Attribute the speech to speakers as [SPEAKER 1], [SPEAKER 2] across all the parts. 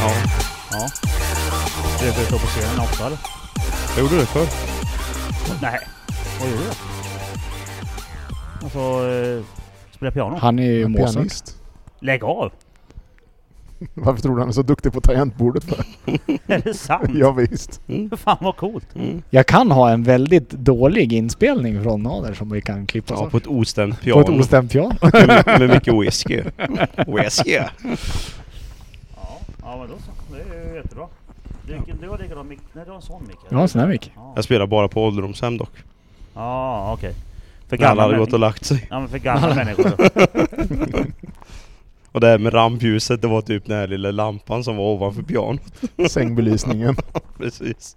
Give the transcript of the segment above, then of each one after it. [SPEAKER 1] Ja.
[SPEAKER 2] Ja. Vet du hur propositionen ofta eller?
[SPEAKER 1] Jag gjorde det förr.
[SPEAKER 2] Nej. Vad gjorde du? Alltså, eh, spela piano?
[SPEAKER 3] Han är ju Mozart.
[SPEAKER 4] Pianist.
[SPEAKER 2] Lägg av!
[SPEAKER 4] Varför tror du han är så duktig på tangentbordet för?
[SPEAKER 2] Är det sant?
[SPEAKER 4] ja, visst.
[SPEAKER 2] Fan vad coolt!
[SPEAKER 1] Mm.
[SPEAKER 3] Jag kan ha en väldigt dålig inspelning från Nader som vi kan klippa
[SPEAKER 1] Ja,
[SPEAKER 3] ja,
[SPEAKER 1] på ett ostämt
[SPEAKER 3] på
[SPEAKER 1] piano.
[SPEAKER 3] ett Mm. ostämt piano.
[SPEAKER 1] med, med mycket whisky. Whisky.
[SPEAKER 2] Ja, ja men då så. Det är ju jättebra. Du, du har likadan mick? Nej, du har en sån mick? eller?
[SPEAKER 3] Jag har en sån här mick.
[SPEAKER 2] Ja,
[SPEAKER 1] Jag spelar bara på ålderdomshem dock.
[SPEAKER 2] ja okej. För
[SPEAKER 1] När alla
[SPEAKER 2] gamla,
[SPEAKER 1] hade gått och
[SPEAKER 2] män-
[SPEAKER 1] lagt sig.
[SPEAKER 2] ja, men för gamla människor.
[SPEAKER 1] Och det här med rampljuset, det var typ den här lilla lampan som var ovanför pianot.
[SPEAKER 4] Sängbelysningen.
[SPEAKER 1] Precis.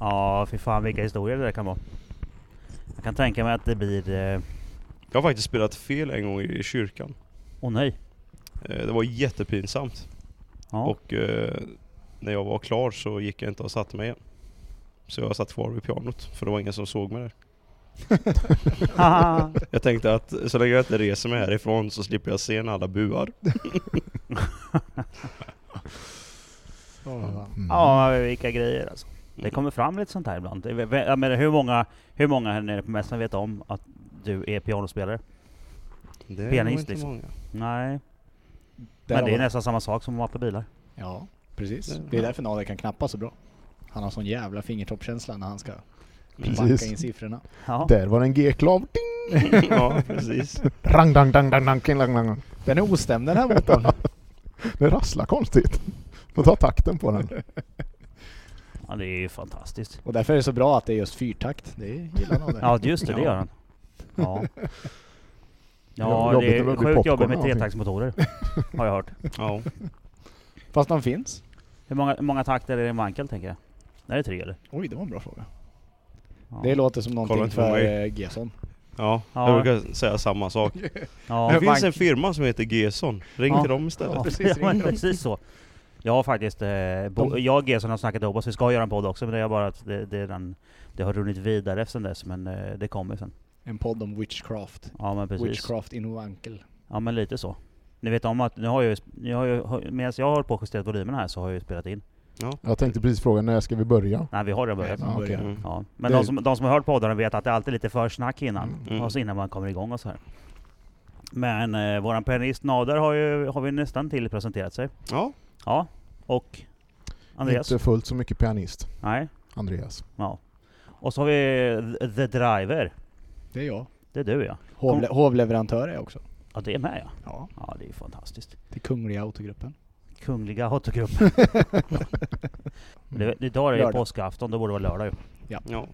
[SPEAKER 2] Ja, fy fan vilka historier det där kan vara. Jag kan tänka mig att det blir... eh,
[SPEAKER 1] Jag har faktiskt spelat fel en gång i kyrkan.
[SPEAKER 2] Åh nej.
[SPEAKER 1] Eh, Det var jättepinsamt.
[SPEAKER 2] Ja.
[SPEAKER 1] Och eh, när jag var klar så gick jag inte och satte mig igen. Så jag satt kvar vid pianot, för det var ingen som såg mig där.
[SPEAKER 2] Haha.
[SPEAKER 1] Jag tänkte att så länge jag inte reser mig härifrån så slipper jag se när alla buar.
[SPEAKER 4] Mm.
[SPEAKER 2] ja, vilka grejer alltså. Det kommer fram lite sånt här ibland. Det är vä- vä- Jag menar, hur många, hur många här nere på mässan vet om att du är pianospelare?
[SPEAKER 1] Det är
[SPEAKER 2] Pianist,
[SPEAKER 1] nog inte
[SPEAKER 2] liksom.
[SPEAKER 1] många.
[SPEAKER 2] Nej, men det
[SPEAKER 3] Där har
[SPEAKER 2] är
[SPEAKER 3] vi-
[SPEAKER 2] nästan samma sak som att mappa bilar.
[SPEAKER 3] Ja, precis. Det är därför Nader kan knappa så bra. Han har sån jävla fingertoppkänsla när han ska banka
[SPEAKER 4] Precis.
[SPEAKER 3] in siffrorna.
[SPEAKER 2] Ja.
[SPEAKER 4] Där var en G-klav. Ding!
[SPEAKER 1] ja, precis.
[SPEAKER 4] Rang, dang, dang, dang, dang, king, lang, lang, lang.
[SPEAKER 3] Den är ostämd den här motorn.
[SPEAKER 4] Det rasslar konstigt. Får ta takten på den.
[SPEAKER 2] ja, det är ju fantastiskt.
[SPEAKER 3] Och därför är det så bra att det är just fyrtakt. Det gillar Nader.
[SPEAKER 2] Ja, just det, det gör han. Ja, ja
[SPEAKER 4] Jobbigt
[SPEAKER 2] det
[SPEAKER 4] när
[SPEAKER 2] är
[SPEAKER 4] det blir
[SPEAKER 2] sjukt
[SPEAKER 4] popcorn
[SPEAKER 2] jobbigt med
[SPEAKER 4] och allting.
[SPEAKER 2] tretaktsmotorer, har jag hört.
[SPEAKER 1] Ja.
[SPEAKER 3] Fast de finns.
[SPEAKER 2] Hur många, hur många takter är det i en vankel, tänker jag? Nej, det är tre eller?
[SPEAKER 3] Oj, det var en bra fråga.
[SPEAKER 2] Ja.
[SPEAKER 3] Det låter som någonting
[SPEAKER 1] inte på
[SPEAKER 3] för
[SPEAKER 1] mig.
[SPEAKER 3] eh, Gesson.
[SPEAKER 1] Ja,
[SPEAKER 2] Ja.
[SPEAKER 1] jag brukar säga samma sak.
[SPEAKER 2] Ja.
[SPEAKER 1] Det
[SPEAKER 3] Men
[SPEAKER 1] finns
[SPEAKER 3] man-
[SPEAKER 1] en firma som heter Gesson. Ring
[SPEAKER 2] Ja.
[SPEAKER 1] till dem istället.
[SPEAKER 2] Ja,
[SPEAKER 3] precis,
[SPEAKER 2] ja, men
[SPEAKER 3] ring dem.
[SPEAKER 2] precis så. Jag har faktiskt, eh, bo,
[SPEAKER 3] De-
[SPEAKER 2] jag och Gesson har snackat ihop oss, vi ska göra en podd också, men det är bara att det, det, är den, det har runnit vidare sen dess, men eh, det kommer sen.
[SPEAKER 3] En podd om witchcraft.
[SPEAKER 2] Ja men precis.
[SPEAKER 3] Witchcraft in vankel.
[SPEAKER 2] Ja men lite så. Ni vet om att, nu har jag, ju- ni har ju, medan jag har på och justerat volymen här så har jag ju spelat in.
[SPEAKER 4] Jag tänkte precis fråga när ska vi börja?
[SPEAKER 2] Nej vi har redan börjat.
[SPEAKER 4] Ja, okej.
[SPEAKER 1] Mm.
[SPEAKER 2] Ja. Men
[SPEAKER 4] Det-
[SPEAKER 2] de som, de som har hört poddarna vet att det alltid är lite försnack innan,
[SPEAKER 1] Mm.
[SPEAKER 2] och så innan man kommer igång och så här. Men eh, våran pianist Nader har ju, har vi nästan till presenterat sig.
[SPEAKER 1] Ja,
[SPEAKER 2] Ja. Och Andreas?
[SPEAKER 4] Inte fullt så mycket pianist.
[SPEAKER 2] Nej.
[SPEAKER 4] Andreas.
[SPEAKER 2] Ja. Och så har vi The- The Driver.
[SPEAKER 3] Det är jag.
[SPEAKER 2] Det är du ja.
[SPEAKER 3] Hovle- hovleverantör är jag också.
[SPEAKER 2] Ja det är med ja.
[SPEAKER 3] Ja.
[SPEAKER 2] Ja det är ju fantastiskt.
[SPEAKER 3] Till Kungliga Autogruppen.
[SPEAKER 2] Kungliga Autogruppen. Det- Idag är det
[SPEAKER 3] Lördag.
[SPEAKER 2] påskafton, det borde vara lördag ju.
[SPEAKER 1] ja.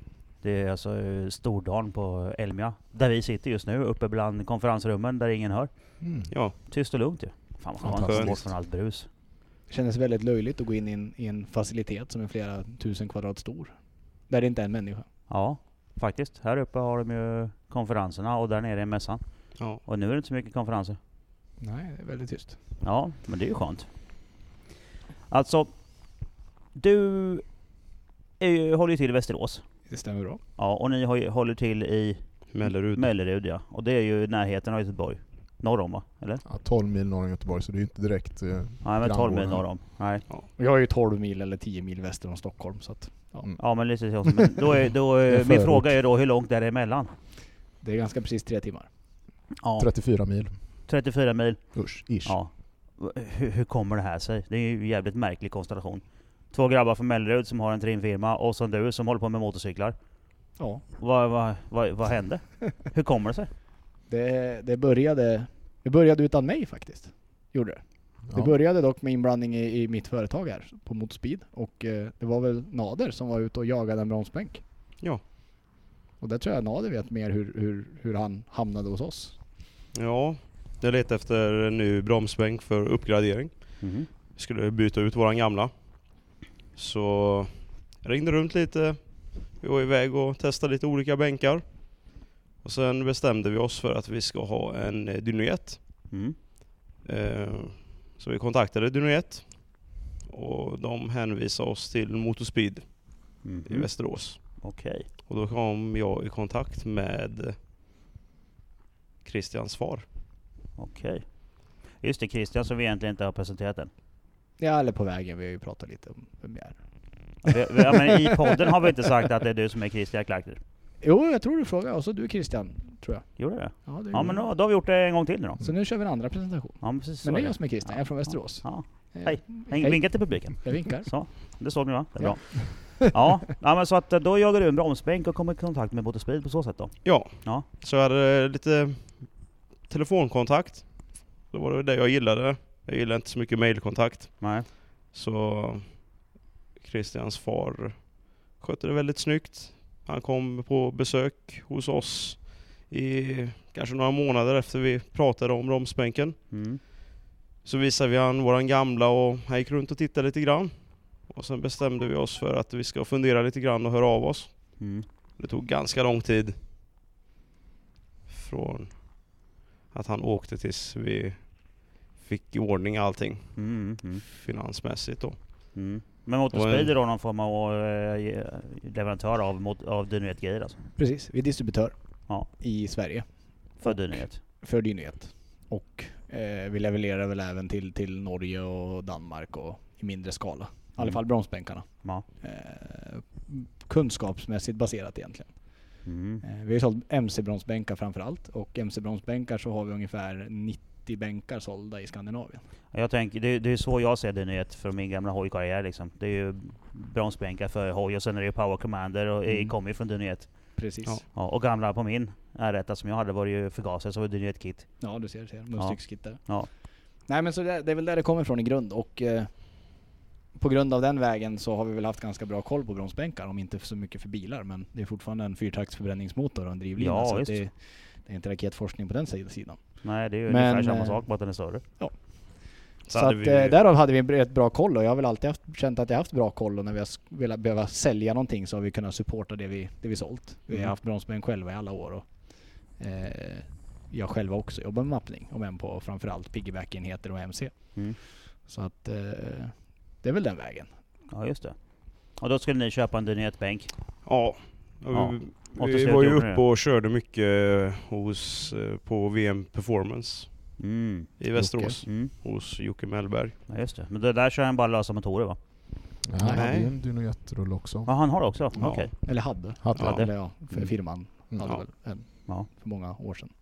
[SPEAKER 2] Det är alltså eh, stordagen på Elmia. Där vi sitter just nu, uppe bland konferensrummen där ingen hör.
[SPEAKER 4] Mm.
[SPEAKER 1] ja.
[SPEAKER 2] Tyst och lugnt ju. Fan vad skönt att
[SPEAKER 4] Fantastiskt.
[SPEAKER 2] komma bort från allt brus.
[SPEAKER 3] Det kändes väldigt löjligt att gå in i en, i en facilitet som är flera tusen kvadrat stor. Där det inte är en människa.
[SPEAKER 2] Ja, faktiskt. Här uppe har de ju konferenserna och där nere är mässan.
[SPEAKER 1] ja.
[SPEAKER 2] Och nu är det inte så mycket konferenser.
[SPEAKER 3] Nej, det är väldigt tyst.
[SPEAKER 2] Ja, men det är ju skönt. Alltså, du är ju, håller ju till i Västerås.
[SPEAKER 3] Det stämmer bra.
[SPEAKER 2] Ja, och ni har ju- håller till i
[SPEAKER 1] Mellerud.
[SPEAKER 2] Mellerud ja. Och det är ju i närheten av Göteborg. Norr om va? Eller?
[SPEAKER 4] Ja, 12 mil norr om Göteborg, så det är ju inte direkt... Eh,
[SPEAKER 2] Nej men 12 mil
[SPEAKER 4] Grannborna.
[SPEAKER 2] norr om. Nej.
[SPEAKER 3] Och jag är ju 12 mil eller 10 mil väster om Stockholm så att
[SPEAKER 4] mm,
[SPEAKER 2] Ja men lite så. Men då är, då
[SPEAKER 4] Det är
[SPEAKER 2] är, min
[SPEAKER 4] förort.
[SPEAKER 2] fråga är då hur långt däremellan?
[SPEAKER 3] det är ganska precis tre timmar.
[SPEAKER 2] Ja,
[SPEAKER 4] 34 mil.
[SPEAKER 2] 34 mil.
[SPEAKER 4] Usch, ish.
[SPEAKER 2] Ja. Hur, hur kommer det här sig? Det är ju en jävligt märklig konstellation. Två grabbar från Mellerud som har en trimfirma och som du som håller på med motorcyklar.
[SPEAKER 3] Ja.
[SPEAKER 2] Vad, vad, vad, vad hände? Hur kommer det sig?
[SPEAKER 3] Det, det, började, det började utan mig faktiskt. Gjorde det. Det
[SPEAKER 4] Ja.
[SPEAKER 3] började dock med inblandning i, i mitt företag här på Motorspeed och eh, det var väl Nader som var ute och jagade en bromsbänk.
[SPEAKER 1] Ja.
[SPEAKER 3] Och där tror jag Nader vet mer hur, hur, hur han hamnade hos oss.
[SPEAKER 1] Ja. Jag letar efter en ny bromsbänk för uppgradering.
[SPEAKER 2] Mhm.
[SPEAKER 1] Skulle byta ut våran gamla. Så ringde runt lite. Vi var iväg och testade lite olika bänkar. Och sen bestämde vi oss för att vi ska ha en eh, Dynojet.
[SPEAKER 2] Mm.
[SPEAKER 1] Eh, Så vi kontaktade Dynojet. Och de hänvisade oss till Motospeed
[SPEAKER 2] Mhm.
[SPEAKER 1] i Västerås.
[SPEAKER 2] Okej.
[SPEAKER 1] Och då kom jag i kontakt med Christians far.
[SPEAKER 2] Okej. Just det, Christian som vi egentligen inte har presenterat än.
[SPEAKER 3] Ja, eller på vägen. Vi har ju pratat lite om vem jag är.
[SPEAKER 2] Vi, vi, ja, men I podden har vi inte sagt att det är du som är Christian Klakter.
[SPEAKER 3] Jo, jag tror du frågade. Och så du Christian, tror jag.
[SPEAKER 2] Gjorde det?
[SPEAKER 3] Ja, det
[SPEAKER 2] Ja men då, då har vi gjort det en gång till nu då.
[SPEAKER 3] Så nu kör vi en andra presentation.
[SPEAKER 2] Ja, men precis
[SPEAKER 3] Men
[SPEAKER 2] så
[SPEAKER 3] det är
[SPEAKER 2] är
[SPEAKER 3] jag som är Christian. Jag är från Västerås.
[SPEAKER 2] Ja.
[SPEAKER 3] Eh,
[SPEAKER 2] Hej. Häng,
[SPEAKER 3] Hej.
[SPEAKER 2] vinka till publiken.
[SPEAKER 3] Jag vinkar.
[SPEAKER 2] Så, det såg ni va? Det är
[SPEAKER 3] Ja.
[SPEAKER 2] bra. Ja, ja men så att eh, då jagar du en bromsbänk och kommer i kontakt med Motorspeed på så sätt då?
[SPEAKER 1] Ja.
[SPEAKER 2] Ja.
[SPEAKER 1] Så jag hade eh, lite telefonkontakt. Det var det jag gillade. Jag gillade inte så mycket mailkontakt.
[SPEAKER 2] Nej.
[SPEAKER 1] Så Christians far skötte det väldigt snyggt. Han kom på besök hos oss i kanske några månader efter vi pratade om bromsbänken.
[SPEAKER 2] Mm.
[SPEAKER 1] Så visade vi han våran gamla och han gick runt och tittade lite grann. Och sen bestämde vi oss för att vi ska fundera lite grann och höra av oss.
[SPEAKER 2] Mm.
[SPEAKER 1] Det tog ganska lång tid. Från att han åkte tills vi fick i ordning allting
[SPEAKER 2] Mm. Mm.
[SPEAKER 1] finansmässigt då.
[SPEAKER 2] Mm. Men
[SPEAKER 1] Det var
[SPEAKER 2] Motorspeed
[SPEAKER 1] en-
[SPEAKER 2] är då någon form av eh, leverantör av, mot- av Dynojet-grejer alltså?
[SPEAKER 3] Precis. Vi är distributör
[SPEAKER 2] Ja.
[SPEAKER 3] i Sverige
[SPEAKER 2] För Dynojet?
[SPEAKER 3] för Dynet. Och eh, vi levererar väl även till, till Norge och Danmark och i mindre skala. I alla
[SPEAKER 2] Mm.
[SPEAKER 3] fall bromsbänkarna.
[SPEAKER 2] Ja.
[SPEAKER 3] Eh, kunskapsmässigt baserat egentligen.
[SPEAKER 2] Mm.
[SPEAKER 3] Eh, Vi har ju sålt MC-bromsbänkar framförallt och MC-bromsbänkar så har vi ungefär 90 bänkar sålda i Skandinavien.
[SPEAKER 2] Jag tänker, det, det är så jag ser det nyhet från min gamla hojkarriär liksom. Det är ju bromsbänkar för hoj och sen är det ju Power Commander och
[SPEAKER 3] Mm.
[SPEAKER 2] mm. kommer ju från Dynojet.
[SPEAKER 3] Precis.
[SPEAKER 1] Ja.
[SPEAKER 3] Ja,
[SPEAKER 2] Ja, och gamla på min R1 som jag hade var det ju förgasare som var Dynojet-kit.
[SPEAKER 3] du ser, du ser. Munstyckskit där.
[SPEAKER 2] Ja.
[SPEAKER 3] Nej men så det, det är väl där det kommer ifrån i grund och eh, på grund av den vägen så har vi väl haft ganska bra koll på bromsbänkar, om inte så mycket för bilar. Men det är fortfarande en fyrtaktsförbränningsmotor och en drivlina
[SPEAKER 2] Ja,
[SPEAKER 3] så att
[SPEAKER 2] visst.
[SPEAKER 3] det, det är inte raketforskning på den si- sidan.
[SPEAKER 2] Nej det är ju
[SPEAKER 3] Men,
[SPEAKER 2] ungefär samma
[SPEAKER 3] eh,
[SPEAKER 2] sak bara att den är större.
[SPEAKER 3] Så,
[SPEAKER 1] hade
[SPEAKER 3] att,
[SPEAKER 1] vi-
[SPEAKER 3] eh, därav hade vi en- ett bra koll och jag har väl alltid haft, känt att jag haft bra koll och när vi har s- velat behöva sälja någonting så har vi kunnat supporta det vi, det vi sålt. Vi har
[SPEAKER 2] Mm.
[SPEAKER 3] haft bromsbänk själva i alla år och eh, jag själv har också jobbat med mappning, om än på framförallt piggyback-enheter och MC.
[SPEAKER 2] Mm.
[SPEAKER 3] Så att eh, det är väl den vägen.
[SPEAKER 2] Ja just det. Och då skulle ni köpa en Dynojet-bänk?
[SPEAKER 1] Ja.
[SPEAKER 2] Ja.
[SPEAKER 1] Vi,
[SPEAKER 2] Och till
[SPEAKER 1] vi
[SPEAKER 2] slut
[SPEAKER 1] var ju
[SPEAKER 2] gjorde ni
[SPEAKER 1] uppe och körde mycket hos, eh, på VM Performance
[SPEAKER 2] Mm.
[SPEAKER 1] i Västerås.
[SPEAKER 2] Mm.
[SPEAKER 1] Hos Jocke Mellberg.
[SPEAKER 2] Ja just det. Men det där kör han bara lösa motorer va?
[SPEAKER 4] Nej, han hade
[SPEAKER 1] Nej.
[SPEAKER 4] ju en Dynojet-rulle också.
[SPEAKER 2] Ja han har det också?
[SPEAKER 1] Ja.
[SPEAKER 2] Okej.
[SPEAKER 3] Eller hade.
[SPEAKER 4] Hade.
[SPEAKER 1] Ja.
[SPEAKER 3] Eller ja, för
[SPEAKER 4] Mm.
[SPEAKER 3] firman
[SPEAKER 4] Mm.
[SPEAKER 3] hade
[SPEAKER 1] Ja.
[SPEAKER 3] väl en
[SPEAKER 2] Ja.
[SPEAKER 3] för många år sedan.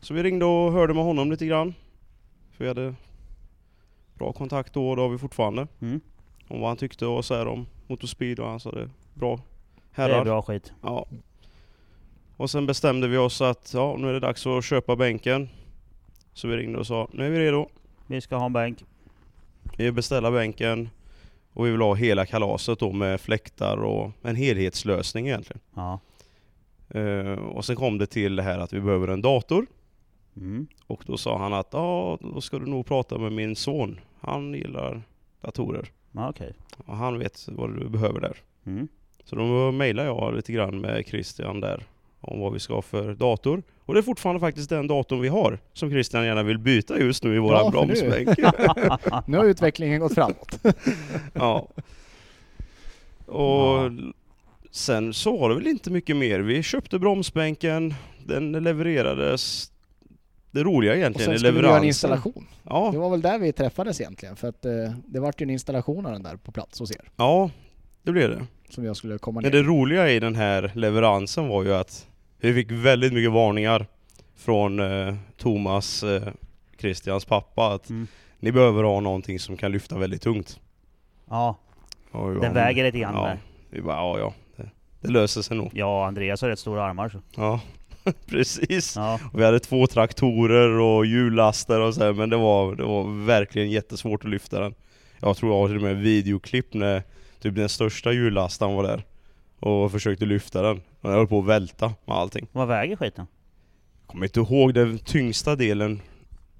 [SPEAKER 1] Så vi ringde och hörde med honom lite grann. För vi hade bra kontakt då och det har vi fortfarande.
[SPEAKER 2] Mm.
[SPEAKER 1] Om vad han tyckte och så här om Motorspeed och han sa det bra
[SPEAKER 2] Det
[SPEAKER 1] herrar.
[SPEAKER 2] är bra skit.
[SPEAKER 1] Ja. Och sen bestämde vi oss att ja, nu är det dags att köpa bänken. Så vi ringde och sa nu är vi redo.
[SPEAKER 2] Vi ska ha en bänk.
[SPEAKER 1] Vi vill beställa bänken och vi vill ha hela kalaset då med fläktar och en helhetslösning egentligen.
[SPEAKER 2] Ja.
[SPEAKER 1] Eh, och sen kom det till det här att vi behöver en dator
[SPEAKER 2] Mm.
[SPEAKER 1] och då sa han att ja, då ska du nog prata med min son. Han gillar datorer
[SPEAKER 2] Ja okej.
[SPEAKER 1] och han vet vad du behöver där.
[SPEAKER 2] Mm.
[SPEAKER 1] Så då mejlade jag lite grann med Christian där om vad vi ska ha för dator. Och det är fortfarande faktiskt den datorn vi har som Christian gärna vill byta just nu i våran
[SPEAKER 3] Ja, för nu.
[SPEAKER 1] bromsbänk.
[SPEAKER 4] Ah,
[SPEAKER 3] Nu har utvecklingen gått framåt.
[SPEAKER 1] Ja. Och
[SPEAKER 2] Ja.
[SPEAKER 1] sen så var det väl inte mycket mer. Vi köpte bromsbänken, den levererades. Det roliga
[SPEAKER 3] Och
[SPEAKER 1] egentligen
[SPEAKER 3] sen
[SPEAKER 1] är
[SPEAKER 3] skulle vi göra en
[SPEAKER 1] leveransen.
[SPEAKER 3] installation. Det
[SPEAKER 1] alltså. Ja,
[SPEAKER 3] var väl där vi träffades egentligen för att eh, det vart ju en installation av den där på plats hos er.
[SPEAKER 1] ja, det blev det.
[SPEAKER 3] Som jag skulle komma ner.
[SPEAKER 1] Men det roliga i den här leveransen var ju att vi fick väldigt mycket varningar från eh, Thomas, eh, Christians pappa, att
[SPEAKER 2] Mm.
[SPEAKER 1] ni behöver ha någonting som kan lyfta väldigt tungt.
[SPEAKER 2] Ja,
[SPEAKER 1] Och vi bara,
[SPEAKER 2] den väger lite grann
[SPEAKER 1] Ja,
[SPEAKER 2] där.
[SPEAKER 1] vi bara, ja, ja. Det, det löser sig nog.
[SPEAKER 2] Ja, Andreas har rätt stora armar så.
[SPEAKER 1] Ja, precis.
[SPEAKER 2] Ja.
[SPEAKER 1] Och Vi hade två traktorer och hjullaster och så här, men det var, det var verkligen jättesvårt att lyfta den. Jag tror jag har till och med videoklipp när typ den största hjullastaren var där och försökte lyfta den. Men jag höll på att välta med allting.
[SPEAKER 2] Vad väger skiten?
[SPEAKER 1] Jag kommer inte ihåg den tyngsta delen.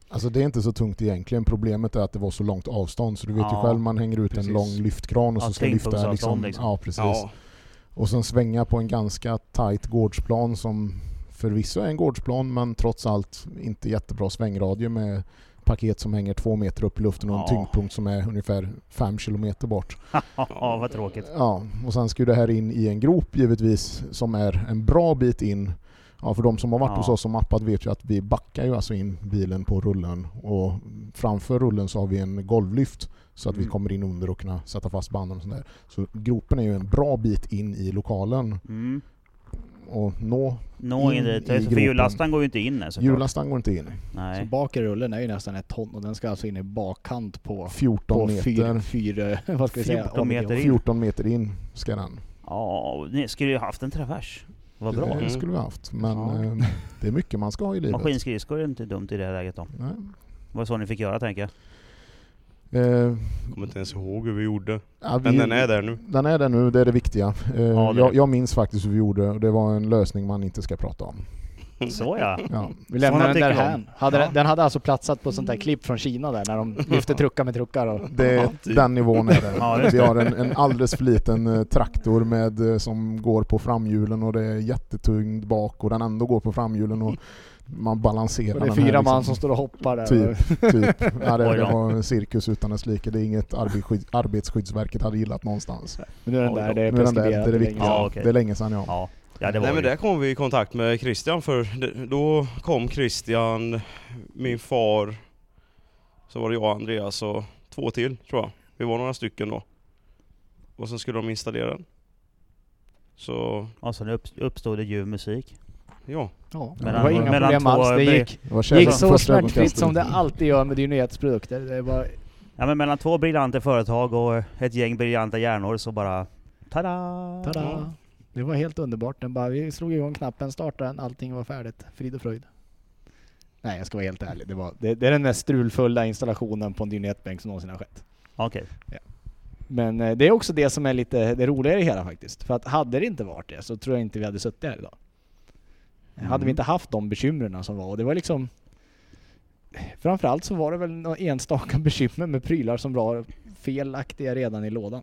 [SPEAKER 4] Alltså det är inte så tungt egentligen. Problemet är att det var så långt avstånd så du vet
[SPEAKER 2] Ja,
[SPEAKER 4] ju själv man hänger ut
[SPEAKER 1] precis.
[SPEAKER 4] en lång lyftkran och
[SPEAKER 2] Ja,
[SPEAKER 4] så ska lyfta
[SPEAKER 2] tyngdpunktsavstånd
[SPEAKER 4] liksom,
[SPEAKER 2] liksom.
[SPEAKER 4] Ja, precis.
[SPEAKER 1] Ja,
[SPEAKER 4] Och sen svänga på en ganska tight gårdsplan som förvisso är en gårdsplan men trots allt inte jättebra svängradie med paket som hänger två meter upp i luften och en
[SPEAKER 2] Ja.
[SPEAKER 4] tyngdpunkt som är ungefär fem kilometer bort.
[SPEAKER 2] ja, vad tråkigt.
[SPEAKER 4] Ja, och sen ska ju det här in i en grop givetvis som är en bra bit in. Ja, för de som har varit
[SPEAKER 2] Ja.
[SPEAKER 4] hos oss och mappat vet ju att vi backar ju alltså in bilen på rullen och framför rullen så har vi en golvlyft så att vi
[SPEAKER 2] Mm.
[SPEAKER 4] kommer in under och kan sätta fast banden och sånt där. Så gropen är ju en bra bit in i lokalen
[SPEAKER 2] Mm.
[SPEAKER 4] och nå,
[SPEAKER 2] Nå
[SPEAKER 4] In
[SPEAKER 2] in dit.
[SPEAKER 4] i
[SPEAKER 2] För
[SPEAKER 4] gropen.
[SPEAKER 2] jullastan går ju inte in än såklart.
[SPEAKER 4] hjulastan går inte in.
[SPEAKER 3] Så
[SPEAKER 2] Nej.
[SPEAKER 3] bak i rullen är ju nästan ett ton och den ska alltså in i bakkant på,
[SPEAKER 4] 14
[SPEAKER 3] på
[SPEAKER 4] meter.
[SPEAKER 3] fyra, fyra, vad ska vi säga?
[SPEAKER 2] 14 meter in.
[SPEAKER 4] 14 meter in ska den.
[SPEAKER 2] Ja, ni skulle ju haft en travers. Vad bra.
[SPEAKER 4] Det
[SPEAKER 1] Mm.
[SPEAKER 4] skulle vi haft. Men
[SPEAKER 2] Ja.
[SPEAKER 4] eh, det är mycket man ska ha i livet.
[SPEAKER 2] Maskinskridskor är inte dumt i det här läget då.
[SPEAKER 4] Nej.
[SPEAKER 2] Det var så ni fick göra tänker jag.
[SPEAKER 4] Eh,
[SPEAKER 1] jag kommer inte ens ihåg hur vi gjorde.
[SPEAKER 4] ja, vi-
[SPEAKER 1] Men den är där nu.
[SPEAKER 4] Den är det nu, det är det viktiga. Eh,
[SPEAKER 2] Ja, det är
[SPEAKER 4] jag,
[SPEAKER 2] det.
[SPEAKER 4] jag minns faktiskt hur vi gjorde och det var en lösning man inte ska prata om.
[SPEAKER 2] Så ja.
[SPEAKER 4] Ja.
[SPEAKER 3] Vi lämnar
[SPEAKER 2] Sådana
[SPEAKER 3] den där
[SPEAKER 2] tycker
[SPEAKER 3] hän. Hade
[SPEAKER 2] Ja.
[SPEAKER 3] den, den hade alltså platsat på sånt där klipp från Kina där när de lyfte truckar med truckar och...
[SPEAKER 4] Det,
[SPEAKER 1] Ja, typ.
[SPEAKER 4] Den nivån är det.
[SPEAKER 2] Ja, just
[SPEAKER 4] vi har en, en alldeles för liten eh, traktor med, eh, som går på framhjulen och det är jättetungt bak och den ändå går på framhjulen och man balanserar
[SPEAKER 3] Och det är
[SPEAKER 4] den här
[SPEAKER 3] fyra
[SPEAKER 4] liksom.
[SPEAKER 3] man som står och hoppar där.
[SPEAKER 4] Typ. Typ. Ja, det,
[SPEAKER 2] Oj
[SPEAKER 4] det
[SPEAKER 2] då.
[SPEAKER 4] var en cirkus utan dess like. Det är inget arbetsskydd, Arbetsskyddsverket hade gillat någonstans.
[SPEAKER 3] Men nu är den
[SPEAKER 2] Oj då.
[SPEAKER 3] där, det
[SPEAKER 4] Nu
[SPEAKER 3] är
[SPEAKER 4] är den där,
[SPEAKER 3] preskriberat.
[SPEAKER 4] det är det
[SPEAKER 3] länge sedan.
[SPEAKER 4] viktiga.
[SPEAKER 2] Ja, okej.
[SPEAKER 4] Det är länge sedan ja.
[SPEAKER 2] Ja, ja det var
[SPEAKER 1] Nej men
[SPEAKER 2] ju.
[SPEAKER 1] där kom vi i kontakt med Christian för det- då kom Christian, min far, så var det jag och Andreas och två till tror jag. Vi var några stycken då. Och sen skulle de installera den. Så
[SPEAKER 2] Och sen upp, uppstod det ljuv musik.
[SPEAKER 1] ja,
[SPEAKER 3] Ja,
[SPEAKER 4] Mellan-
[SPEAKER 3] det var inga
[SPEAKER 2] mellan
[SPEAKER 3] problem
[SPEAKER 2] två
[SPEAKER 3] alls. Det
[SPEAKER 2] bre-
[SPEAKER 3] gick,
[SPEAKER 4] Det var
[SPEAKER 3] gick
[SPEAKER 4] kärlek-
[SPEAKER 3] så
[SPEAKER 4] första
[SPEAKER 3] smärtfritt
[SPEAKER 4] ögonkastet.
[SPEAKER 3] som det alltid gör med nyhetsprodukter. Det är bara,
[SPEAKER 2] Ja men mellan två briljanta företag och ett gäng briljanta hjärnor så bara... Tada!
[SPEAKER 3] tada! Det var helt underbart. Den bara, vi slog igång knappen, startade den, allting var färdigt. Frid och fröjd. Nej, jag ska vara helt ärlig. Det, var, det, det är den mest strulfulla installationen på en dynetbänk som någonsin har skett.
[SPEAKER 2] Okej.
[SPEAKER 3] Men eh, det är också det som är lite det roliga i det hela faktiskt. För att hade det inte varit det så tror jag inte vi hade suttit här idag. Hade
[SPEAKER 2] Mm.
[SPEAKER 3] vi inte haft de bekymren som var. Och det var liksom... Framförallt så var det väl några enstaka bekymmer med prylar som var felaktiga redan i lådan.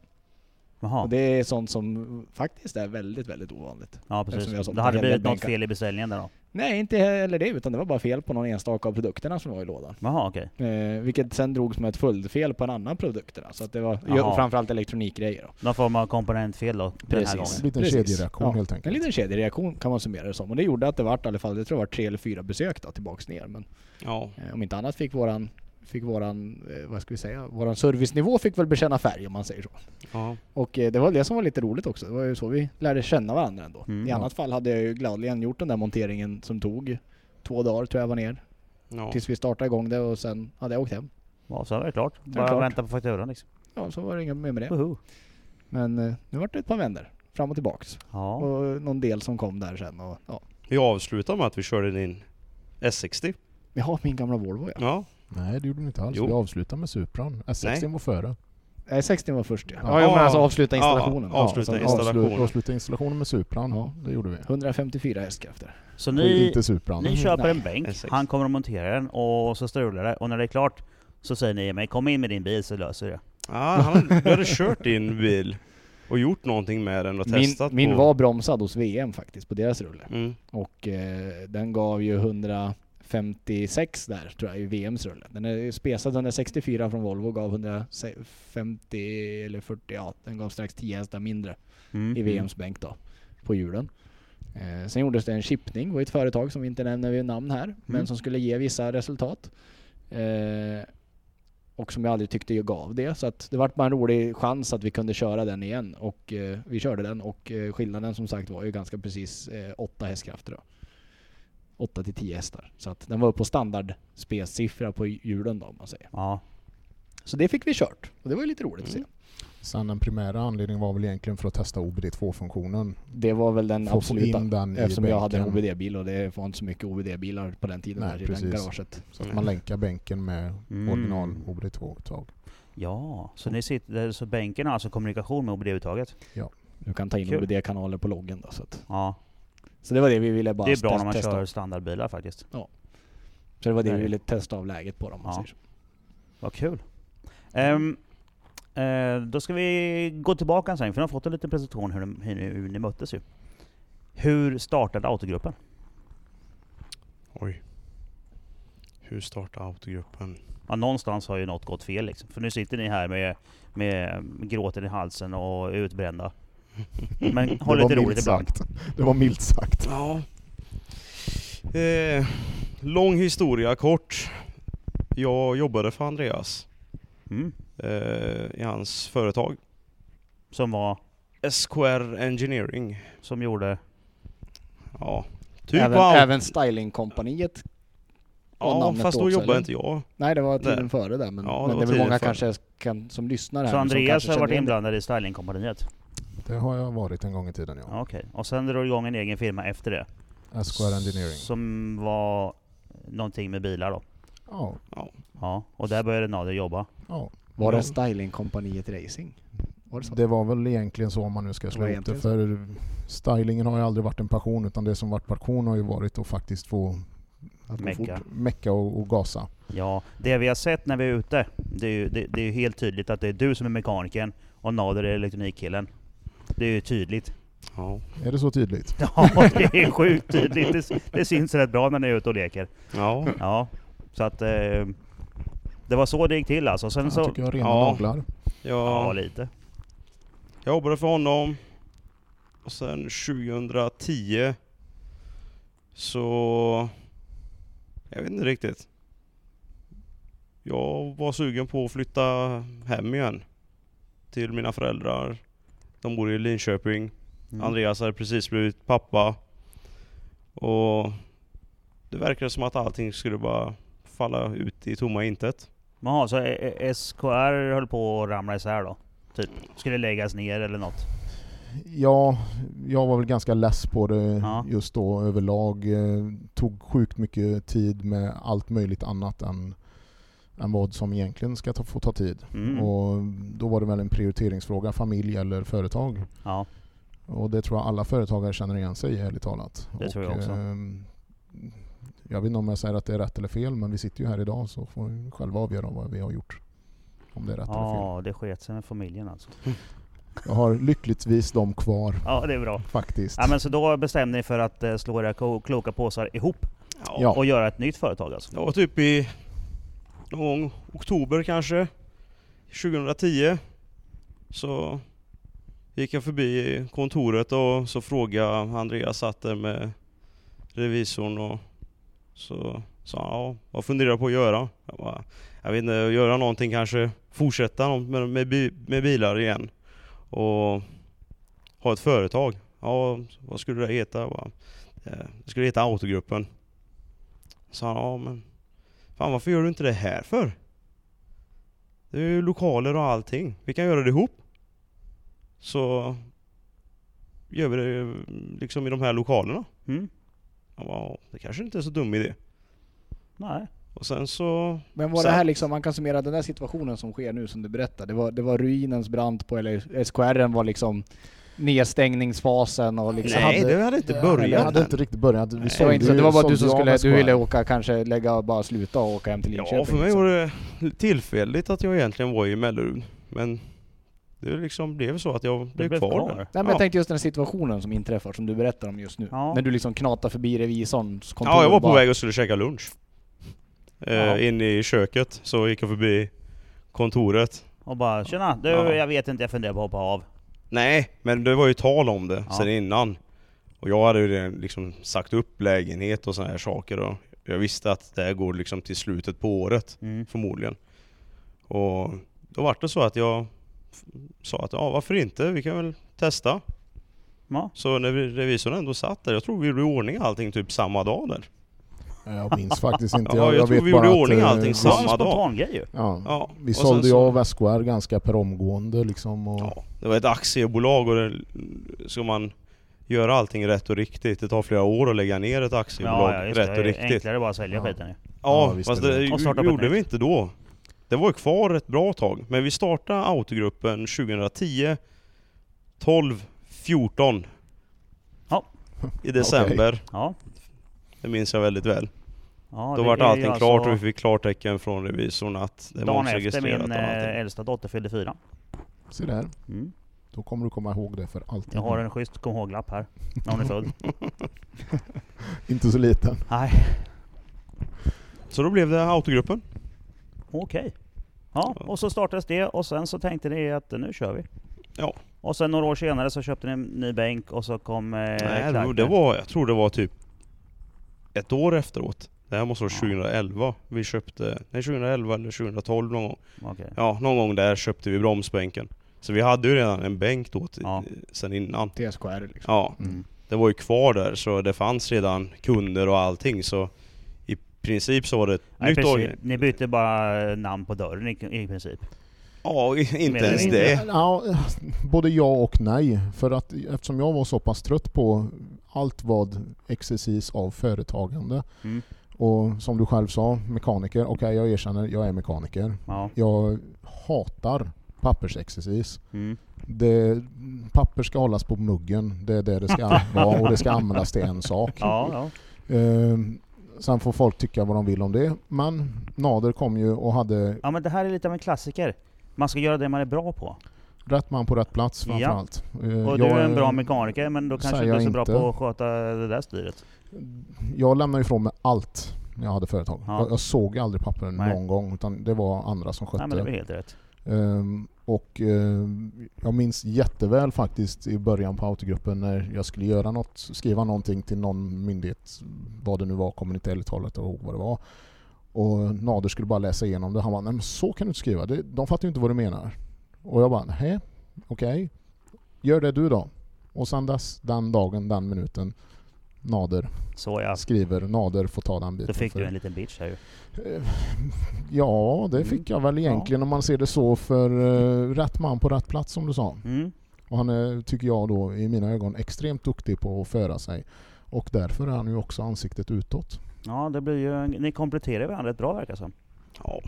[SPEAKER 2] Jaha.
[SPEAKER 3] Och det är sånt som faktiskt är väldigt, väldigt ovanligt.
[SPEAKER 2] Ja
[SPEAKER 3] Eftersom vi har
[SPEAKER 2] precis.
[SPEAKER 3] sålt
[SPEAKER 2] Det
[SPEAKER 3] en
[SPEAKER 2] hade
[SPEAKER 3] hel del
[SPEAKER 2] blivit något
[SPEAKER 3] bänkar.
[SPEAKER 2] fel i beställningen där då.
[SPEAKER 3] Nej, inte heller det, utan det var bara fel på någon enstaka av produkterna som var i lådan.
[SPEAKER 2] Jaha okej.
[SPEAKER 3] Eh, vilket sen drogs med ett följdfel på en annan produkt. där. Så att det var
[SPEAKER 2] Jaha.
[SPEAKER 3] och framförallt elektronikgrejer. Då.
[SPEAKER 2] Någon form av komponentfel då, den här gången.
[SPEAKER 4] En liten
[SPEAKER 3] Precis.
[SPEAKER 4] kedjereaktion
[SPEAKER 3] Ja,
[SPEAKER 4] helt
[SPEAKER 3] En
[SPEAKER 4] enkelt.
[SPEAKER 3] liten kedjereaktion kan man summera det som. Och det gjorde att det vart i alla fall, jag tror det var tre eller fyra besök då, tillbaks ner. Men
[SPEAKER 1] ja.
[SPEAKER 3] eh, om inte annat fick våran, fick våran, eh, vad ska vi säga, våran servicenivå fick väl bekänna färg om man säger så.
[SPEAKER 1] ja.
[SPEAKER 3] Och eh, det var det som var lite roligt också. Det var ju så vi lärde känna varandra ändå.
[SPEAKER 2] Mm,
[SPEAKER 3] I
[SPEAKER 2] ja.
[SPEAKER 3] annat fall hade jag ju gladeligen gjort den där monteringen som tog två dagar tror jag var ner.
[SPEAKER 1] ja.
[SPEAKER 3] Tills vi startade igång det och sen hade jag åkt hem.
[SPEAKER 2] Ja, så var det klart. Bara
[SPEAKER 3] klart.
[SPEAKER 2] vänta på fakturan liksom.
[SPEAKER 3] Ja, så var det inget mer med det.
[SPEAKER 2] Woho.
[SPEAKER 3] Men eh, nu vart det ett par vänder. Fram och tillbaks.
[SPEAKER 2] Ja.
[SPEAKER 3] Och någon del som kom där sen och ja.
[SPEAKER 1] Vi avslutade med att vi körde in S60.
[SPEAKER 3] Vi har min gamla Volvo ja.
[SPEAKER 1] Ja,
[SPEAKER 4] Nej det gjorde ni inte alls.
[SPEAKER 1] Jo.
[SPEAKER 4] Vi avslutade med Supran. S60 var före.
[SPEAKER 3] Nej, 60 var först ja.
[SPEAKER 4] Ja.
[SPEAKER 3] Ja, ja men alltså avsluta
[SPEAKER 1] Ja,
[SPEAKER 3] installationen.
[SPEAKER 1] ja, avsluta
[SPEAKER 3] alltså,
[SPEAKER 1] installationen.
[SPEAKER 4] Avslut, avsluta installationen med Supran.
[SPEAKER 3] Ja.
[SPEAKER 4] Det gjorde vi.
[SPEAKER 3] 154 hästkrafter.
[SPEAKER 2] Så
[SPEAKER 4] Och
[SPEAKER 2] ni,
[SPEAKER 4] inte Supran.
[SPEAKER 2] ni köper
[SPEAKER 3] Nej.
[SPEAKER 2] en bänk,
[SPEAKER 1] Exakt.
[SPEAKER 2] han kommer att montera den och så strular det. Och när det är klart så säger ni mig kom in med din bil så löser vi det.
[SPEAKER 1] ja Ah, han, vi hade kört in bil och gjort någonting med den och
[SPEAKER 3] Min,
[SPEAKER 1] testat
[SPEAKER 3] min
[SPEAKER 1] på...
[SPEAKER 3] var bromsad hos VM faktiskt på deras rulle.
[SPEAKER 1] Mm.
[SPEAKER 3] Och eh, den gav ju 156 där tror jag i VMs rulle. Den är ju spesad 164 från Volvo och gav 150 eller 40, ja den gav strax 10 hästar mindre
[SPEAKER 2] Mm.
[SPEAKER 3] i VMs bänk då. På hjulen. Eh, sen gjordes det en chippning, det var ju ett företag som vi inte nämner vid namn här,
[SPEAKER 2] Mm.
[SPEAKER 3] men som skulle ge vissa resultat. Eh, och som jag aldrig tyckte jag gav det. Så att det vart bara en rolig chans att vi kunde köra den igen. Och eh, vi körde den och eh, skillnaden som sagt var ju ganska precis eh, 8 hästkrafter. Då. 8 till 10 hästar. Så att den var uppe på standard spessiffra på hjulen då om man säger.
[SPEAKER 2] Ja.
[SPEAKER 3] Så det fick vi kört. Och det var ju lite roligt att se.
[SPEAKER 4] Sen den primära anledningen var väl egentligen för att testa OBD2-funktionen.
[SPEAKER 3] Det var väl den
[SPEAKER 4] Få
[SPEAKER 3] absoluta
[SPEAKER 4] in den i
[SPEAKER 3] Mm, Eftersom jag hade en
[SPEAKER 4] bänken.
[SPEAKER 3] OBD-bil och det var inte så mycket OBD-bilar på den tiden
[SPEAKER 4] Nej,
[SPEAKER 3] där i den
[SPEAKER 4] precis.
[SPEAKER 3] garaget.
[SPEAKER 4] Så att man länkar bänken med
[SPEAKER 2] Mm.
[SPEAKER 4] original OBD2 ett tag.
[SPEAKER 2] Ja, så, ni sitter, så bänken har alltså kommunikation med OBD-uttaget?
[SPEAKER 3] Du kan ta in
[SPEAKER 2] Kul.
[SPEAKER 3] OBD-kanaler på loggen då. Så, att,
[SPEAKER 2] Ja.
[SPEAKER 3] så det var det vi ville bara
[SPEAKER 2] Det är bra
[SPEAKER 3] test-
[SPEAKER 2] när man
[SPEAKER 3] testa.
[SPEAKER 2] kör standardbilar faktiskt.
[SPEAKER 3] Så det var det vi
[SPEAKER 2] Nej.
[SPEAKER 3] ville testa av läget på dem. om man
[SPEAKER 2] Ja.
[SPEAKER 3] säger så.
[SPEAKER 2] Vad kul. Ehm, eh, då ska vi gå tillbaka en sväng, för de har fått en liten presentation hur, de, hur, ni- hur ni möttes ju. Hur startade autogruppen?
[SPEAKER 1] Oj. Hur startar autogruppen?
[SPEAKER 2] Ja, någonstans har ju något gått fel liksom. För nu sitter ni här med, med gråten i halsen och är utbrända. Men har
[SPEAKER 4] Det var
[SPEAKER 2] lite roligt
[SPEAKER 4] milt
[SPEAKER 2] ibland.
[SPEAKER 4] sagt. Det var milt sagt.
[SPEAKER 1] Ja. Eh, lång historia kort. Jag jobbade för Andreas
[SPEAKER 2] Mm.
[SPEAKER 1] eh, i hans företag.
[SPEAKER 2] Som var,
[SPEAKER 1] SKR Engineering.
[SPEAKER 2] som gjorde...
[SPEAKER 1] Ja. Typ
[SPEAKER 3] även,
[SPEAKER 1] av-
[SPEAKER 3] även stylingkompaniet. var
[SPEAKER 1] Ja,
[SPEAKER 3] namnet
[SPEAKER 1] fast
[SPEAKER 3] då
[SPEAKER 1] då
[SPEAKER 3] också,
[SPEAKER 1] jobbade
[SPEAKER 3] eller?
[SPEAKER 1] inte jag.
[SPEAKER 3] Nej det var tiden
[SPEAKER 1] Där.
[SPEAKER 3] före där men,
[SPEAKER 1] Ja, det var
[SPEAKER 3] men det är väl
[SPEAKER 1] tiden
[SPEAKER 3] många
[SPEAKER 1] före.
[SPEAKER 3] kanske kan, som lyssnar här
[SPEAKER 2] Så
[SPEAKER 3] nu, som
[SPEAKER 2] Andreas
[SPEAKER 3] kanske
[SPEAKER 2] har varit
[SPEAKER 3] känner igen det.
[SPEAKER 2] inblandad i stylingkompaniet?
[SPEAKER 4] Det har jag varit en gång i tiden ja.
[SPEAKER 2] Ja. Okej. Och sen drog du igång en egen firma efter det?
[SPEAKER 4] SKR Engineering.
[SPEAKER 2] Som var någonting med bilar då?
[SPEAKER 4] Ja,
[SPEAKER 2] Ja. Och där började Nader jobba?
[SPEAKER 4] ja.
[SPEAKER 3] Var det stylingkompaniet racing? Var det så?
[SPEAKER 4] Det var väl egentligen så om man nu ska slå
[SPEAKER 3] var
[SPEAKER 4] ihop det.
[SPEAKER 3] egentligen
[SPEAKER 4] För stylingen har ju aldrig varit en passion utan det som varit passion har ju varit att faktiskt få
[SPEAKER 3] Att gå
[SPEAKER 2] Mecka.
[SPEAKER 3] fort.
[SPEAKER 4] mecka och, och gasa.
[SPEAKER 2] Ja, det vi har sett när vi är ute, det är ju det, det är ju helt tydligt att det är du som är mekanikern och Nader är elektronikkillen. Det är ju tydligt.
[SPEAKER 1] Ja.
[SPEAKER 4] Är det så tydligt?
[SPEAKER 2] Ja, det är sjukt tydligt. Det, det syns rätt bra när ni är ute och leker.
[SPEAKER 1] Ja.
[SPEAKER 2] Ja, så att eh, det var så det gick till alltså. Sen
[SPEAKER 4] Jag
[SPEAKER 2] så...
[SPEAKER 4] tycker jag har rena
[SPEAKER 1] ja.
[SPEAKER 4] naglar.
[SPEAKER 2] Ja,
[SPEAKER 1] Jag,
[SPEAKER 2] lite.
[SPEAKER 1] jag jobbade för honom. Och sen 2010 så... Jag vet inte riktigt. Jag var sugen på att flytta hem igen. Till mina föräldrar. De bor i Linköping.
[SPEAKER 2] Mm.
[SPEAKER 1] Andreas hade precis blivit pappa. Och det verkade som att allting skulle bara falla ut i tomma intet.
[SPEAKER 2] Jaha, så eh, eh, SKR höll på att ramla isär då? Typ, skulle läggas ner eller något?
[SPEAKER 4] Ja, jag var väl ganska less på det
[SPEAKER 2] Ja.
[SPEAKER 4] just då överlag. Eh, Tog sjukt mycket tid med allt möjligt annat än, än vad som egentligen ska ta, få ta tid.
[SPEAKER 2] Mm.
[SPEAKER 4] Och då var det väl en prioriteringsfråga, familj eller företag.
[SPEAKER 2] Ja,
[SPEAKER 4] Och det tror jag alla företagare känner igen sig i, ärligt talat.
[SPEAKER 2] Det
[SPEAKER 4] och,
[SPEAKER 2] tror jag också.
[SPEAKER 4] ehm, jag vet inte om jag säger att det är rätt eller fel, men vi sitter ju här idag så får vi själva avgöra vad vi har gjort. Om det är rätt eller fel.
[SPEAKER 2] ja det sket sig med familjen alltså.
[SPEAKER 4] Jag har lyckligtvis dem kvar
[SPEAKER 2] Ja, det är bra.
[SPEAKER 4] faktiskt.
[SPEAKER 2] Ja, men så då bestämde ni för att eh, slå era ko- kloka påsar ihop
[SPEAKER 4] Ja.
[SPEAKER 2] och göra ett nytt företag alltså?
[SPEAKER 1] Det var typ i någon gång oktober kanske 2010 så gick jag förbi kontoret och så frågade Andreas satt där med revisorn och så sa han ja, vad funderar du på att göra? Jag, bara, jag vet inte, göra någonting kanske, fortsätta något med, med, bi- med bilar igen och ha ett företag. Ja, vad skulle det heta? Jag bara, "Eh, det skulle heta Autogruppen. Så han, ja men Fan varför gör du inte det här för? Det är ju lokaler och allting. Vi kan göra det ihop. Så gör vi det liksom i de här lokalerna.
[SPEAKER 2] Mm?
[SPEAKER 1] Jag bara, "Ja, det kanske inte är så dum idé.
[SPEAKER 2] Nej.
[SPEAKER 1] Och sen så...
[SPEAKER 3] Men var
[SPEAKER 1] Så
[SPEAKER 3] det här
[SPEAKER 1] att-
[SPEAKER 3] liksom, man kan summera den där situationen som sker nu som du berättade. Det var, det var ruinens brant på, eller SKR var liksom nedstängningsfasen och liksom...
[SPEAKER 1] Nej,
[SPEAKER 3] hade,
[SPEAKER 1] det hade inte
[SPEAKER 4] Det
[SPEAKER 1] börjat
[SPEAKER 4] hade
[SPEAKER 1] än.
[SPEAKER 4] inte riktigt börjat. Vi
[SPEAKER 3] det, var
[SPEAKER 4] sålde
[SPEAKER 3] inte så, det
[SPEAKER 4] ju-
[SPEAKER 3] var bara du som
[SPEAKER 4] sålde ju
[SPEAKER 3] skulle,
[SPEAKER 4] av
[SPEAKER 3] du ville
[SPEAKER 4] SKR.
[SPEAKER 3] åka kanske, lägga, bara sluta och åka hem till Linköping.
[SPEAKER 1] Ja, för mig
[SPEAKER 3] liksom.
[SPEAKER 1] var det tillfälligt att jag egentligen var i Mellerud. Men det liksom blev så att jag blev,
[SPEAKER 2] blev
[SPEAKER 1] kvar,
[SPEAKER 2] kvar.
[SPEAKER 1] där.
[SPEAKER 2] Nej,
[SPEAKER 3] Nej men
[SPEAKER 1] ja.
[SPEAKER 3] jag tänkte just den här situationen som inträffar, som du berättar om just nu.
[SPEAKER 2] Ja.
[SPEAKER 3] När du liksom knatar förbi revisorns kontor
[SPEAKER 1] Ja, jag var
[SPEAKER 3] och
[SPEAKER 1] på
[SPEAKER 3] bara,
[SPEAKER 1] väg och skulle käka lunch. Eh,
[SPEAKER 2] Ja.
[SPEAKER 1] In i köket, så gick jag förbi kontoret.
[SPEAKER 2] Och bara ”Tjena, du,
[SPEAKER 1] Ja.
[SPEAKER 2] jag vet inte, jag funderar på att hoppa av”.
[SPEAKER 1] Nej, men det var ju tal om det
[SPEAKER 2] Ja.
[SPEAKER 1] sedan innan. Och jag hade ju redan liksom sagt upp lägenhet och sådana här saker. Och jag visste att det här går liksom till slutet på året,
[SPEAKER 2] Mm.
[SPEAKER 1] förmodligen. Och då var det så att jag f- sa att ja, varför inte? Vi kan väl testa.
[SPEAKER 2] Ja.
[SPEAKER 1] Så när vi- revisorn ändå satt där, jag tror vi gjorde i ordning allting typ samma dag
[SPEAKER 2] Mm.
[SPEAKER 1] där.
[SPEAKER 4] Jag minns faktiskt inte.
[SPEAKER 1] Ja, jag tror
[SPEAKER 4] vet
[SPEAKER 1] vi gjorde
[SPEAKER 4] bara
[SPEAKER 1] i ordning
[SPEAKER 4] att, eh,
[SPEAKER 1] allting
[SPEAKER 4] vi-
[SPEAKER 2] Det var en
[SPEAKER 1] Samma dag.
[SPEAKER 2] spontan grej ju.
[SPEAKER 4] Ja.
[SPEAKER 1] Ja,
[SPEAKER 4] Vi
[SPEAKER 1] och sen
[SPEAKER 4] sålde ju
[SPEAKER 1] så-
[SPEAKER 4] av SKR ganska per omgående liksom. Och,
[SPEAKER 1] Ja, det var ett aktiebolag och det, ska man göra allting rätt och riktigt, det tar flera år att lägga ner ett
[SPEAKER 2] just
[SPEAKER 1] aktiebolag typ rätt
[SPEAKER 2] det.
[SPEAKER 1] och
[SPEAKER 2] Det är
[SPEAKER 1] riktigt.
[SPEAKER 2] Enklare bara att sälja
[SPEAKER 4] Ja.
[SPEAKER 2] skiten ju.
[SPEAKER 1] Ja,
[SPEAKER 4] Ja, visst
[SPEAKER 1] fast
[SPEAKER 4] är det
[SPEAKER 1] det
[SPEAKER 4] det.
[SPEAKER 2] Och starta upp
[SPEAKER 1] gjorde
[SPEAKER 2] ett
[SPEAKER 1] vi inte då. Det var ju kvar ett bra tag, men vi startade autogruppen 2010, 12, 14.
[SPEAKER 2] Ja.
[SPEAKER 1] I december,
[SPEAKER 2] Ja.
[SPEAKER 1] det minns jag väldigt väl.
[SPEAKER 2] Ja,
[SPEAKER 1] Då
[SPEAKER 2] det
[SPEAKER 1] vart
[SPEAKER 2] är ju
[SPEAKER 1] allting
[SPEAKER 2] alltså
[SPEAKER 1] klart och vi fick klartecken från revisorn att det är
[SPEAKER 2] Dagen efter
[SPEAKER 1] momsregistrerat
[SPEAKER 2] min
[SPEAKER 1] och
[SPEAKER 2] eh,
[SPEAKER 1] allting.
[SPEAKER 2] äldsta dotter fyllde fyra.
[SPEAKER 4] Se där.
[SPEAKER 2] Mm.
[SPEAKER 4] Då kommer du komma ihåg det för alltid.
[SPEAKER 2] Jag har en schysst kom ihåg-lapp här, när hon är född.
[SPEAKER 4] Inte så liten.
[SPEAKER 2] Nej,
[SPEAKER 1] Så då blev det autogruppen.
[SPEAKER 2] okej. Ja,
[SPEAKER 1] Ja.
[SPEAKER 2] och så startades det och sen så tänkte ni att nu kör vi.
[SPEAKER 1] Ja.
[SPEAKER 2] Och sen några år senare så köpte ni en ny bänk och så kom eh,
[SPEAKER 1] Nej, det,
[SPEAKER 2] Clark.
[SPEAKER 1] det var, jag tror det var typ ett år efteråt. Det här måste vara
[SPEAKER 2] Ja.
[SPEAKER 1] 2011 vi köpte, nej 2011 eller 2012 någon gång.
[SPEAKER 2] Okej.
[SPEAKER 1] Ja, någon gång där köpte vi bromsbänken. Så vi hade ju redan en bänk då till,
[SPEAKER 2] Ja.
[SPEAKER 1] sen innan.
[SPEAKER 3] TSKR liksom.
[SPEAKER 1] Ja,
[SPEAKER 2] Mm.
[SPEAKER 1] det var ju kvar där så det fanns redan kunder och allting så i princip så var det ett
[SPEAKER 2] Nej,
[SPEAKER 1] nytt
[SPEAKER 2] precis.
[SPEAKER 1] orgel.
[SPEAKER 2] Ni bytte bara eh, namn på dörren i, i princip.
[SPEAKER 1] Ja, i- inte
[SPEAKER 2] Menar
[SPEAKER 1] ens
[SPEAKER 2] du?
[SPEAKER 1] det.
[SPEAKER 4] Ja, eh, både ja och nej. För att eftersom jag var så pass trött på allt vad exercis av företagande.
[SPEAKER 2] Mm.
[SPEAKER 4] Och som du själv sa, mekaniker. Okej, jag erkänner, jag är mekaniker.
[SPEAKER 2] Ja.
[SPEAKER 4] Jag hatar pappersexercis.
[SPEAKER 2] Mm.
[SPEAKER 4] Det, papper ska hållas på muggen. Det är det det ska vara och det ska användas till en sak.
[SPEAKER 2] Ja, ja.
[SPEAKER 4] Ehm, sen får folk tycka vad de vill om det. Men Nader kom ju och hade
[SPEAKER 2] ja, men det här är lite av en klassiker. Man ska göra det man är bra på.
[SPEAKER 4] rätt man på rätt plats framförallt. Ehm,
[SPEAKER 3] Mm.
[SPEAKER 2] Och du är en bra
[SPEAKER 4] eh,
[SPEAKER 2] mekaniker men då kanske
[SPEAKER 4] säger
[SPEAKER 2] du är
[SPEAKER 4] jag
[SPEAKER 2] så bra
[SPEAKER 4] inte.
[SPEAKER 2] på att sköta det där styret.
[SPEAKER 4] Jag lämnade ifrån mig allt när jag hade företag.
[SPEAKER 2] Ja.
[SPEAKER 4] Jag, jag såg aldrig pappren
[SPEAKER 2] Nej.
[SPEAKER 4] någon gång utan det var andra som
[SPEAKER 2] Nej
[SPEAKER 4] skötte.
[SPEAKER 2] men det är väl helt rätt.
[SPEAKER 4] Ehm, och ehm, jag minns jätteväl faktiskt i början på autogruppen när jag skulle göra något, skriva någonting till någon myndighet, vad det nu var, kommer inte ärligt talat ihåg vad det var. Och Nader skulle bara läsa igenom det. Han bara, nej men så kan du inte skriva. Det, de fattar ju inte vad du menar. Och jag bara, nej, okej. Gör det du då. Och sen dess, den dagen, den minuten, Nader
[SPEAKER 2] Så ja.
[SPEAKER 4] skriver, Nader får ta den biten.
[SPEAKER 2] Då fick
[SPEAKER 4] för-
[SPEAKER 2] du en liten bitch här ju.
[SPEAKER 4] Eh, Ja, det fick jag väl egentligen om man ser det så för eh, rätt man på rätt plats som du sa.
[SPEAKER 2] Mm.
[SPEAKER 4] Och han är, tycker jag då, i mina ögon, extremt duktig på att föra sig. Och därför är han ju också ansiktet utåt.
[SPEAKER 2] Ja, det blir ju, en- ni kompletterar varandra rätt bra verkar det som.
[SPEAKER 1] Ja.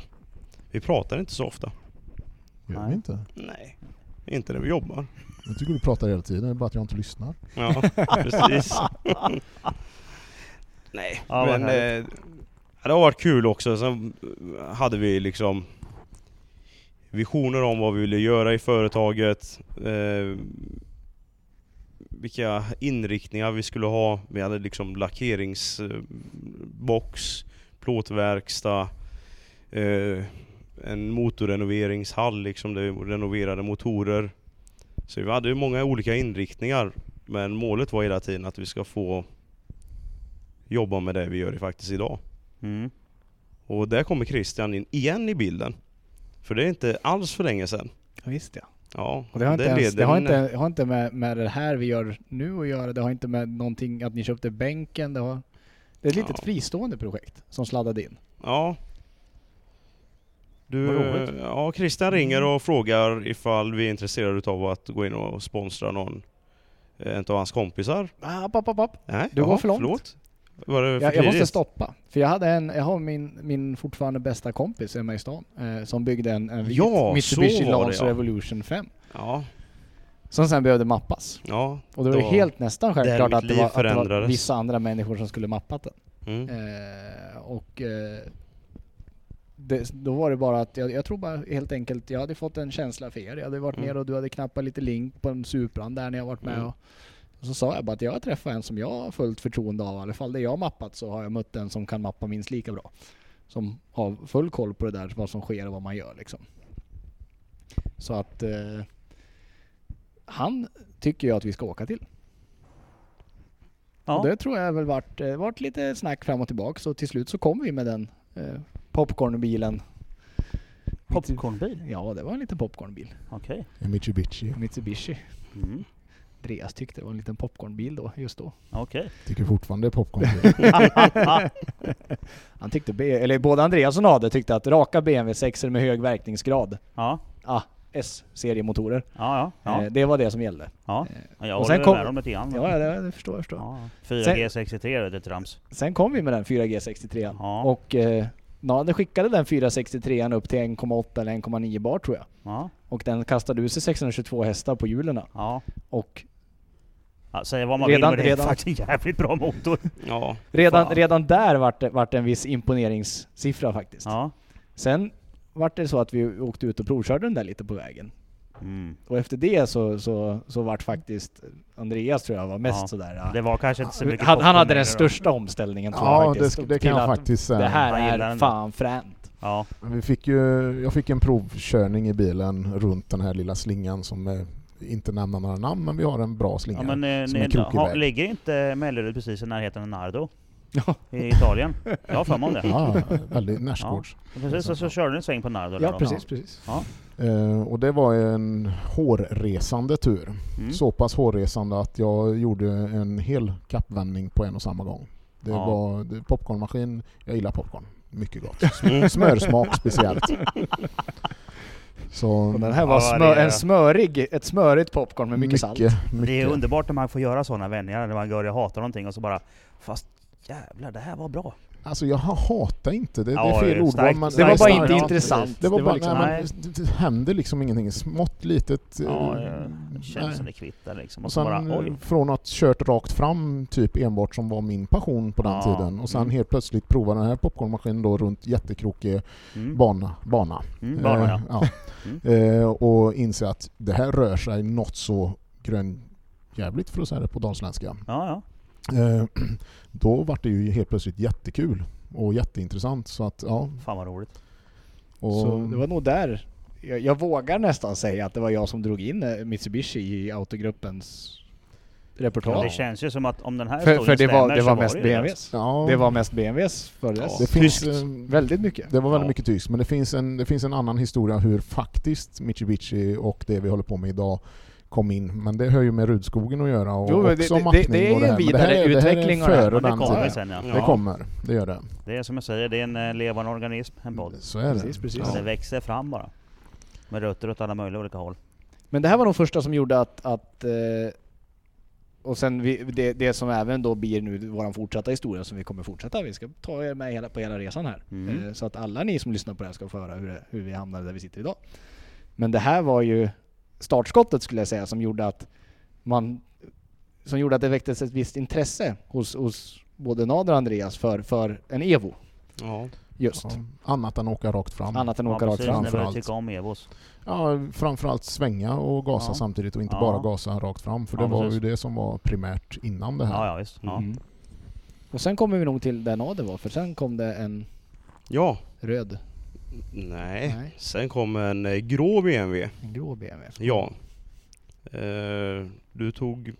[SPEAKER 1] Vi pratar inte så ofta.
[SPEAKER 4] Gör
[SPEAKER 2] Nej.
[SPEAKER 4] vi inte?
[SPEAKER 1] Nej, inte när vi jobbar.
[SPEAKER 4] Jag tycker du pratar hela tiden, det är bara att jag inte lyssnar.
[SPEAKER 1] Ja, precis. Nej,
[SPEAKER 2] Ja, vad
[SPEAKER 1] men eh, det har varit kul också. Sen hade vi liksom visioner om vad vi ville göra i företaget. Eh, vilka inriktningar vi skulle ha. Vi hade liksom lackeringsbox, plåtverkstad, eh, en motorrenoveringshall liksom, där vi renoverade motorer. Så vi hade ju många olika inriktningar men målet var hela tiden att vi ska få jobba med det vi gör faktiskt idag.
[SPEAKER 2] Mm.
[SPEAKER 1] Och där kommer Christian in igen i bilden. För det är inte alls för länge sedan.
[SPEAKER 3] Ja, visst ja.
[SPEAKER 1] Ja,
[SPEAKER 3] Och det har inte, ens, det
[SPEAKER 1] leder
[SPEAKER 3] har
[SPEAKER 1] en-
[SPEAKER 3] inte, har inte med, med det här vi gör nu att göra. Det har inte med någonting att ni köpte bänken. Det, har, det är ett litet
[SPEAKER 1] Ja.
[SPEAKER 3] fristående projekt som sladdade in.
[SPEAKER 1] Ja. Du,
[SPEAKER 2] Vad roligt.
[SPEAKER 1] ja, Christian ringer och frågar ifall vi är intresserade utav att gå in och sponsra någon, eh, en av hans kompisar.
[SPEAKER 3] App, app, app, app.
[SPEAKER 1] Nej,
[SPEAKER 3] Du går för långt.
[SPEAKER 1] Förlåt. Var det för
[SPEAKER 3] Jag, jag måste
[SPEAKER 1] tidigt?
[SPEAKER 3] stoppa. För jag hade en, jag har min, min fortfarande bästa kompis hemma i stan eh, som byggde en, en vit
[SPEAKER 1] Ja,
[SPEAKER 3] Mitsubishi
[SPEAKER 1] så var det,
[SPEAKER 3] Lancer
[SPEAKER 1] ja.
[SPEAKER 3] Revolution 5.
[SPEAKER 1] Ja,
[SPEAKER 3] Som sen behövde mappas.
[SPEAKER 1] ja.
[SPEAKER 3] Och det var ju
[SPEAKER 1] Då-
[SPEAKER 3] helt nästan självklart
[SPEAKER 1] mitt
[SPEAKER 3] att det,
[SPEAKER 1] liv
[SPEAKER 3] var, att det var
[SPEAKER 1] förändrades.
[SPEAKER 3] vissa andra människor som skulle mappat den.
[SPEAKER 1] Mm.
[SPEAKER 3] Eh, och eh, det, då var det bara att jag, jag tror bara helt enkelt, jag hade fått en känsla för er. Jag hade varit
[SPEAKER 1] Mm.
[SPEAKER 3] nere och du hade knappat lite link på en Supran där när jag varit med.
[SPEAKER 1] Mm.
[SPEAKER 3] Och, och så sa jag bara att jag har träffat en som jag har fullt förtroende av. I alla fall det jag har mappat så har jag mött en som kan mappa minst lika bra. Som har full koll på det där, vad som sker och vad man gör liksom. Så att eh, han tycker jag att vi ska åka till.
[SPEAKER 2] Ja.
[SPEAKER 3] Och det tror jag väl varit, eh, varit lite snack fram och tillbaka. Så till slut så kom vi med den eh, popcornbilen.
[SPEAKER 2] Popcornbil?
[SPEAKER 3] Ja, det var en liten popcornbil.
[SPEAKER 2] Okej.
[SPEAKER 4] En Mitsubishi.
[SPEAKER 3] Mitsubishi.
[SPEAKER 2] Mm.
[SPEAKER 3] Andreas tyckte det var en liten popcornbil då, just då.
[SPEAKER 2] Okej.
[SPEAKER 4] Tycker fortfarande det är popcorn.
[SPEAKER 3] Han tyckte, B- eller både Andreas och Nade tyckte att raka BMW 6 med hög verkningsgrad,
[SPEAKER 2] Ja.
[SPEAKER 3] ah, S-seriemotorer,
[SPEAKER 2] Ja, ja.
[SPEAKER 3] eh,
[SPEAKER 2] ja.
[SPEAKER 3] det var det som gällde.
[SPEAKER 2] ja.
[SPEAKER 3] eh,
[SPEAKER 2] ja jag
[SPEAKER 3] och
[SPEAKER 2] håller
[SPEAKER 3] sen kom-
[SPEAKER 2] med om lite grann.
[SPEAKER 3] Ja, ja det, det förstår jag. Förstår.
[SPEAKER 2] Ja. 4G63 det är trams.
[SPEAKER 3] Sen kom vi med den 4G63
[SPEAKER 2] Ja.
[SPEAKER 3] och eh, Nade skickade den 463 upp till 1,8 eller 1,9 bar tror jag.
[SPEAKER 2] Ja.
[SPEAKER 3] Och den kastade ut sig 622 hästar på hjulen.
[SPEAKER 2] Ja.
[SPEAKER 3] Och
[SPEAKER 2] Ja, säga vad man
[SPEAKER 3] Redan-
[SPEAKER 2] vill men det
[SPEAKER 3] redan-
[SPEAKER 2] är faktiskt en jävligt bra motor.
[SPEAKER 1] Ja.
[SPEAKER 3] Redan,
[SPEAKER 2] Fan.
[SPEAKER 3] redan där vart det, vart det en viss imponeringssiffra faktiskt.
[SPEAKER 2] Ja.
[SPEAKER 3] Sen vart det så att vi åkte ut och provkörde den där lite på vägen.
[SPEAKER 2] Mm.
[SPEAKER 3] Och efter det så, så, så vart faktiskt Andreas tror jag var mest
[SPEAKER 2] Ja.
[SPEAKER 3] sådär... Ja.
[SPEAKER 2] Det var kanske inte så mycket
[SPEAKER 3] han, han
[SPEAKER 2] popcorn
[SPEAKER 3] hade den
[SPEAKER 2] längre då.
[SPEAKER 3] största omställningen tror jag
[SPEAKER 4] Ja, det,
[SPEAKER 3] faktiskt.
[SPEAKER 4] sk- det
[SPEAKER 3] Till
[SPEAKER 4] kan jag
[SPEAKER 3] att
[SPEAKER 4] faktiskt säga.
[SPEAKER 3] Det
[SPEAKER 2] Han
[SPEAKER 3] här
[SPEAKER 2] gillar
[SPEAKER 3] är
[SPEAKER 2] den.
[SPEAKER 3] fan fränt.
[SPEAKER 2] Ja.
[SPEAKER 4] Vi fick ju, jag fick en provkörning i bilen runt den här lilla slingan som eh, inte nämner några namn, men vi har en bra slinga.
[SPEAKER 2] ja men eh,
[SPEAKER 4] som en
[SPEAKER 2] ni,
[SPEAKER 4] krokig
[SPEAKER 2] ha,
[SPEAKER 4] väg.
[SPEAKER 2] ligger inte Mellerud precis i närheten av Nardo?
[SPEAKER 3] Ja.
[SPEAKER 2] I Italien? Jag har för mig om det.
[SPEAKER 4] Ja, väldigt närsgårds.
[SPEAKER 2] Precis, så, så körde ni en sväng på Nardo där
[SPEAKER 3] Ja
[SPEAKER 2] då.
[SPEAKER 3] precis, precis.
[SPEAKER 4] Eh, och det var en hårresande tur.
[SPEAKER 2] Mm.
[SPEAKER 4] Så pass hårresande att jag gjorde en hel kappvändning på en och samma gång. Det
[SPEAKER 2] Ja.
[SPEAKER 4] var det, popcornmaskin, jag gillar popcorn. Mycket gott.
[SPEAKER 1] Mm.
[SPEAKER 4] Smörsmak speciellt. Så
[SPEAKER 3] Och den här var
[SPEAKER 2] Ja, det
[SPEAKER 3] smör,
[SPEAKER 2] är-
[SPEAKER 3] en smörig, ett smörigt popcorn med mycket, salt.
[SPEAKER 4] mycket.
[SPEAKER 2] Det är underbart när man får göra sådana vändningar, när man går och hatar någonting och så bara Fast jävlar, det här var bra.
[SPEAKER 4] Alltså jag hatar inte, det, det
[SPEAKER 2] Ja,
[SPEAKER 4] är fel
[SPEAKER 2] det är
[SPEAKER 4] ordval,
[SPEAKER 2] starkt-
[SPEAKER 4] men-
[SPEAKER 3] Det var
[SPEAKER 2] Nej,
[SPEAKER 3] bara
[SPEAKER 2] sant,
[SPEAKER 3] inte
[SPEAKER 2] ja,
[SPEAKER 3] intressant.
[SPEAKER 4] Det var bara,
[SPEAKER 3] liksom,
[SPEAKER 4] nej, men det hände liksom ingenting. Smått, litet.
[SPEAKER 2] Ja,
[SPEAKER 4] eh,
[SPEAKER 2] ja. Det känns
[SPEAKER 4] nej.
[SPEAKER 2] som det kvittar liksom.
[SPEAKER 4] Och
[SPEAKER 2] Och så
[SPEAKER 4] sen
[SPEAKER 2] bara,
[SPEAKER 4] eh,
[SPEAKER 2] oj.
[SPEAKER 4] från att kört rakt fram typ enbart som var min passion på den
[SPEAKER 2] Ja,
[SPEAKER 4] tiden och sen
[SPEAKER 2] mm.
[SPEAKER 4] helt plötsligt prova den här popcornmaskinen då runt jättekrokig
[SPEAKER 2] Mm.
[SPEAKER 4] bana. bana.
[SPEAKER 2] Mm, barnen, ja. Mm.
[SPEAKER 4] Eh, ja. Eh, och inse att det här rör sig något så grön jävligt för att säga det på dalsländska.
[SPEAKER 2] Ja, ja.
[SPEAKER 4] Eh, då var det ju helt plötsligt jättekul och jätteintressant så att ja.
[SPEAKER 2] Fan vad roligt.
[SPEAKER 4] Och,
[SPEAKER 3] Så det var nog där. Jag, jag vågar nästan säga att det var jag som drog in eh, Mitsubishi i autogruppens
[SPEAKER 2] Ja. Det
[SPEAKER 3] reportage.
[SPEAKER 2] känns ju som att om den här
[SPEAKER 3] för för det,
[SPEAKER 2] stämmer
[SPEAKER 3] var, det
[SPEAKER 2] så
[SPEAKER 3] var mest
[SPEAKER 2] ju
[SPEAKER 3] BMWs.
[SPEAKER 4] ja,
[SPEAKER 3] Det var mest BMWs föreläs.
[SPEAKER 4] det finns,
[SPEAKER 3] Tyskt.
[SPEAKER 4] eh,
[SPEAKER 3] Väldigt mycket.
[SPEAKER 4] Det var väldigt
[SPEAKER 2] Ja.
[SPEAKER 4] mycket tyskt, men det finns, en, det finns en annan historia hur faktiskt Mitsubishi och det vi håller på med idag kom in. Men det hör ju med Rudskogen att göra och
[SPEAKER 3] Jo, men det-
[SPEAKER 4] också
[SPEAKER 3] det-
[SPEAKER 4] mackning
[SPEAKER 3] det är ju
[SPEAKER 4] och det här. Men det här är-
[SPEAKER 3] vidareutveckling av det
[SPEAKER 4] det
[SPEAKER 3] här,
[SPEAKER 4] här. Är före
[SPEAKER 2] Men det
[SPEAKER 4] den
[SPEAKER 2] kommer
[SPEAKER 4] tiden.
[SPEAKER 2] sen ja.
[SPEAKER 4] Det kommer, det gör det.
[SPEAKER 2] Det är som jag säger, det är en eh, levande organism, en podd.
[SPEAKER 4] Så är det.
[SPEAKER 3] Precis, precis.
[SPEAKER 2] Så
[SPEAKER 4] Ja.
[SPEAKER 2] Alltså, Det växer fram bara. Med rötter åt alla möjliga olika håll.
[SPEAKER 3] Men det här var nog första som gjorde att, att eh, och sen vi, det, det som även då blir nu vår fortsatta historia som vi kommer fortsätta. Vi ska ta er med hela, på hela resan här.
[SPEAKER 2] Mm.
[SPEAKER 3] Eh, så att alla ni som lyssnar på det här ska få höra hur, det, hur vi hamnade där vi sitter idag. Men det här var ju startskottet skulle jag säga som gjorde att man som gjorde att det väcktes ett visst intresse hos, hos både Nader och Andreas för, för en Evo
[SPEAKER 1] Ja.
[SPEAKER 3] Eh. just.
[SPEAKER 4] Ja. Annat än åka rakt fram.
[SPEAKER 3] Annat än
[SPEAKER 2] Ja,
[SPEAKER 3] åka rakt
[SPEAKER 2] precis,
[SPEAKER 3] fram.
[SPEAKER 2] när vi började
[SPEAKER 4] framförallt.
[SPEAKER 2] tycka om Evos.
[SPEAKER 4] Ja, framförallt svänga och gasa
[SPEAKER 2] Ja.
[SPEAKER 4] samtidigt och inte
[SPEAKER 2] Ja.
[SPEAKER 4] bara gasa rakt fram. För det
[SPEAKER 2] Ja,
[SPEAKER 4] var ju
[SPEAKER 2] precis.
[SPEAKER 4] det som var primärt innan det här.
[SPEAKER 2] Ja, ja visst. Ja.
[SPEAKER 3] Mm. Och sen kommer vi nog till där Nader var för sen kom det en
[SPEAKER 1] ja.
[SPEAKER 3] röd,
[SPEAKER 1] Nej.
[SPEAKER 3] Nej.
[SPEAKER 1] Sen kom en eh, grå BMW.
[SPEAKER 3] en grå BMW.
[SPEAKER 1] Ja. Eh, du tog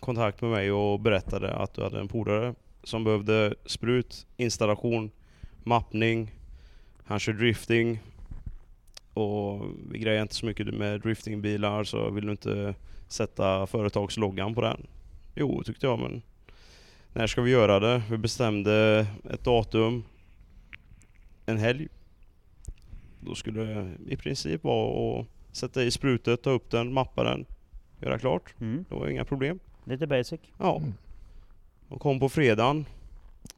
[SPEAKER 1] kontakt med mig och berättade att du hade en polare som behövde sprut, installation, mappning, han kör drifting. Och vi grejer inte så mycket med driftingbilar så vill du inte sätta företagsloggan på den? Jo, tyckte jag men när ska vi göra det? Vi bestämde ett datum, en helg. Då skulle det i princip vara att sätta i sprutet, ta upp den, mappa den, göra klart.
[SPEAKER 2] Mm.
[SPEAKER 1] Det var inga problem.
[SPEAKER 2] Lite basic.
[SPEAKER 1] Ja.
[SPEAKER 4] Mm.
[SPEAKER 1] Och kom på fredagen.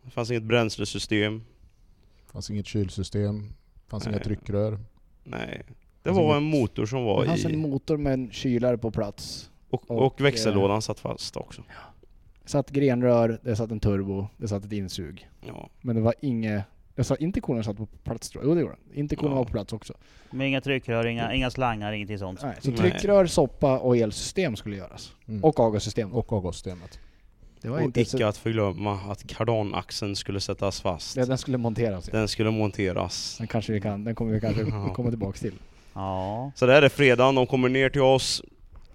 [SPEAKER 1] Det fanns inget bränslesystem.
[SPEAKER 4] fanns inget kylsystem, fanns inga
[SPEAKER 1] Nej.
[SPEAKER 4] tryckrör.
[SPEAKER 1] Nej. Det
[SPEAKER 4] Fanns
[SPEAKER 1] var
[SPEAKER 4] inget-
[SPEAKER 1] en motor som var
[SPEAKER 3] Alltså, Det fanns en
[SPEAKER 1] i...
[SPEAKER 3] motor med en kylare på plats.
[SPEAKER 1] Och,
[SPEAKER 3] och, eh,
[SPEAKER 1] och växellådan satt fast också.
[SPEAKER 3] Satt grenrör, det satt en turbo, det satt ett insug.
[SPEAKER 1] Ja.
[SPEAKER 3] Men det var inget... Jag sa intercoolen satt på plats tror jag. Jo det gjorde den. Intercoolen
[SPEAKER 1] Ja.
[SPEAKER 3] var på plats också.
[SPEAKER 2] Med inga tryckrör, inga, inga slangar, ingenting sånt.
[SPEAKER 3] Nej, så
[SPEAKER 1] Nej.
[SPEAKER 3] tryckrör, soppa och elsystem skulle göras.
[SPEAKER 4] Mm.
[SPEAKER 3] Och avgassystem.
[SPEAKER 4] och avgassystemet.
[SPEAKER 3] det var
[SPEAKER 1] Och
[SPEAKER 3] inte
[SPEAKER 1] icke
[SPEAKER 3] så,
[SPEAKER 1] att förglömma att kardanaxeln skulle sättas fast.
[SPEAKER 3] den den skulle monteras. Ja.
[SPEAKER 1] Den skulle monteras.
[SPEAKER 3] Den kanske vi kan, den kommer vi kanske
[SPEAKER 1] Ja.
[SPEAKER 3] komma tillbaks till.
[SPEAKER 2] Ja.
[SPEAKER 1] Så det här är fredagen, de kommer ner till oss,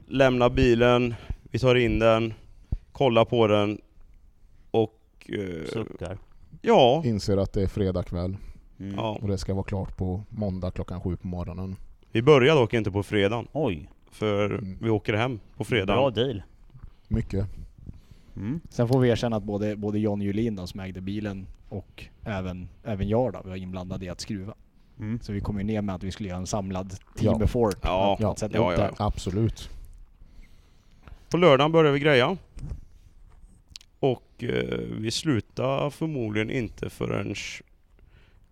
[SPEAKER 1] lämnar bilen, vi tar in den, kollar på den och... eh,
[SPEAKER 2] Suckar.
[SPEAKER 1] ja.
[SPEAKER 3] Mm.
[SPEAKER 4] Inser att det är fredag kväll
[SPEAKER 2] Mm.
[SPEAKER 1] ja.
[SPEAKER 4] och det ska vara klart på måndag klockan sju på morgonen.
[SPEAKER 1] Vi börjar dock inte på fredagen,
[SPEAKER 2] Oj,
[SPEAKER 1] för
[SPEAKER 4] Mm.
[SPEAKER 1] vi åker hem på fredagen.
[SPEAKER 2] bra deal.
[SPEAKER 4] Mycket.
[SPEAKER 2] Mm.
[SPEAKER 3] Sen får vi erkänna att både, både John Julin då, som ägde bilen och även, även jag då, vi var inblandade i att skruva.
[SPEAKER 2] Mm.
[SPEAKER 3] Så vi kom ju ner med att vi skulle göra en samlad team
[SPEAKER 4] Ja.
[SPEAKER 3] effort.
[SPEAKER 1] Ja.
[SPEAKER 3] Att, att sätta
[SPEAKER 1] Ja,
[SPEAKER 3] upp
[SPEAKER 1] ja,
[SPEAKER 3] det.
[SPEAKER 1] ja.
[SPEAKER 4] Absolut.
[SPEAKER 1] På lördagen börjar vi greja. Och eh, vi slutar förmodligen inte förrän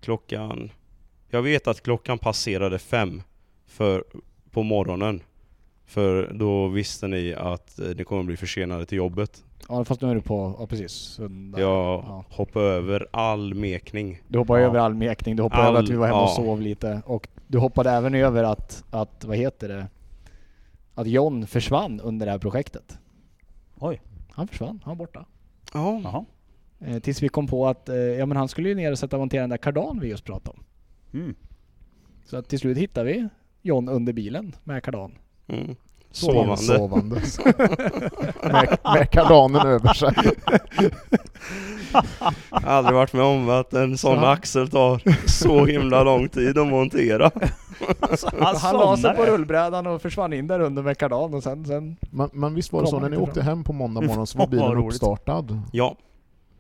[SPEAKER 1] klockan... Jag vet att klockan passerade fem för, på morgonen. För då visste ni att eh, ni kommer bli försenade till jobbet.
[SPEAKER 3] Ja fast nu är du på, ja precis. Söndag.
[SPEAKER 1] Jag
[SPEAKER 3] Ja.
[SPEAKER 1] hoppade över all mekning.
[SPEAKER 3] Du hoppade
[SPEAKER 2] Ja.
[SPEAKER 3] över all mekning, du hoppade
[SPEAKER 1] All-
[SPEAKER 3] över att vi var hemma och
[SPEAKER 1] ja.
[SPEAKER 3] sov lite. Och du hoppade även över att, att vad heter det? Att John försvann under det här projektet.
[SPEAKER 2] Oj.
[SPEAKER 3] Han försvann, han var borta.
[SPEAKER 1] Ja.
[SPEAKER 2] Jaha.
[SPEAKER 3] Eh, tills vi kom på att eh, ja, men han skulle ju ner och sätta och montera den där kardan vi just pratade om.
[SPEAKER 2] Mm.
[SPEAKER 3] Så att till slut hittade vi John under bilen med kardan.
[SPEAKER 1] Mm.
[SPEAKER 4] Sovande.
[SPEAKER 1] Sovande.
[SPEAKER 4] med, med kardanen över sig.
[SPEAKER 1] Aldrig varit med om att en sån
[SPEAKER 3] Ja.
[SPEAKER 1] axel tar så himla lång tid att montera.
[SPEAKER 2] Han,
[SPEAKER 3] han la sig på
[SPEAKER 2] somnade.
[SPEAKER 3] rullbrädan och försvann in där under med kardan och sen, sen
[SPEAKER 4] Men, men visst var det
[SPEAKER 3] Kom
[SPEAKER 4] så när ni
[SPEAKER 3] inte
[SPEAKER 4] åkte hem på måndag morgon så var
[SPEAKER 2] Vad
[SPEAKER 4] bilen
[SPEAKER 2] roligt.
[SPEAKER 4] uppstartad
[SPEAKER 1] Ja.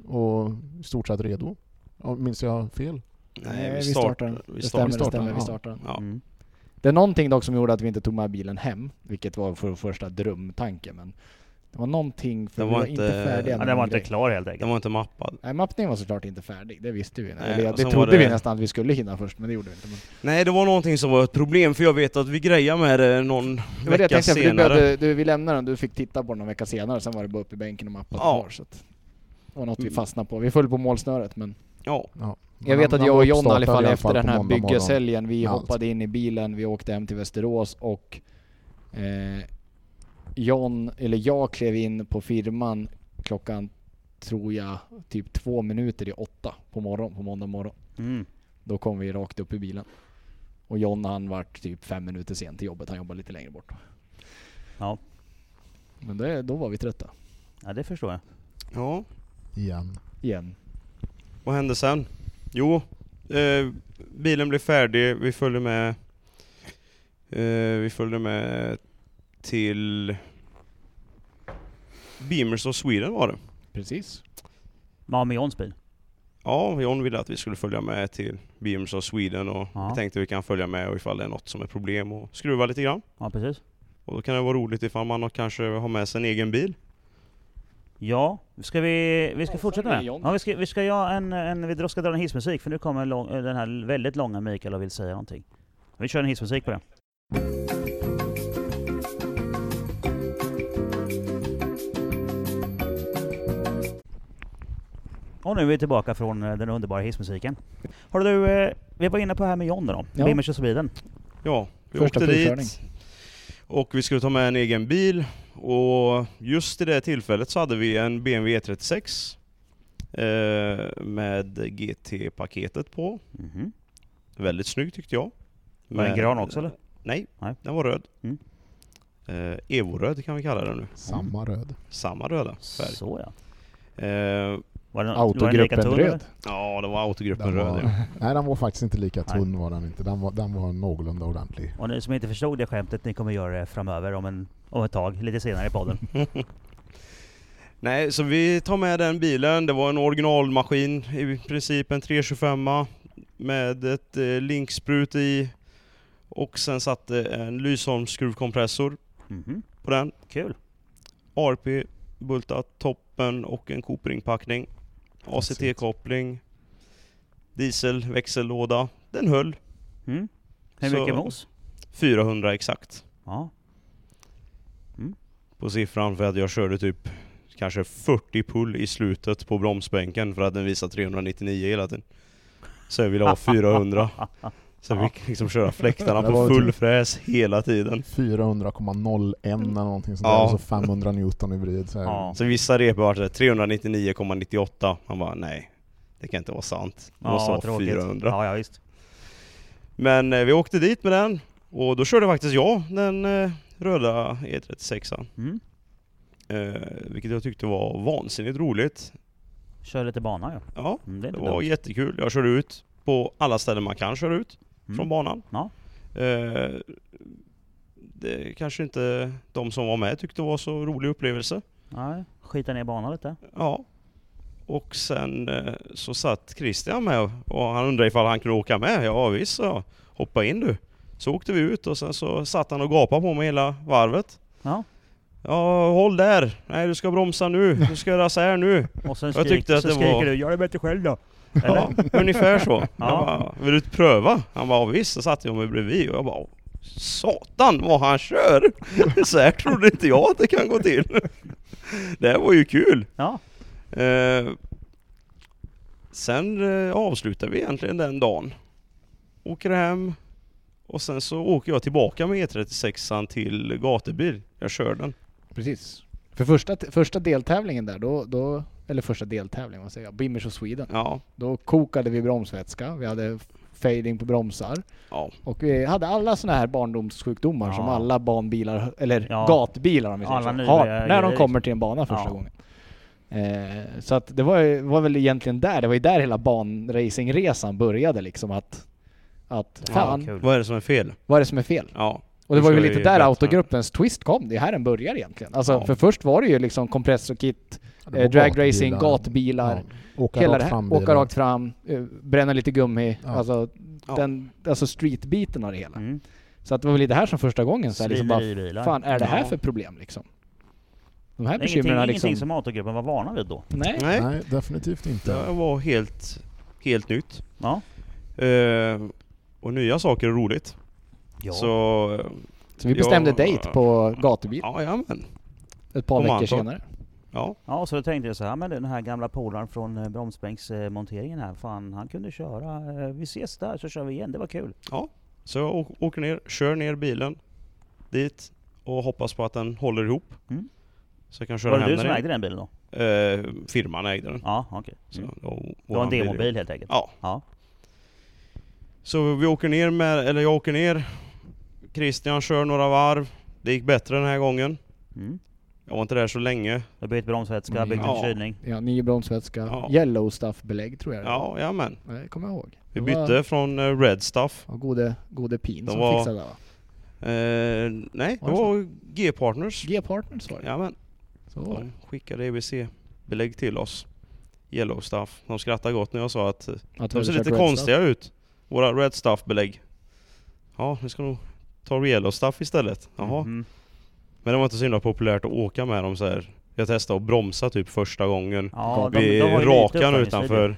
[SPEAKER 4] och i stort sett redo? Ja, Minns jag fel?
[SPEAKER 3] eh, den.
[SPEAKER 1] Vi
[SPEAKER 3] det stämmer,
[SPEAKER 1] startar.
[SPEAKER 3] det
[SPEAKER 4] startar
[SPEAKER 3] stämmer,
[SPEAKER 4] den,
[SPEAKER 3] vi
[SPEAKER 4] ja.
[SPEAKER 3] startar den.
[SPEAKER 1] Ja.
[SPEAKER 2] Mm.
[SPEAKER 3] Det är någonting dock som gjorde att vi inte tog med bilen hem, vilket var för första drömtanken. Men det var någonting, för
[SPEAKER 1] Den
[SPEAKER 3] vi
[SPEAKER 1] var
[SPEAKER 3] var inte
[SPEAKER 1] inte-
[SPEAKER 3] färdiga
[SPEAKER 1] Ja,
[SPEAKER 2] Ja, den
[SPEAKER 3] med
[SPEAKER 2] var
[SPEAKER 3] någon
[SPEAKER 2] inte
[SPEAKER 3] grej.
[SPEAKER 2] klar helt enkelt.
[SPEAKER 1] Den var inte mappad.
[SPEAKER 3] Nej, mappningen var såklart inte färdig, det visste vi.
[SPEAKER 1] Nej,
[SPEAKER 3] Eller,
[SPEAKER 1] och
[SPEAKER 3] det
[SPEAKER 1] sen
[SPEAKER 3] trodde
[SPEAKER 1] var det-
[SPEAKER 3] vi nästan att vi skulle hinna först, men det gjorde vi inte. Men...
[SPEAKER 1] Nej, det var någonting som var ett problem för jag vet att vi grejade med det någon
[SPEAKER 3] Det var det jag
[SPEAKER 1] vecka
[SPEAKER 3] tänkte, för du,
[SPEAKER 1] senare.
[SPEAKER 3] behövde, du, vi lämnade den, du fick titta på den någon vecka senare, sen var det bara upp i bänken och mappen
[SPEAKER 1] Ja.
[SPEAKER 3] kvar. Så att det var något vi
[SPEAKER 1] Mm.
[SPEAKER 3] fastnade på. Vi föll på målsnöret, men
[SPEAKER 1] Ja.
[SPEAKER 4] Ja.
[SPEAKER 3] jag vet
[SPEAKER 4] Men
[SPEAKER 3] att
[SPEAKER 4] han
[SPEAKER 3] jag
[SPEAKER 4] var
[SPEAKER 3] och John i alla
[SPEAKER 4] uppstartad
[SPEAKER 3] fall efter
[SPEAKER 4] på
[SPEAKER 3] den här
[SPEAKER 4] måndag morgon.
[SPEAKER 3] byggesäljen, vi
[SPEAKER 4] med allt.
[SPEAKER 3] hoppade in i bilen, vi åkte hem till Västerås och eh, John, eller jag klev in på firman klockan, tror jag, typ två minuter i åtta på morgon, på måndag morgon.
[SPEAKER 2] Mm.
[SPEAKER 3] Då kom vi rakt upp i bilen. Och John han vart typ fem minuter sen till jobbet, han jobbar lite längre bort.
[SPEAKER 2] Ja.
[SPEAKER 3] Men det, då var vi trötta.
[SPEAKER 2] ja, det förstår jag.
[SPEAKER 1] ja.
[SPEAKER 4] Igen.
[SPEAKER 3] Igen.
[SPEAKER 1] Vad hände sen? Jo, eh, bilen blev färdig. Vi följde med. Eh, vi följde med till Beamers of Sweden var det.
[SPEAKER 3] Precis.
[SPEAKER 2] Ja, med Johns bil.
[SPEAKER 1] Ja, John ville att vi skulle följa med till Beamers of Sweden och
[SPEAKER 2] Ja.
[SPEAKER 1] vi tänkte vi kan följa med och ifall det är något som är problem och skruva lite grann.
[SPEAKER 2] Ja, precis.
[SPEAKER 1] Och då kan det vara roligt ifall man har- kanske har med sig en egen bil.
[SPEAKER 2] Ja, ska vi, vi ska
[SPEAKER 3] Ja,
[SPEAKER 2] fortsätta
[SPEAKER 3] följ
[SPEAKER 2] med?
[SPEAKER 3] John.
[SPEAKER 2] Ja, vi ska, vi ska göra en, en, vi ska dra en hissmusik för nu kommer lång, eh, den här väldigt långa Mikael och vill säga någonting. Vi kör en hissmusik på det. Och nu är vi tillbaka från eh, den underbara hissmusiken. Har du, eh, vi var inne på det här med John då,
[SPEAKER 3] Ja.
[SPEAKER 2] ja. Bimmers och Sweden.
[SPEAKER 1] Ja, vi
[SPEAKER 3] Första
[SPEAKER 1] åkte
[SPEAKER 3] provkörning.
[SPEAKER 1] dit och vi skulle ta med en egen bil och just i det tillfället så hade vi en BMW E36 E eh, med GT-paketet på.
[SPEAKER 2] Mhm.
[SPEAKER 1] Väldigt snygg tyckte jag.
[SPEAKER 2] Var den
[SPEAKER 1] Men-
[SPEAKER 2] grön också eller?
[SPEAKER 1] Nej,
[SPEAKER 2] Nej.
[SPEAKER 1] den var röd.
[SPEAKER 2] Mm.
[SPEAKER 1] Eh, Evo-röd kan vi kalla den nu.
[SPEAKER 4] Samma
[SPEAKER 3] Mm.
[SPEAKER 4] röd.
[SPEAKER 1] Samma röda färg.
[SPEAKER 2] Så ja.
[SPEAKER 1] Eh,
[SPEAKER 2] Var den, var den lika
[SPEAKER 3] Autogruppen
[SPEAKER 2] tunn,
[SPEAKER 3] Röd.
[SPEAKER 2] eller?
[SPEAKER 1] ja, det var autogruppen
[SPEAKER 4] Den var,
[SPEAKER 1] röd ja.
[SPEAKER 4] Nej den var faktiskt inte lika
[SPEAKER 2] Nej.
[SPEAKER 4] tunn var den inte. Den var, den var någorlunda ordentlig.
[SPEAKER 2] Och ni som inte förstod det skämtet, ni kommer göra det framöver om, en, om ett tag, lite senare i podden.
[SPEAKER 1] Nej, så vi tar med den bilen. Det var en originalmaskin, i princip en 325 med ett eh, linksprut i och sen satte en Lysholm skruvkompressor
[SPEAKER 2] Mhm,
[SPEAKER 1] på den.
[SPEAKER 2] Kul!
[SPEAKER 1] ARP, bulta, toppen och en Cooper-inpackning. ACT-koppling, diesel, växellåda. Den höll
[SPEAKER 2] Mm. Hur
[SPEAKER 1] Så-
[SPEAKER 2] mycket mos?
[SPEAKER 1] 400 exakt
[SPEAKER 2] Ja.
[SPEAKER 1] på siffran för att jag körde typ kanske 40 pull i slutet på bromsbänken för att den visar 399 hela tiden. Så jag ville ha 400. Så vi fick liksom köra fläktarna
[SPEAKER 4] Det var
[SPEAKER 1] på
[SPEAKER 4] ju
[SPEAKER 1] full
[SPEAKER 4] typ-
[SPEAKER 1] fräs hela tiden.
[SPEAKER 4] 400,01 eller någonting sånt
[SPEAKER 1] Ja.
[SPEAKER 4] där. Alltså 500 Newton i vrid. Så här.
[SPEAKER 2] Ja.
[SPEAKER 1] Så vissa rep var det 399,98. Han bara nej, det kan inte vara sant. Det måste
[SPEAKER 2] ja,
[SPEAKER 1] vara 400.
[SPEAKER 2] Ja, ja visst.
[SPEAKER 1] Men eh, vi åkte dit med den och då körde faktiskt jag den eh, röda E36an.
[SPEAKER 2] Mm.
[SPEAKER 1] Eh, vilket jag tyckte var vansinnigt roligt.
[SPEAKER 2] Kör lite bana ja.
[SPEAKER 1] Ja,
[SPEAKER 2] Mm, det är
[SPEAKER 1] Det
[SPEAKER 2] inte
[SPEAKER 1] var
[SPEAKER 2] dumt.
[SPEAKER 1] jättekul. Jag körde ut på alla ställen man kan köra ut
[SPEAKER 2] Mm.
[SPEAKER 1] från banan.
[SPEAKER 2] Ja.
[SPEAKER 1] Eh, det kanske inte de som var med tyckte var så rolig upplevelse.
[SPEAKER 2] Nej, skita ner banan lite.
[SPEAKER 1] Ja. Och sen eh, så satt Christian med och han undrade ifall han kunde åka med. Ja visst så hoppa in du. Så åkte vi ut och sen så satt han och gapade på mig hela varvet.
[SPEAKER 2] Ja.
[SPEAKER 1] Ja, håll där! Nej du ska bromsa nu, du ska göra så här nu.
[SPEAKER 2] Och sen
[SPEAKER 1] Jag
[SPEAKER 2] skrik,
[SPEAKER 1] tyckte att
[SPEAKER 2] så
[SPEAKER 1] det
[SPEAKER 2] skriker
[SPEAKER 1] var-
[SPEAKER 2] du 'Gör det bättre själv då!' Eller?
[SPEAKER 1] Ja, ungefär så.
[SPEAKER 2] Ja.
[SPEAKER 1] Jag bara, vill du pröva? Han bara, ja, visst. Så satte jag mig bredvid och jag bara, Satan vad han kör! Så här trodde inte jag att det kan gå till. Det här var ju kul.
[SPEAKER 2] Ja,
[SPEAKER 1] Eh, sen eh, avslutar vi egentligen den dagen. Åker hem och sen så åker jag tillbaka med E36an till gatubil. Jag kör den.
[SPEAKER 3] Precis. För första, första deltävlingen där, då, då, eller första deltävlingen, vad säger jag? Bimmers och Sweden.
[SPEAKER 1] Ja,
[SPEAKER 3] Då kokade vi bromsvätska, vi hade fading på bromsar.
[SPEAKER 1] ja,
[SPEAKER 3] Och vi hade alla sådana här barndomssjukdomar som
[SPEAKER 2] Ja.
[SPEAKER 3] alla banbilar, eller
[SPEAKER 2] Ja.
[SPEAKER 3] gatbilar om vi säger
[SPEAKER 2] Alla
[SPEAKER 3] så,
[SPEAKER 2] nya
[SPEAKER 3] har när de
[SPEAKER 2] grejer.
[SPEAKER 3] kommer till en bana första
[SPEAKER 2] Ja.
[SPEAKER 3] gången. Eh, så att det var, ju- var väl egentligen där, det var ju där hela banracingresan började liksom att, att
[SPEAKER 2] Ja,
[SPEAKER 3] fan,
[SPEAKER 2] kul.
[SPEAKER 1] vad är det som är fel?
[SPEAKER 3] vad är det som är fel?
[SPEAKER 1] Ja,
[SPEAKER 3] Och det
[SPEAKER 1] Nu
[SPEAKER 3] var ju
[SPEAKER 1] kör
[SPEAKER 3] lite
[SPEAKER 1] vi
[SPEAKER 3] där
[SPEAKER 1] bättre.
[SPEAKER 3] autogruppens twist kom, det är här den börjar egentligen. Alltså
[SPEAKER 1] Ja.
[SPEAKER 3] för först var det ju liksom kompressorkit,
[SPEAKER 4] Det var
[SPEAKER 3] eh, dragracing,
[SPEAKER 4] gatbilar.
[SPEAKER 3] gatbilar,
[SPEAKER 4] Ja, åka
[SPEAKER 3] hela
[SPEAKER 4] rakt
[SPEAKER 3] det här,
[SPEAKER 4] fram-bilar.
[SPEAKER 3] åka rakt fram, eh, bränna lite gummi,
[SPEAKER 4] Ja.
[SPEAKER 3] alltså,
[SPEAKER 1] Ja.
[SPEAKER 3] den, alltså streetbiten av det hela.
[SPEAKER 2] Mm.
[SPEAKER 3] Så att det var väl lite här som första gången så här, liksom bara,
[SPEAKER 2] Svineribilar.
[SPEAKER 3] fan är det här
[SPEAKER 1] Ja.
[SPEAKER 3] för problem liksom? De här
[SPEAKER 2] Det är ingenting,
[SPEAKER 3] bekymren liksom...
[SPEAKER 2] ingenting som autogruppen var vana vid då.
[SPEAKER 3] Nej.
[SPEAKER 1] Nej,
[SPEAKER 4] Nej, definitivt inte.
[SPEAKER 1] det var helt, helt nytt.
[SPEAKER 2] Ja.
[SPEAKER 1] Eh, och nya saker är roligt. Så, eh,
[SPEAKER 3] Så vi bestämde
[SPEAKER 1] Ja.
[SPEAKER 3] date på gatubil
[SPEAKER 1] ja, jajamän.
[SPEAKER 3] ett par
[SPEAKER 1] Om
[SPEAKER 3] veckor
[SPEAKER 1] Anton.
[SPEAKER 3] senare.
[SPEAKER 1] Ja,
[SPEAKER 2] Ja, så då tänkte jag så här, men den här gamla polaren från eh, bromsbänksmonteringen här, fan han kunde köra. eh, Vi ses där så kör vi igen, det var kul.
[SPEAKER 1] så jag å- åker ner, kör ner bilen dit och hoppas på att den håller ihop.
[SPEAKER 2] Mm.
[SPEAKER 1] Så jag kan köra
[SPEAKER 2] Var det
[SPEAKER 1] hem
[SPEAKER 2] du som
[SPEAKER 1] den.
[SPEAKER 2] ägde den bilen då?
[SPEAKER 1] Eh, firman ägde den.
[SPEAKER 2] Ja, okej.
[SPEAKER 1] Så
[SPEAKER 2] Mm.
[SPEAKER 1] det var
[SPEAKER 2] Det var
[SPEAKER 1] våran
[SPEAKER 2] en
[SPEAKER 1] bil.
[SPEAKER 2] demobil helt enkelt?
[SPEAKER 1] Ja.
[SPEAKER 2] Ja.
[SPEAKER 1] Så vi åker ner med, eller jag åker ner. Christian kör några varv. Det gick bättre den här gången.
[SPEAKER 2] Mm.
[SPEAKER 1] Jag var inte där så länge.
[SPEAKER 2] Jag bytte bromsvätska,
[SPEAKER 3] Mm.
[SPEAKER 2] bytte
[SPEAKER 1] Ja.
[SPEAKER 2] kylning.
[SPEAKER 3] Ja, ny bromsvätska,
[SPEAKER 1] Ja.
[SPEAKER 3] yellow stuff belägg tror jag det var.
[SPEAKER 1] Ja, jajamän.
[SPEAKER 3] Nej, kommer jag ihåg.
[SPEAKER 1] Vi
[SPEAKER 3] Det
[SPEAKER 1] bytte
[SPEAKER 3] Var,
[SPEAKER 1] från eh, Red Stuff.
[SPEAKER 3] ja, gode, gode pin
[SPEAKER 1] De
[SPEAKER 3] som
[SPEAKER 1] var-
[SPEAKER 3] fixade det va?
[SPEAKER 1] Eh, nej,
[SPEAKER 3] Var
[SPEAKER 1] det
[SPEAKER 3] det så?
[SPEAKER 1] var G-Partners.
[SPEAKER 3] G-partners var det.
[SPEAKER 1] Jajamän.
[SPEAKER 3] Så var
[SPEAKER 2] Mm.
[SPEAKER 3] det.
[SPEAKER 1] De skickade EBC-belägg till oss. Yellow Stuff. De skrattade gott när jag sa att eh,
[SPEAKER 3] Att vi
[SPEAKER 1] de
[SPEAKER 3] hade
[SPEAKER 1] ser
[SPEAKER 3] kört
[SPEAKER 1] lite
[SPEAKER 3] red stuff.
[SPEAKER 1] konstiga ut. Våra Red Stuff-belägg. Ja, nu ska nog ta Yellow Stuff istället. Jaha.
[SPEAKER 2] Mhm.
[SPEAKER 1] Men det var inte så himla populärt att åka med dem så här. Jag testade att bromsa typ första gången
[SPEAKER 2] Ja, de,
[SPEAKER 1] vid
[SPEAKER 2] de har ju lite
[SPEAKER 1] rakan
[SPEAKER 2] uppföljningsvideo.
[SPEAKER 1] utanför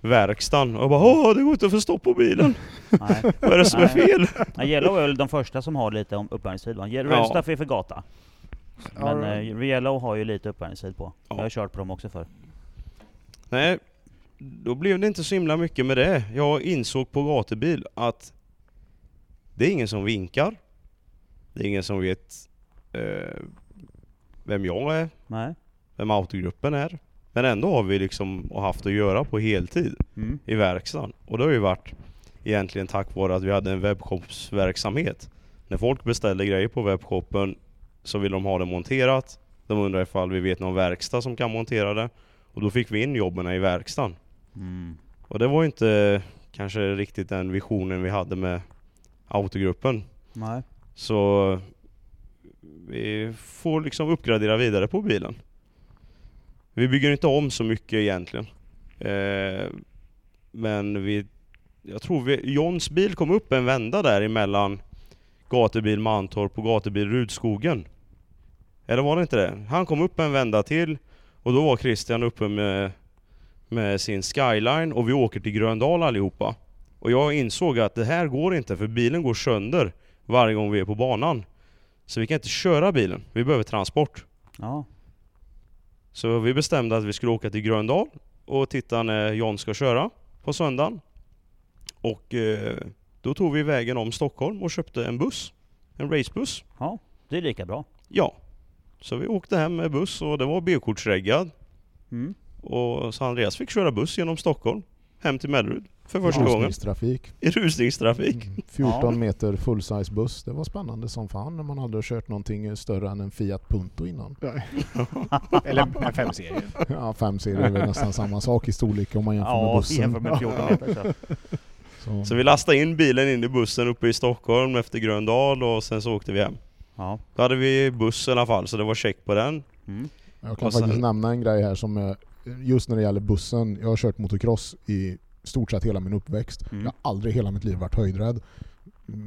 [SPEAKER 1] verkstaden. Och jag bara Åh, det går inte att få stopp på bilen!
[SPEAKER 2] Nej.
[SPEAKER 1] Vad är det som är
[SPEAKER 2] Nej.
[SPEAKER 1] fel?
[SPEAKER 2] Ja, Yellow är väl de första som har lite om uppvärmningstid va? Ye- Red
[SPEAKER 1] Ja.
[SPEAKER 2] Stuff är för gata.
[SPEAKER 3] Ja,
[SPEAKER 2] Men eh, Yellow har ju lite uppvärmningstid på.
[SPEAKER 1] Ja.
[SPEAKER 2] Jag har kört på dem också för.
[SPEAKER 1] Nej, då blev det inte så himla mycket med det. Jag insåg på gatubil att det är ingen som vinkar. Det är ingen som vet eh, vem jag är,
[SPEAKER 2] Nej.
[SPEAKER 1] vem autogruppen är. Men ändå har vi liksom haft att göra på heltid.
[SPEAKER 2] Mm.
[SPEAKER 1] i verkstaden. Och det har ju varit egentligen tack vare att vi hade en webbshopsverksamhet. När folk beställde grejer på webbshoppen så ville de ha det monterat. De undrade ifall vi vet någon verkstad som kan montera det. Och då fick vi in jobben i verkstaden.
[SPEAKER 2] Mm.
[SPEAKER 1] Och det var ju inte kanske riktigt den visionen vi hade med autogruppen.
[SPEAKER 2] Nej.
[SPEAKER 1] Så vi får liksom uppgradera vidare på bilen. Vi bygger inte om så mycket egentligen. Eh, men vi, jag tror vi, Johns bil kom upp en vända där emellan gatubil Mantorp och gatubil Rudskogen. Eller var det inte det? Han kom upp en vända till och då var Christian uppe med, med sin skyline och vi åker till Gröndal allihopa. Och jag insåg att det här går inte för bilen går sönder varje gång vi är på banan. Så vi kan inte köra bilen, vi behöver transport.
[SPEAKER 2] Ja.
[SPEAKER 1] Så vi bestämde att vi skulle åka till Gröndal och titta när John ska köra på söndagen. Och eh, då tog vi vägen om Stockholm och köpte en buss, en racebuss.
[SPEAKER 2] ja. Det är lika bra.
[SPEAKER 1] Ja, så vi åkte hem med buss och det var B-kortsreggad.
[SPEAKER 2] Mm.
[SPEAKER 1] Och så Andreas fick köra buss genom Stockholm, hem till Mellerud för första gången
[SPEAKER 4] Rusningstrafik.
[SPEAKER 1] i rusningstrafik.
[SPEAKER 4] Mm, 14
[SPEAKER 2] Ja.
[SPEAKER 4] meter full-size buss. Det var spännande som fan när man aldrig har kört någonting större än en Fiat Punto innan.
[SPEAKER 3] Eller en femserie.
[SPEAKER 4] Ja, fem serier är väl nästan samma sak i storlek om man jämför med
[SPEAKER 2] Ja,
[SPEAKER 4] bussen.
[SPEAKER 2] jämfört med 14 meter så.
[SPEAKER 4] Så,
[SPEAKER 1] Så vi lastade in bilen in i bussen uppe i Stockholm efter Gröndal och sen så åkte vi hem.
[SPEAKER 2] Ja.
[SPEAKER 1] Då hade vi buss i alla fall, så det var check på den.
[SPEAKER 2] Mm.
[SPEAKER 4] jag kan
[SPEAKER 1] och sen-
[SPEAKER 4] faktiskt nämna en grej här som är, just när det gäller bussen. Jag har kört motocross i stort sett hela min uppväxt.
[SPEAKER 2] Mm.
[SPEAKER 4] Jag har aldrig i hela mitt liv varit höjdrädd.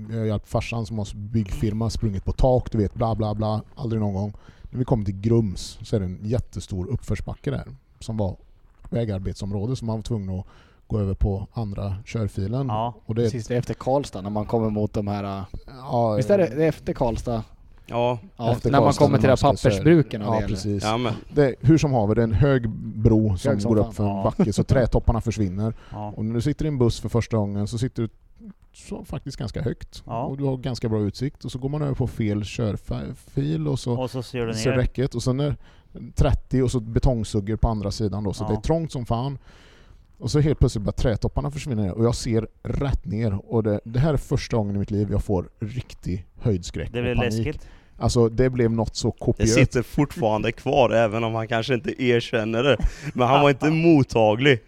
[SPEAKER 4] Jag har hjälpt farsan som har byggfirma, sprungit på tak, du vet bla bla bla. Aldrig någon gång. När vi kom till Grums så är det en jättestor uppförsbacke där. Som var vägarbetsområde som man var tvungen att gå över på andra körfilen.
[SPEAKER 2] Ja.
[SPEAKER 4] Och det,
[SPEAKER 3] Precis, det är efter Karlstad när man kommer mot de här... äh,
[SPEAKER 4] ja,
[SPEAKER 3] Visst är det, det är efter Karlstad?
[SPEAKER 1] Ja,
[SPEAKER 3] Ja,
[SPEAKER 4] Efter
[SPEAKER 3] när man
[SPEAKER 4] Karlstad
[SPEAKER 3] kommer till
[SPEAKER 4] när
[SPEAKER 3] det
[SPEAKER 4] man
[SPEAKER 3] här
[SPEAKER 4] ska söder.
[SPEAKER 3] pappersbruken och
[SPEAKER 4] Ja,
[SPEAKER 3] det eller?
[SPEAKER 4] precis.
[SPEAKER 1] ja men
[SPEAKER 4] Det, hur som haver, det är en hög bro som
[SPEAKER 3] Hög som
[SPEAKER 4] går
[SPEAKER 3] fan.
[SPEAKER 4] upp för en
[SPEAKER 2] Ja.
[SPEAKER 4] backe så trädtopparna försvinner.
[SPEAKER 2] Ja.
[SPEAKER 4] Och när du sitter i en buss för första gången så sitter du så faktiskt ganska högt.
[SPEAKER 2] Ja.
[SPEAKER 4] Och du har ganska bra utsikt. Och så går man över på fel körfil och så
[SPEAKER 2] Och så ser du
[SPEAKER 4] ser
[SPEAKER 2] ner.
[SPEAKER 4] räcket och sen är 30 och så betongsugger på andra sidan då, så
[SPEAKER 2] Ja.
[SPEAKER 4] det är trångt som fan. Och så helt plötsligt bara trädtopparna försvinner ner och jag ser rätt ner och det, det här är första gången i mitt liv jag får riktig höjdskräck
[SPEAKER 2] Det
[SPEAKER 4] och
[SPEAKER 2] blir
[SPEAKER 4] panik.
[SPEAKER 2] läskigt.
[SPEAKER 4] Alltså det blev något så
[SPEAKER 1] det
[SPEAKER 4] kopiöst.
[SPEAKER 1] sitter fortfarande kvar även om han kanske inte erkänner det. Men han var inte mottaglig.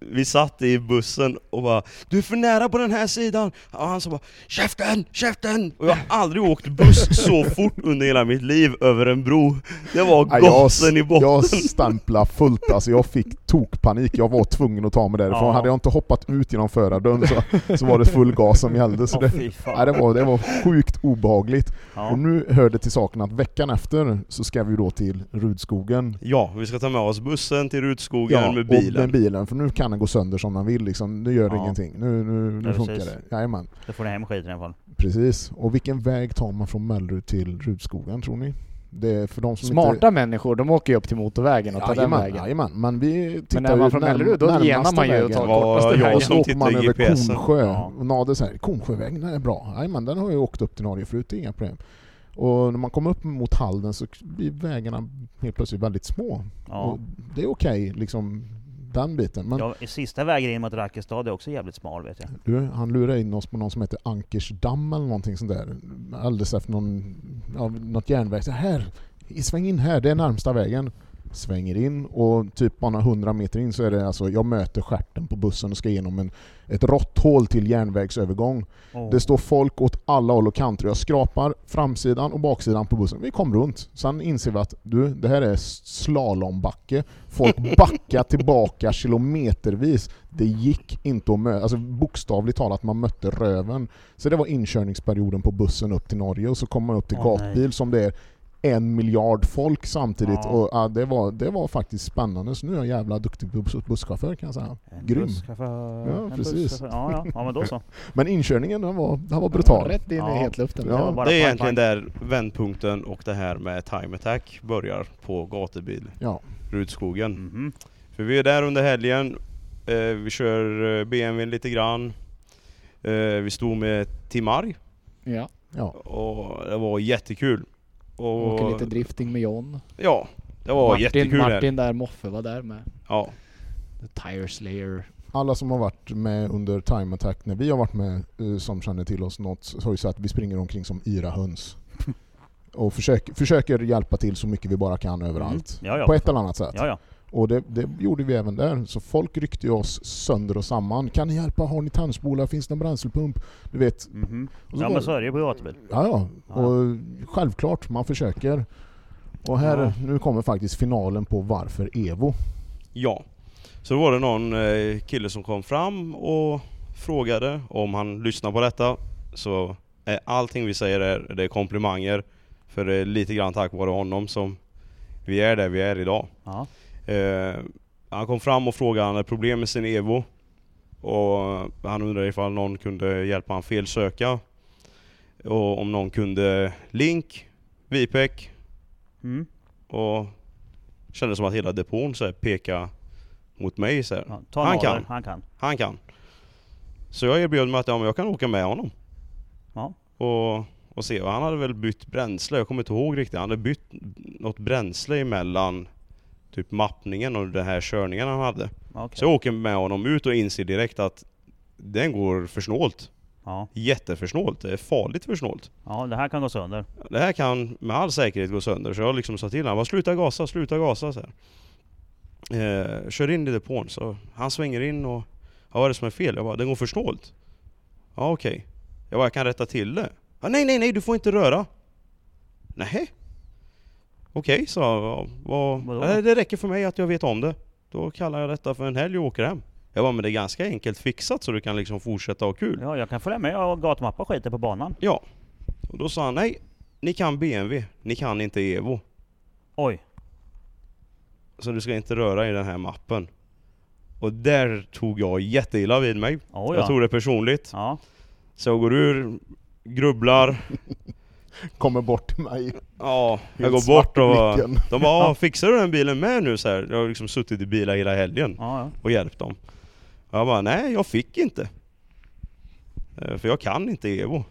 [SPEAKER 1] Vi satt i bussen och bara Du är för nära på den här sidan! Och han sa bara Käften! Käften! Och jag har aldrig åkt buss så fort under hela mitt liv över en bro. Det var
[SPEAKER 4] Ja, jag,
[SPEAKER 1] gossen i botten.
[SPEAKER 4] jag stämplade fullt alltså, jag fick tokpanik, jag var tvungen att ta mig därifrån.
[SPEAKER 2] Ja.
[SPEAKER 4] Hade jag inte hoppat ut genom förardörren så, så var det full gas som gällde. Så
[SPEAKER 2] Åh
[SPEAKER 4] det,
[SPEAKER 2] fy fan.
[SPEAKER 4] nej, det, var, det var sjukt obehagligt.
[SPEAKER 2] Ja.
[SPEAKER 4] Och nu hör det till saken att veckan efter så ska vi då till Rudskogen.
[SPEAKER 1] Ja, vi ska ta med oss bussen till Rutskogen med
[SPEAKER 4] Och
[SPEAKER 1] bilen.
[SPEAKER 4] med bilen, för nu kan den gå sönder som den vill liksom. Nu gör det
[SPEAKER 2] Ja.
[SPEAKER 4] ingenting. Nu, nu,
[SPEAKER 2] Ja,
[SPEAKER 4] nu funkar
[SPEAKER 2] precis.
[SPEAKER 4] det. Jajamän.
[SPEAKER 2] Då får du hem skiten i alla fall.
[SPEAKER 4] Precis. Och vilken väg tar man från Mellerud till Rudskogen tror ni? Det är för de som inte...
[SPEAKER 3] Smarta människor, de åker ju upp till motorvägen och tar den
[SPEAKER 4] Jajamän,
[SPEAKER 3] vägen.
[SPEAKER 4] jajamän. Men vi tittar
[SPEAKER 3] när man från Mellerud, då genar man ju och tar
[SPEAKER 1] Det var
[SPEAKER 3] kortaste
[SPEAKER 1] jag
[SPEAKER 3] vägen.
[SPEAKER 4] så
[SPEAKER 1] som
[SPEAKER 4] åker man
[SPEAKER 1] tittade i
[SPEAKER 4] över
[SPEAKER 1] GPSen.
[SPEAKER 4] Kornsjö.
[SPEAKER 2] Ja.
[SPEAKER 4] Och Nade säger Kornsjövägen den är bra. Jajamän, den har jag åkt upp till Norge förut, det är inga problem. Och när man kommer upp mot Halden så blir vägarna helt plötsligt väldigt små.
[SPEAKER 2] Ja.
[SPEAKER 4] Och det är okej, liksom den biten. Men
[SPEAKER 2] Ja, i sista vägen in mot Rakkestad är också jävligt smal vet jag.
[SPEAKER 4] du, han lurade in oss på någon som heter Ankersdamm eller någonting sånt där. Alldeles efter någon, ja, något järnväg. Så här, i- sväng in här, det är närmsta vägen. Svänger in och typ bara 100 meter in så är det alltså, jag möter stjärten på bussen och ska igenom en, ett råtthål till järnvägsövergång.
[SPEAKER 2] Åh.
[SPEAKER 4] Det står folk åt alla håll och kanter. Jag skrapar framsidan och baksidan på bussen. Vi kom runt. Sen inser vi att du, det här är slalombacke. Folk backar tillbaka kilometervis. Det gick inte att möta. Alltså bokstavligt talat, man mötte röven. Så det var inkörningsperioden på bussen upp till Norge och så kom man upp till
[SPEAKER 2] Åh,
[SPEAKER 4] gatbil som det är en miljard folk samtidigt.
[SPEAKER 2] Ja.
[SPEAKER 4] Och, ja, det, var, det var faktiskt spännande. Så nu är jag en jävla duktig bus- busschaufför kan jag säga.
[SPEAKER 2] En
[SPEAKER 4] grym.
[SPEAKER 2] busschaufför,
[SPEAKER 4] Ja,
[SPEAKER 2] en
[SPEAKER 4] precis.
[SPEAKER 2] busschaufför. Ja, ja. ja, men då så.
[SPEAKER 4] Men inkörningen den var, den var
[SPEAKER 3] Ja,
[SPEAKER 4] brutal.
[SPEAKER 3] Rätt in
[SPEAKER 2] Ja.
[SPEAKER 3] i hetluften.
[SPEAKER 4] Ja.
[SPEAKER 2] Det var bara
[SPEAKER 1] Det är
[SPEAKER 2] pang,
[SPEAKER 1] egentligen
[SPEAKER 2] pang.
[SPEAKER 1] där vändpunkten och det här med time attack börjar på gatubil,
[SPEAKER 4] Ja.
[SPEAKER 1] Rudskogen.
[SPEAKER 2] Mhm.
[SPEAKER 1] För vi är där under helgen, eh, vi kör eh, BMWn lite grann. Eh, vi stod med Timar
[SPEAKER 3] Ja.
[SPEAKER 4] Ja.
[SPEAKER 1] och det var jättekul. Och,
[SPEAKER 3] Åker lite drifting med John.
[SPEAKER 1] Ja, det var
[SPEAKER 3] Martin,
[SPEAKER 1] jättekul här.
[SPEAKER 3] Martin där, Moffe var där med.
[SPEAKER 1] Ja,
[SPEAKER 3] The Tire Slayer.
[SPEAKER 4] alla som har varit med under Time Attack när vi har varit med eh, som känner till oss något så har ju sagt att vi springer omkring som yra höns. Och försöker, försöker hjälpa till så mycket vi bara kan överallt.
[SPEAKER 2] Mm. Ja, ja.
[SPEAKER 4] På ett eller annat sätt.
[SPEAKER 2] Ja, ja.
[SPEAKER 4] Och det, det gjorde vi även där. Så folk ryckte ju oss sönder och samman. Kan ni hjälpa? Har ni tandspolar? Finns det en bränslepump? Du vet.
[SPEAKER 2] Mhm.
[SPEAKER 4] Och
[SPEAKER 2] Ja,
[SPEAKER 4] var-
[SPEAKER 2] men så är det ju på gatubil.
[SPEAKER 4] Ja,
[SPEAKER 2] Ja.
[SPEAKER 4] ja. Och självklart, man försöker. Och här,
[SPEAKER 2] Ja.
[SPEAKER 4] nu kommer faktiskt finalen på varför Evo.
[SPEAKER 1] ja. Så då var det någon eh, kille som kom fram och frågade om han lyssnar på detta. Så eh, allting vi säger är, det är komplimanger. För det är lite grann tack vare honom som vi är där vi är idag.
[SPEAKER 2] Ja.
[SPEAKER 1] Eh, han kom fram och frågade han hade problem med sin Evo. Och han undrade ifall någon kunde hjälpa han felsöka. Och om någon kunde Link, Vipec
[SPEAKER 2] Mm.
[SPEAKER 1] och kände som att hela depån så här pekade mot mig. Så här.
[SPEAKER 2] Ja, ta
[SPEAKER 1] Han
[SPEAKER 2] han, kan.
[SPEAKER 1] kan.
[SPEAKER 2] han kan.
[SPEAKER 1] Han kan. Så jag erbjöd mig att ja, men jag kan åka med honom.
[SPEAKER 2] Ja.
[SPEAKER 1] Och, och se. Och han hade väl bytt bränsle, jag kommer inte ihåg riktigt. Han hade bytt något bränsle emellan typ mappningen och den här körningen han hade.
[SPEAKER 2] Okay.
[SPEAKER 1] Så jag åker med honom ut och inser direkt att den går för snålt.
[SPEAKER 2] Ja.
[SPEAKER 1] Jätteförsnålt. Det är farligt för snålt.
[SPEAKER 2] ja, det här kan gå sönder.
[SPEAKER 1] Det här kan med all säkerhet gå sönder. Så jag liksom sa till honom, "Bara, sluta gasa, sluta gasa. Så här. Eh, kör in i depån. Så han svänger in och, ja, vad är det som är fel? Jag bara, den går för snålt. Ja okej. Jag bara, jag kan rätta till det. Ja, nej nej nej, du får inte röra. Nej. Okej, sa jag. "Ja, vad-
[SPEAKER 2] Vadå?
[SPEAKER 1] "Nej, Det räcker för mig att jag vet om det. Då kallar jag detta för en helg och åker hem. Jag bara, men det är ganska enkelt fixat så du kan liksom fortsätta ha kul.
[SPEAKER 2] Ja, jag kan följa med och gatumappa skiten på banan.
[SPEAKER 1] Ja. Och då sa han nej, ni kan BMW, ni kan inte Evo.
[SPEAKER 2] Oj.
[SPEAKER 1] Så du ska inte röra i den här mappen. Och där tog jag jätteilla vid mig.
[SPEAKER 2] Oh, ja.
[SPEAKER 1] Jag tog det personligt.
[SPEAKER 2] Ja.
[SPEAKER 1] Så jag går ur, grubblar,
[SPEAKER 4] Kommer bort till mig.
[SPEAKER 1] ja, jag
[SPEAKER 4] Helt
[SPEAKER 1] går
[SPEAKER 4] svart
[SPEAKER 1] bort
[SPEAKER 4] i
[SPEAKER 1] och
[SPEAKER 4] blicken.
[SPEAKER 1] de bara "Ah, ”Fixar du den bilen med nu?” så här. Jag har liksom suttit i bilar hela helgen
[SPEAKER 2] Ja, ja.
[SPEAKER 1] och hjälpt dem. Jag bara ”Nej, jag fick inte”. Eh, För jag kan inte Evo.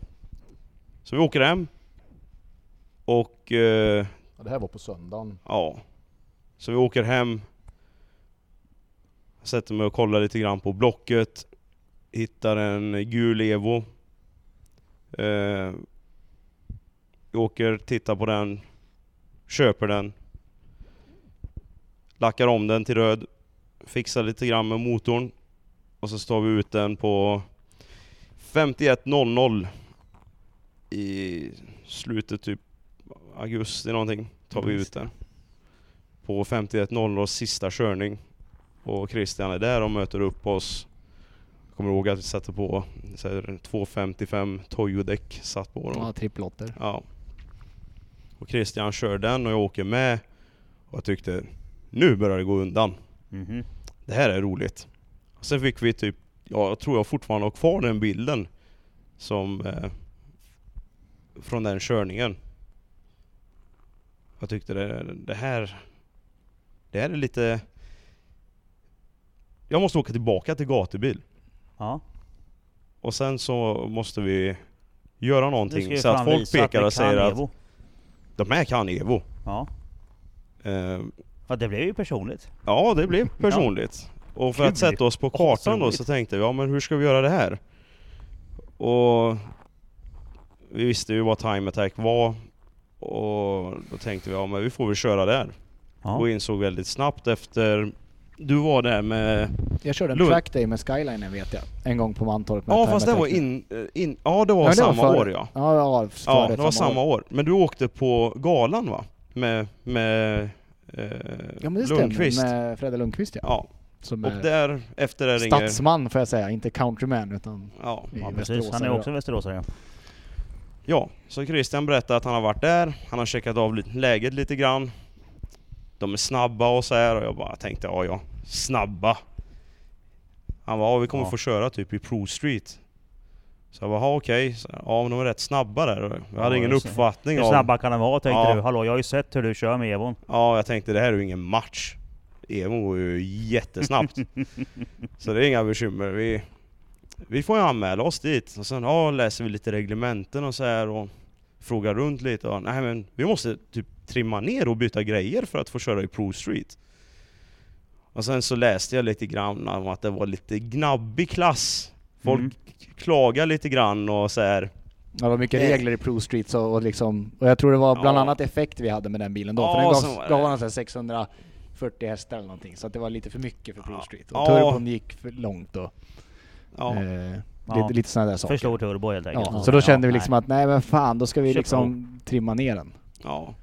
[SPEAKER 1] Så vi åker hem. Och eh,
[SPEAKER 4] Ja, Det här var på söndagen.
[SPEAKER 1] Ja. Så vi åker hem. Sätter mig och kollar lite grann på Blocket. Hittar en gul Evo. Eh, åker, tittar på den. Köper den. Lackar om den till röd. Fixar lite grann med motorn. Och så står vi ut den på 51.00 i slutet typ augusti någonting. Tar vi ut den på 51.00 sista körning. Och Christian är där och möter upp oss. Jag kommer ihåg att vi satte på så här 255 Toyo-däck. Satt på dem.
[SPEAKER 3] Ja, tripplotter.
[SPEAKER 1] Ja. Och Christian kör den och jag åker med. Och jag tyckte, nu börjar det gå undan.
[SPEAKER 2] Mhm.
[SPEAKER 1] Det här är roligt. Och sen fick vi typ, ja, jag tror jag fortfarande har kvar den bilden. Som... Eh, från den körningen. Jag tyckte det, det här... Det här är lite... Jag måste åka tillbaka till gatubil.
[SPEAKER 2] ja.
[SPEAKER 1] Och sen så måste vi göra
[SPEAKER 2] Du ska
[SPEAKER 1] någonting
[SPEAKER 2] ju
[SPEAKER 1] så att
[SPEAKER 2] fan
[SPEAKER 1] folk
[SPEAKER 2] visa
[SPEAKER 1] pekar
[SPEAKER 2] vi
[SPEAKER 1] och säger
[SPEAKER 2] kan
[SPEAKER 1] att
[SPEAKER 2] Evo.
[SPEAKER 1] de här kan Evo.
[SPEAKER 2] Ja.
[SPEAKER 1] Eh,
[SPEAKER 2] ja, det blev ju personligt.
[SPEAKER 1] Ja, det blev personligt. Och för att
[SPEAKER 2] Kul.
[SPEAKER 1] sätta oss på kartan då
[SPEAKER 2] roligt.
[SPEAKER 1] så tänkte vi, ja men hur ska vi göra det här? Och vi visste ju vad Time Attack var. Och då tänkte vi, ja men vi får väl köra där. Och
[SPEAKER 2] Ja.
[SPEAKER 1] insåg väldigt snabbt efter... Du var där med...
[SPEAKER 3] Jag körde en
[SPEAKER 1] Lund.
[SPEAKER 3] track day med Skylinen vet jag. En gång på Mantorp. med
[SPEAKER 1] Ja
[SPEAKER 3] Time
[SPEAKER 1] fast det var
[SPEAKER 3] Attack.
[SPEAKER 1] in... eh, in ja det var
[SPEAKER 3] Ja, det var
[SPEAKER 1] samma
[SPEAKER 3] före.
[SPEAKER 1] år ja.
[SPEAKER 3] Ja, ja,
[SPEAKER 1] Ja
[SPEAKER 3] före
[SPEAKER 1] det var samma
[SPEAKER 3] år.
[SPEAKER 1] år. Men du åkte på galan va? Med... med eh,
[SPEAKER 3] Ja men det
[SPEAKER 1] Lundqvist.
[SPEAKER 3] stämmer, med Fredde Lundqvist ja.
[SPEAKER 1] Ja.
[SPEAKER 3] Som
[SPEAKER 1] Och
[SPEAKER 3] är
[SPEAKER 1] där, efter det ringer...
[SPEAKER 3] statsman får jag säga, inte countryman utan...
[SPEAKER 1] Ja,
[SPEAKER 2] Ja,
[SPEAKER 3] i
[SPEAKER 2] precis. Han är
[SPEAKER 3] Västerås,
[SPEAKER 2] också västeråsare. ja.
[SPEAKER 1] Ja, så Christian berättade att han har varit där, han har checkat av lite- läget lite grann. De är snabba och så här och jag bara tänkte, ja ja, snabba. Han bara, ja vi kommer
[SPEAKER 2] Ja.
[SPEAKER 1] få köra typ i Pro Street. Så jag bara, "Ja, okej. Så, Ja men de är rätt snabba där. Jag hade
[SPEAKER 2] Ja,
[SPEAKER 1] ingen
[SPEAKER 2] det ser-
[SPEAKER 1] uppfattning
[SPEAKER 2] Hur
[SPEAKER 1] om...
[SPEAKER 2] snabba kan de vara tänkte
[SPEAKER 1] Ja.
[SPEAKER 2] du? Hallå, jag har ju sett hur du kör med Evon.
[SPEAKER 1] Ja, jag tänkte det här är ju ingen match. Emo går ju jättesnabbt. så det är inga bekymmer. Vi, vi får ju anmäla oss dit. Och sen ja, läser vi lite reglementen och så här och frågar runt lite. Och, nej men vi måste typ trimma ner och byta grejer för att få köra i Pro Street. Och sen så läste jag lite grann om att det var lite gnabbig klass. Folk
[SPEAKER 2] Mm.
[SPEAKER 1] klagar lite grann och så här.
[SPEAKER 3] Ja, det var mycket
[SPEAKER 1] Eh.
[SPEAKER 3] regler i Pro Streets och, och liksom... Och jag tror det var bland
[SPEAKER 1] Ja.
[SPEAKER 3] annat effekt vi hade med den bilen då.
[SPEAKER 1] Ja,
[SPEAKER 3] för den
[SPEAKER 1] så var
[SPEAKER 3] gav,
[SPEAKER 1] det.
[SPEAKER 3] gav honom så här 640 hästar eller någonting. Så att det var lite för mycket för Pro
[SPEAKER 1] Ja.
[SPEAKER 3] Street. Och
[SPEAKER 1] Ja.
[SPEAKER 3] turbon gick för långt då.
[SPEAKER 1] Ja,
[SPEAKER 3] Eh,
[SPEAKER 2] Ja.
[SPEAKER 3] lite, lite sådana där saker.
[SPEAKER 2] För stor turbo helt enkelt.
[SPEAKER 3] Ja, så då kände vi
[SPEAKER 2] nej.
[SPEAKER 3] liksom att nej men fan, då ska vi
[SPEAKER 2] Kör
[SPEAKER 3] liksom trimma ner den.
[SPEAKER 1] ja.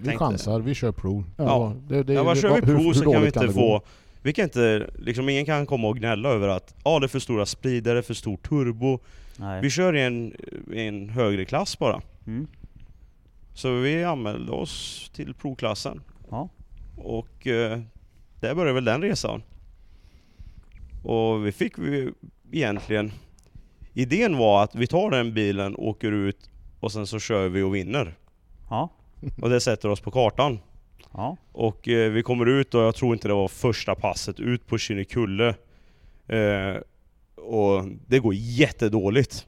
[SPEAKER 4] Vi
[SPEAKER 1] Tänkte-
[SPEAKER 4] chansar, vi kör prov.
[SPEAKER 1] Ja.
[SPEAKER 4] det, det,
[SPEAKER 1] Ja, vad kör vi
[SPEAKER 4] hur-
[SPEAKER 1] prov
[SPEAKER 4] hur
[SPEAKER 1] så kan vi
[SPEAKER 4] dåligt
[SPEAKER 1] inte
[SPEAKER 4] det gå?
[SPEAKER 1] få... Vi kan inte, liksom ingen kan komma och gnälla över att ja, det är för stora spridare, för stor turbo. Vi
[SPEAKER 2] Nej.
[SPEAKER 1] kör i en, i en högre klass bara.
[SPEAKER 2] Mm.
[SPEAKER 1] Så vi anmälde oss till provklassen.
[SPEAKER 2] Ja.
[SPEAKER 1] Och eh, där började väl den resan. Och vi fick vi egentligen... Idén var att vi tar den bilen, åker ut och sen så kör vi och vinner.
[SPEAKER 2] Ja.
[SPEAKER 1] Och det sätter oss på kartan.
[SPEAKER 2] Ja.
[SPEAKER 1] Och eh, vi kommer ut och jag tror inte det var första passet ut på Kinnekulle. Eh, och det går jättedåligt.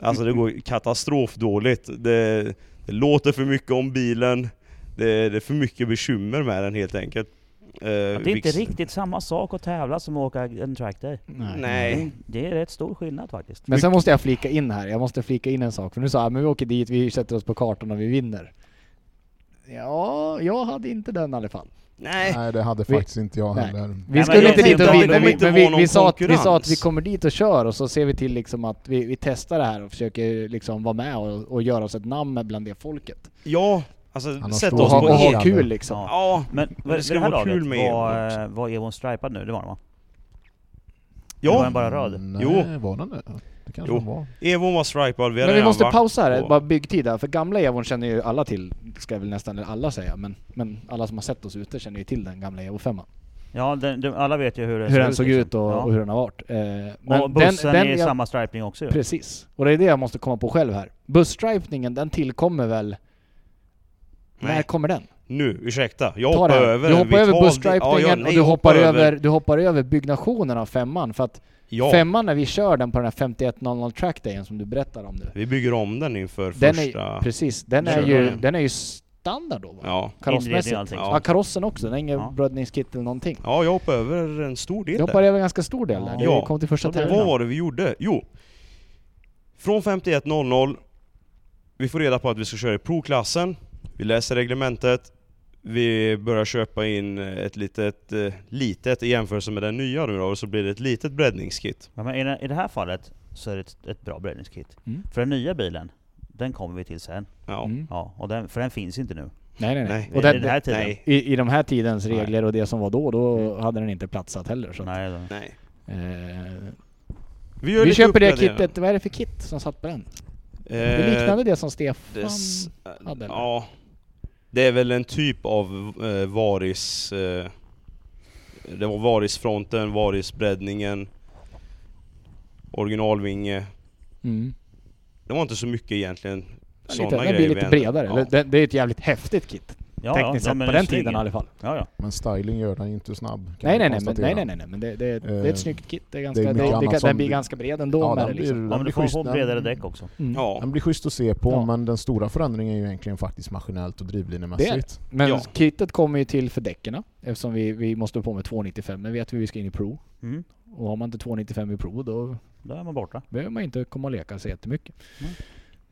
[SPEAKER 1] Alltså det går katastrofdåligt. Det, det låter för mycket om bilen. Det, det är för mycket bekymmer med den helt enkelt.
[SPEAKER 2] Ja,
[SPEAKER 1] Eh,
[SPEAKER 2] Det är inte
[SPEAKER 1] vilket-
[SPEAKER 2] riktigt samma sak att tävla som att åka en trackday.
[SPEAKER 1] Nej.
[SPEAKER 2] Det är rätt stor skillnad faktiskt.
[SPEAKER 3] Men sen måste jag flika in här, jag måste flika in en sak. För nu sa jag, men vi åker dit, vi sätter oss på kartan och vi vinner. Ja, jag hade inte den i alla fall.
[SPEAKER 1] Nej.
[SPEAKER 4] Nej det hade
[SPEAKER 3] Vi-
[SPEAKER 4] faktiskt inte jag
[SPEAKER 3] Nej.
[SPEAKER 4] heller.
[SPEAKER 3] Vi
[SPEAKER 2] men
[SPEAKER 3] skulle
[SPEAKER 2] jag
[SPEAKER 3] inte dit
[SPEAKER 2] tänkte
[SPEAKER 3] och
[SPEAKER 2] att det
[SPEAKER 3] vinna,
[SPEAKER 2] kommer
[SPEAKER 3] vi,
[SPEAKER 1] inte
[SPEAKER 3] men
[SPEAKER 1] vara
[SPEAKER 3] vi,
[SPEAKER 1] någon
[SPEAKER 3] vi, sa att, vi sa att vi
[SPEAKER 1] konkurrens.
[SPEAKER 3] kommer dit och kör och så ser vi till liksom att vi, vi testar det här och försöker liksom vara med och, och göra oss ett namn med bland det folket.
[SPEAKER 1] Ja, alltså
[SPEAKER 4] har
[SPEAKER 1] sätt
[SPEAKER 4] stor-
[SPEAKER 3] Och
[SPEAKER 1] oss
[SPEAKER 3] ha,
[SPEAKER 1] på
[SPEAKER 3] och ha
[SPEAKER 1] en...
[SPEAKER 4] Egon.
[SPEAKER 3] kul liksom.
[SPEAKER 2] Ja.
[SPEAKER 1] Ja,
[SPEAKER 2] Men
[SPEAKER 1] det
[SPEAKER 2] det
[SPEAKER 1] ska
[SPEAKER 2] det här
[SPEAKER 1] vara
[SPEAKER 2] laget,
[SPEAKER 1] kul med
[SPEAKER 2] var,
[SPEAKER 1] Evon
[SPEAKER 2] eh, var Evon stripad nu? Det var den va? Det var
[SPEAKER 1] ja.
[SPEAKER 2] en bara röd.
[SPEAKER 4] Nej,
[SPEAKER 1] Jo.
[SPEAKER 4] var den det? Det kanske
[SPEAKER 1] Jo.
[SPEAKER 4] den var.
[SPEAKER 1] Evon var stripad. Vi hade
[SPEAKER 3] Men vi
[SPEAKER 1] redan
[SPEAKER 3] måste
[SPEAKER 1] varit
[SPEAKER 3] pausa här,
[SPEAKER 1] på-
[SPEAKER 3] bara byggtid här, för gamla Evon känner ju alla till, ska jag väl nästan alla säga, men, men alla som har sett oss ute känner ju till den gamla Evo 5
[SPEAKER 2] Ja, den, den, alla vet ju hur det
[SPEAKER 3] hur den såg
[SPEAKER 2] liksom.
[SPEAKER 3] ut och,
[SPEAKER 2] ja.
[SPEAKER 3] och hur den har varit. Eh, men
[SPEAKER 2] och bussen är i
[SPEAKER 3] jag-
[SPEAKER 2] samma stripning också ju.
[SPEAKER 3] Precis. Och det är det jag måste komma på själv här. Busstripningen, den tillkommer väl... När
[SPEAKER 1] Nej.
[SPEAKER 3] kommer den?
[SPEAKER 1] Nu, ursäkta. Jag
[SPEAKER 3] Ta
[SPEAKER 1] hoppar
[SPEAKER 3] det här.
[SPEAKER 1] över
[SPEAKER 3] du
[SPEAKER 1] en
[SPEAKER 3] hoppar
[SPEAKER 1] vital
[SPEAKER 3] över
[SPEAKER 1] del-
[SPEAKER 3] busstripningen
[SPEAKER 1] ja, ja,
[SPEAKER 3] och
[SPEAKER 1] nej,
[SPEAKER 3] du
[SPEAKER 1] jag
[SPEAKER 3] hoppar över, du hoppar över byggnationen av femman. För att
[SPEAKER 1] Ja,
[SPEAKER 3] femman när vi kör den på den här 5100 trackdayen som du berättar om nu.
[SPEAKER 1] vi bygger om den inför
[SPEAKER 3] Den
[SPEAKER 1] första...
[SPEAKER 3] är, precis, den är,
[SPEAKER 1] Kördagen.
[SPEAKER 3] ju, den är ju standard då va?
[SPEAKER 1] Ja.
[SPEAKER 3] Karossmässigt.
[SPEAKER 2] Inredning och allting.
[SPEAKER 3] Ja. karossen också. Den är ingen
[SPEAKER 2] Ja.
[SPEAKER 3] brödningskit eller någonting.
[SPEAKER 1] ja, jag hoppar över en stor del
[SPEAKER 3] Du hoppar
[SPEAKER 1] där.
[SPEAKER 3] över en ganska stor del där.
[SPEAKER 1] Ja.
[SPEAKER 3] Du kom till första
[SPEAKER 2] Vad var-
[SPEAKER 3] tävlingen.
[SPEAKER 1] Vad var det vi gjorde? Jo. Från 51.00, vi får reda på att vi ska köra i provklassen. Vi läser reglementet. Vi börjar köpa in ett litet, eh, litet i jämförelse med den nya nu då, och så blir det ett litet breddningskit.
[SPEAKER 2] Ja, men i, det- I det här fallet så är det ett, ett bra breddningskit.
[SPEAKER 3] Mm.
[SPEAKER 2] För den nya bilen, den kommer vi till sen.
[SPEAKER 1] Ja.
[SPEAKER 3] Mm.
[SPEAKER 2] Ja, och den, för den finns inte nu.
[SPEAKER 3] Nej, nej,
[SPEAKER 1] Nej.
[SPEAKER 3] nej.
[SPEAKER 2] I
[SPEAKER 3] Och den,
[SPEAKER 2] den här tiden.
[SPEAKER 1] Nej.
[SPEAKER 3] I, I de här tidens
[SPEAKER 2] Nej.
[SPEAKER 3] regler och det som var då, då hade den inte platsat heller. Så. att,
[SPEAKER 2] Nej, den-
[SPEAKER 1] Nej.
[SPEAKER 3] Eh,
[SPEAKER 1] Vi, gör
[SPEAKER 3] vi
[SPEAKER 1] lite
[SPEAKER 3] köper det
[SPEAKER 1] uppgraderingar.
[SPEAKER 3] kittet, vad är det för kit som satt på den?
[SPEAKER 1] Eh,
[SPEAKER 3] Det liknade det som Stefan...
[SPEAKER 1] det s-
[SPEAKER 3] hade, eller?
[SPEAKER 1] ja. Det är väl en typ av eh, varis... Eh, det var varisfronten, varisbreddningen, originalvinge.
[SPEAKER 3] Mm.
[SPEAKER 1] Det var inte så mycket egentligen sådana
[SPEAKER 3] Lite, den
[SPEAKER 1] grejer
[SPEAKER 3] blir
[SPEAKER 1] vi
[SPEAKER 3] lite
[SPEAKER 1] ändrade.
[SPEAKER 3] bredare.
[SPEAKER 1] Ja.
[SPEAKER 3] eller Det, det är ett jävligt häftigt kit.
[SPEAKER 2] ja, ja,
[SPEAKER 3] tekniskt
[SPEAKER 2] ja,
[SPEAKER 3] sett
[SPEAKER 2] men
[SPEAKER 3] på
[SPEAKER 2] det är
[SPEAKER 3] den tiden
[SPEAKER 2] snygg.
[SPEAKER 3] i alla fall.
[SPEAKER 2] Ja, ja.
[SPEAKER 4] Men styling gör den ju inte snabb. kan
[SPEAKER 3] Nej nej
[SPEAKER 4] vi
[SPEAKER 3] nej, men,
[SPEAKER 4] konstatera.
[SPEAKER 3] nej nej nej nej, men det, det, det är ett
[SPEAKER 4] Eh,
[SPEAKER 3] snyggt kit. Det är ganska,
[SPEAKER 4] det
[SPEAKER 3] det
[SPEAKER 4] är mycket
[SPEAKER 3] det,
[SPEAKER 4] annat
[SPEAKER 3] kan, den
[SPEAKER 4] som
[SPEAKER 3] blir
[SPEAKER 4] blir-
[SPEAKER 3] ganska bred ändå.
[SPEAKER 4] Ja,
[SPEAKER 3] med
[SPEAKER 4] den
[SPEAKER 3] det,
[SPEAKER 4] blir-
[SPEAKER 3] liksom.
[SPEAKER 2] ja, men du
[SPEAKER 4] blir
[SPEAKER 2] kommer
[SPEAKER 4] schysst.
[SPEAKER 2] få
[SPEAKER 4] Den-
[SPEAKER 2] bredare däck också.
[SPEAKER 3] Mm.
[SPEAKER 1] Ja.
[SPEAKER 4] Den blir schysst att se på
[SPEAKER 3] Ja.
[SPEAKER 4] men den stora förändringen är ju egentligen faktiskt maskinellt och drivlinemässigt.
[SPEAKER 3] Men
[SPEAKER 1] Ja.
[SPEAKER 3] kittet kommer ju till för däckerna eftersom vi, vi måste på med 295. Men vet vi vi ska in i Pro.
[SPEAKER 2] Mm.
[SPEAKER 3] Och har man inte 295 i Pro då
[SPEAKER 2] Då är man borta.
[SPEAKER 3] behöver man inte komma och leka så jättemycket.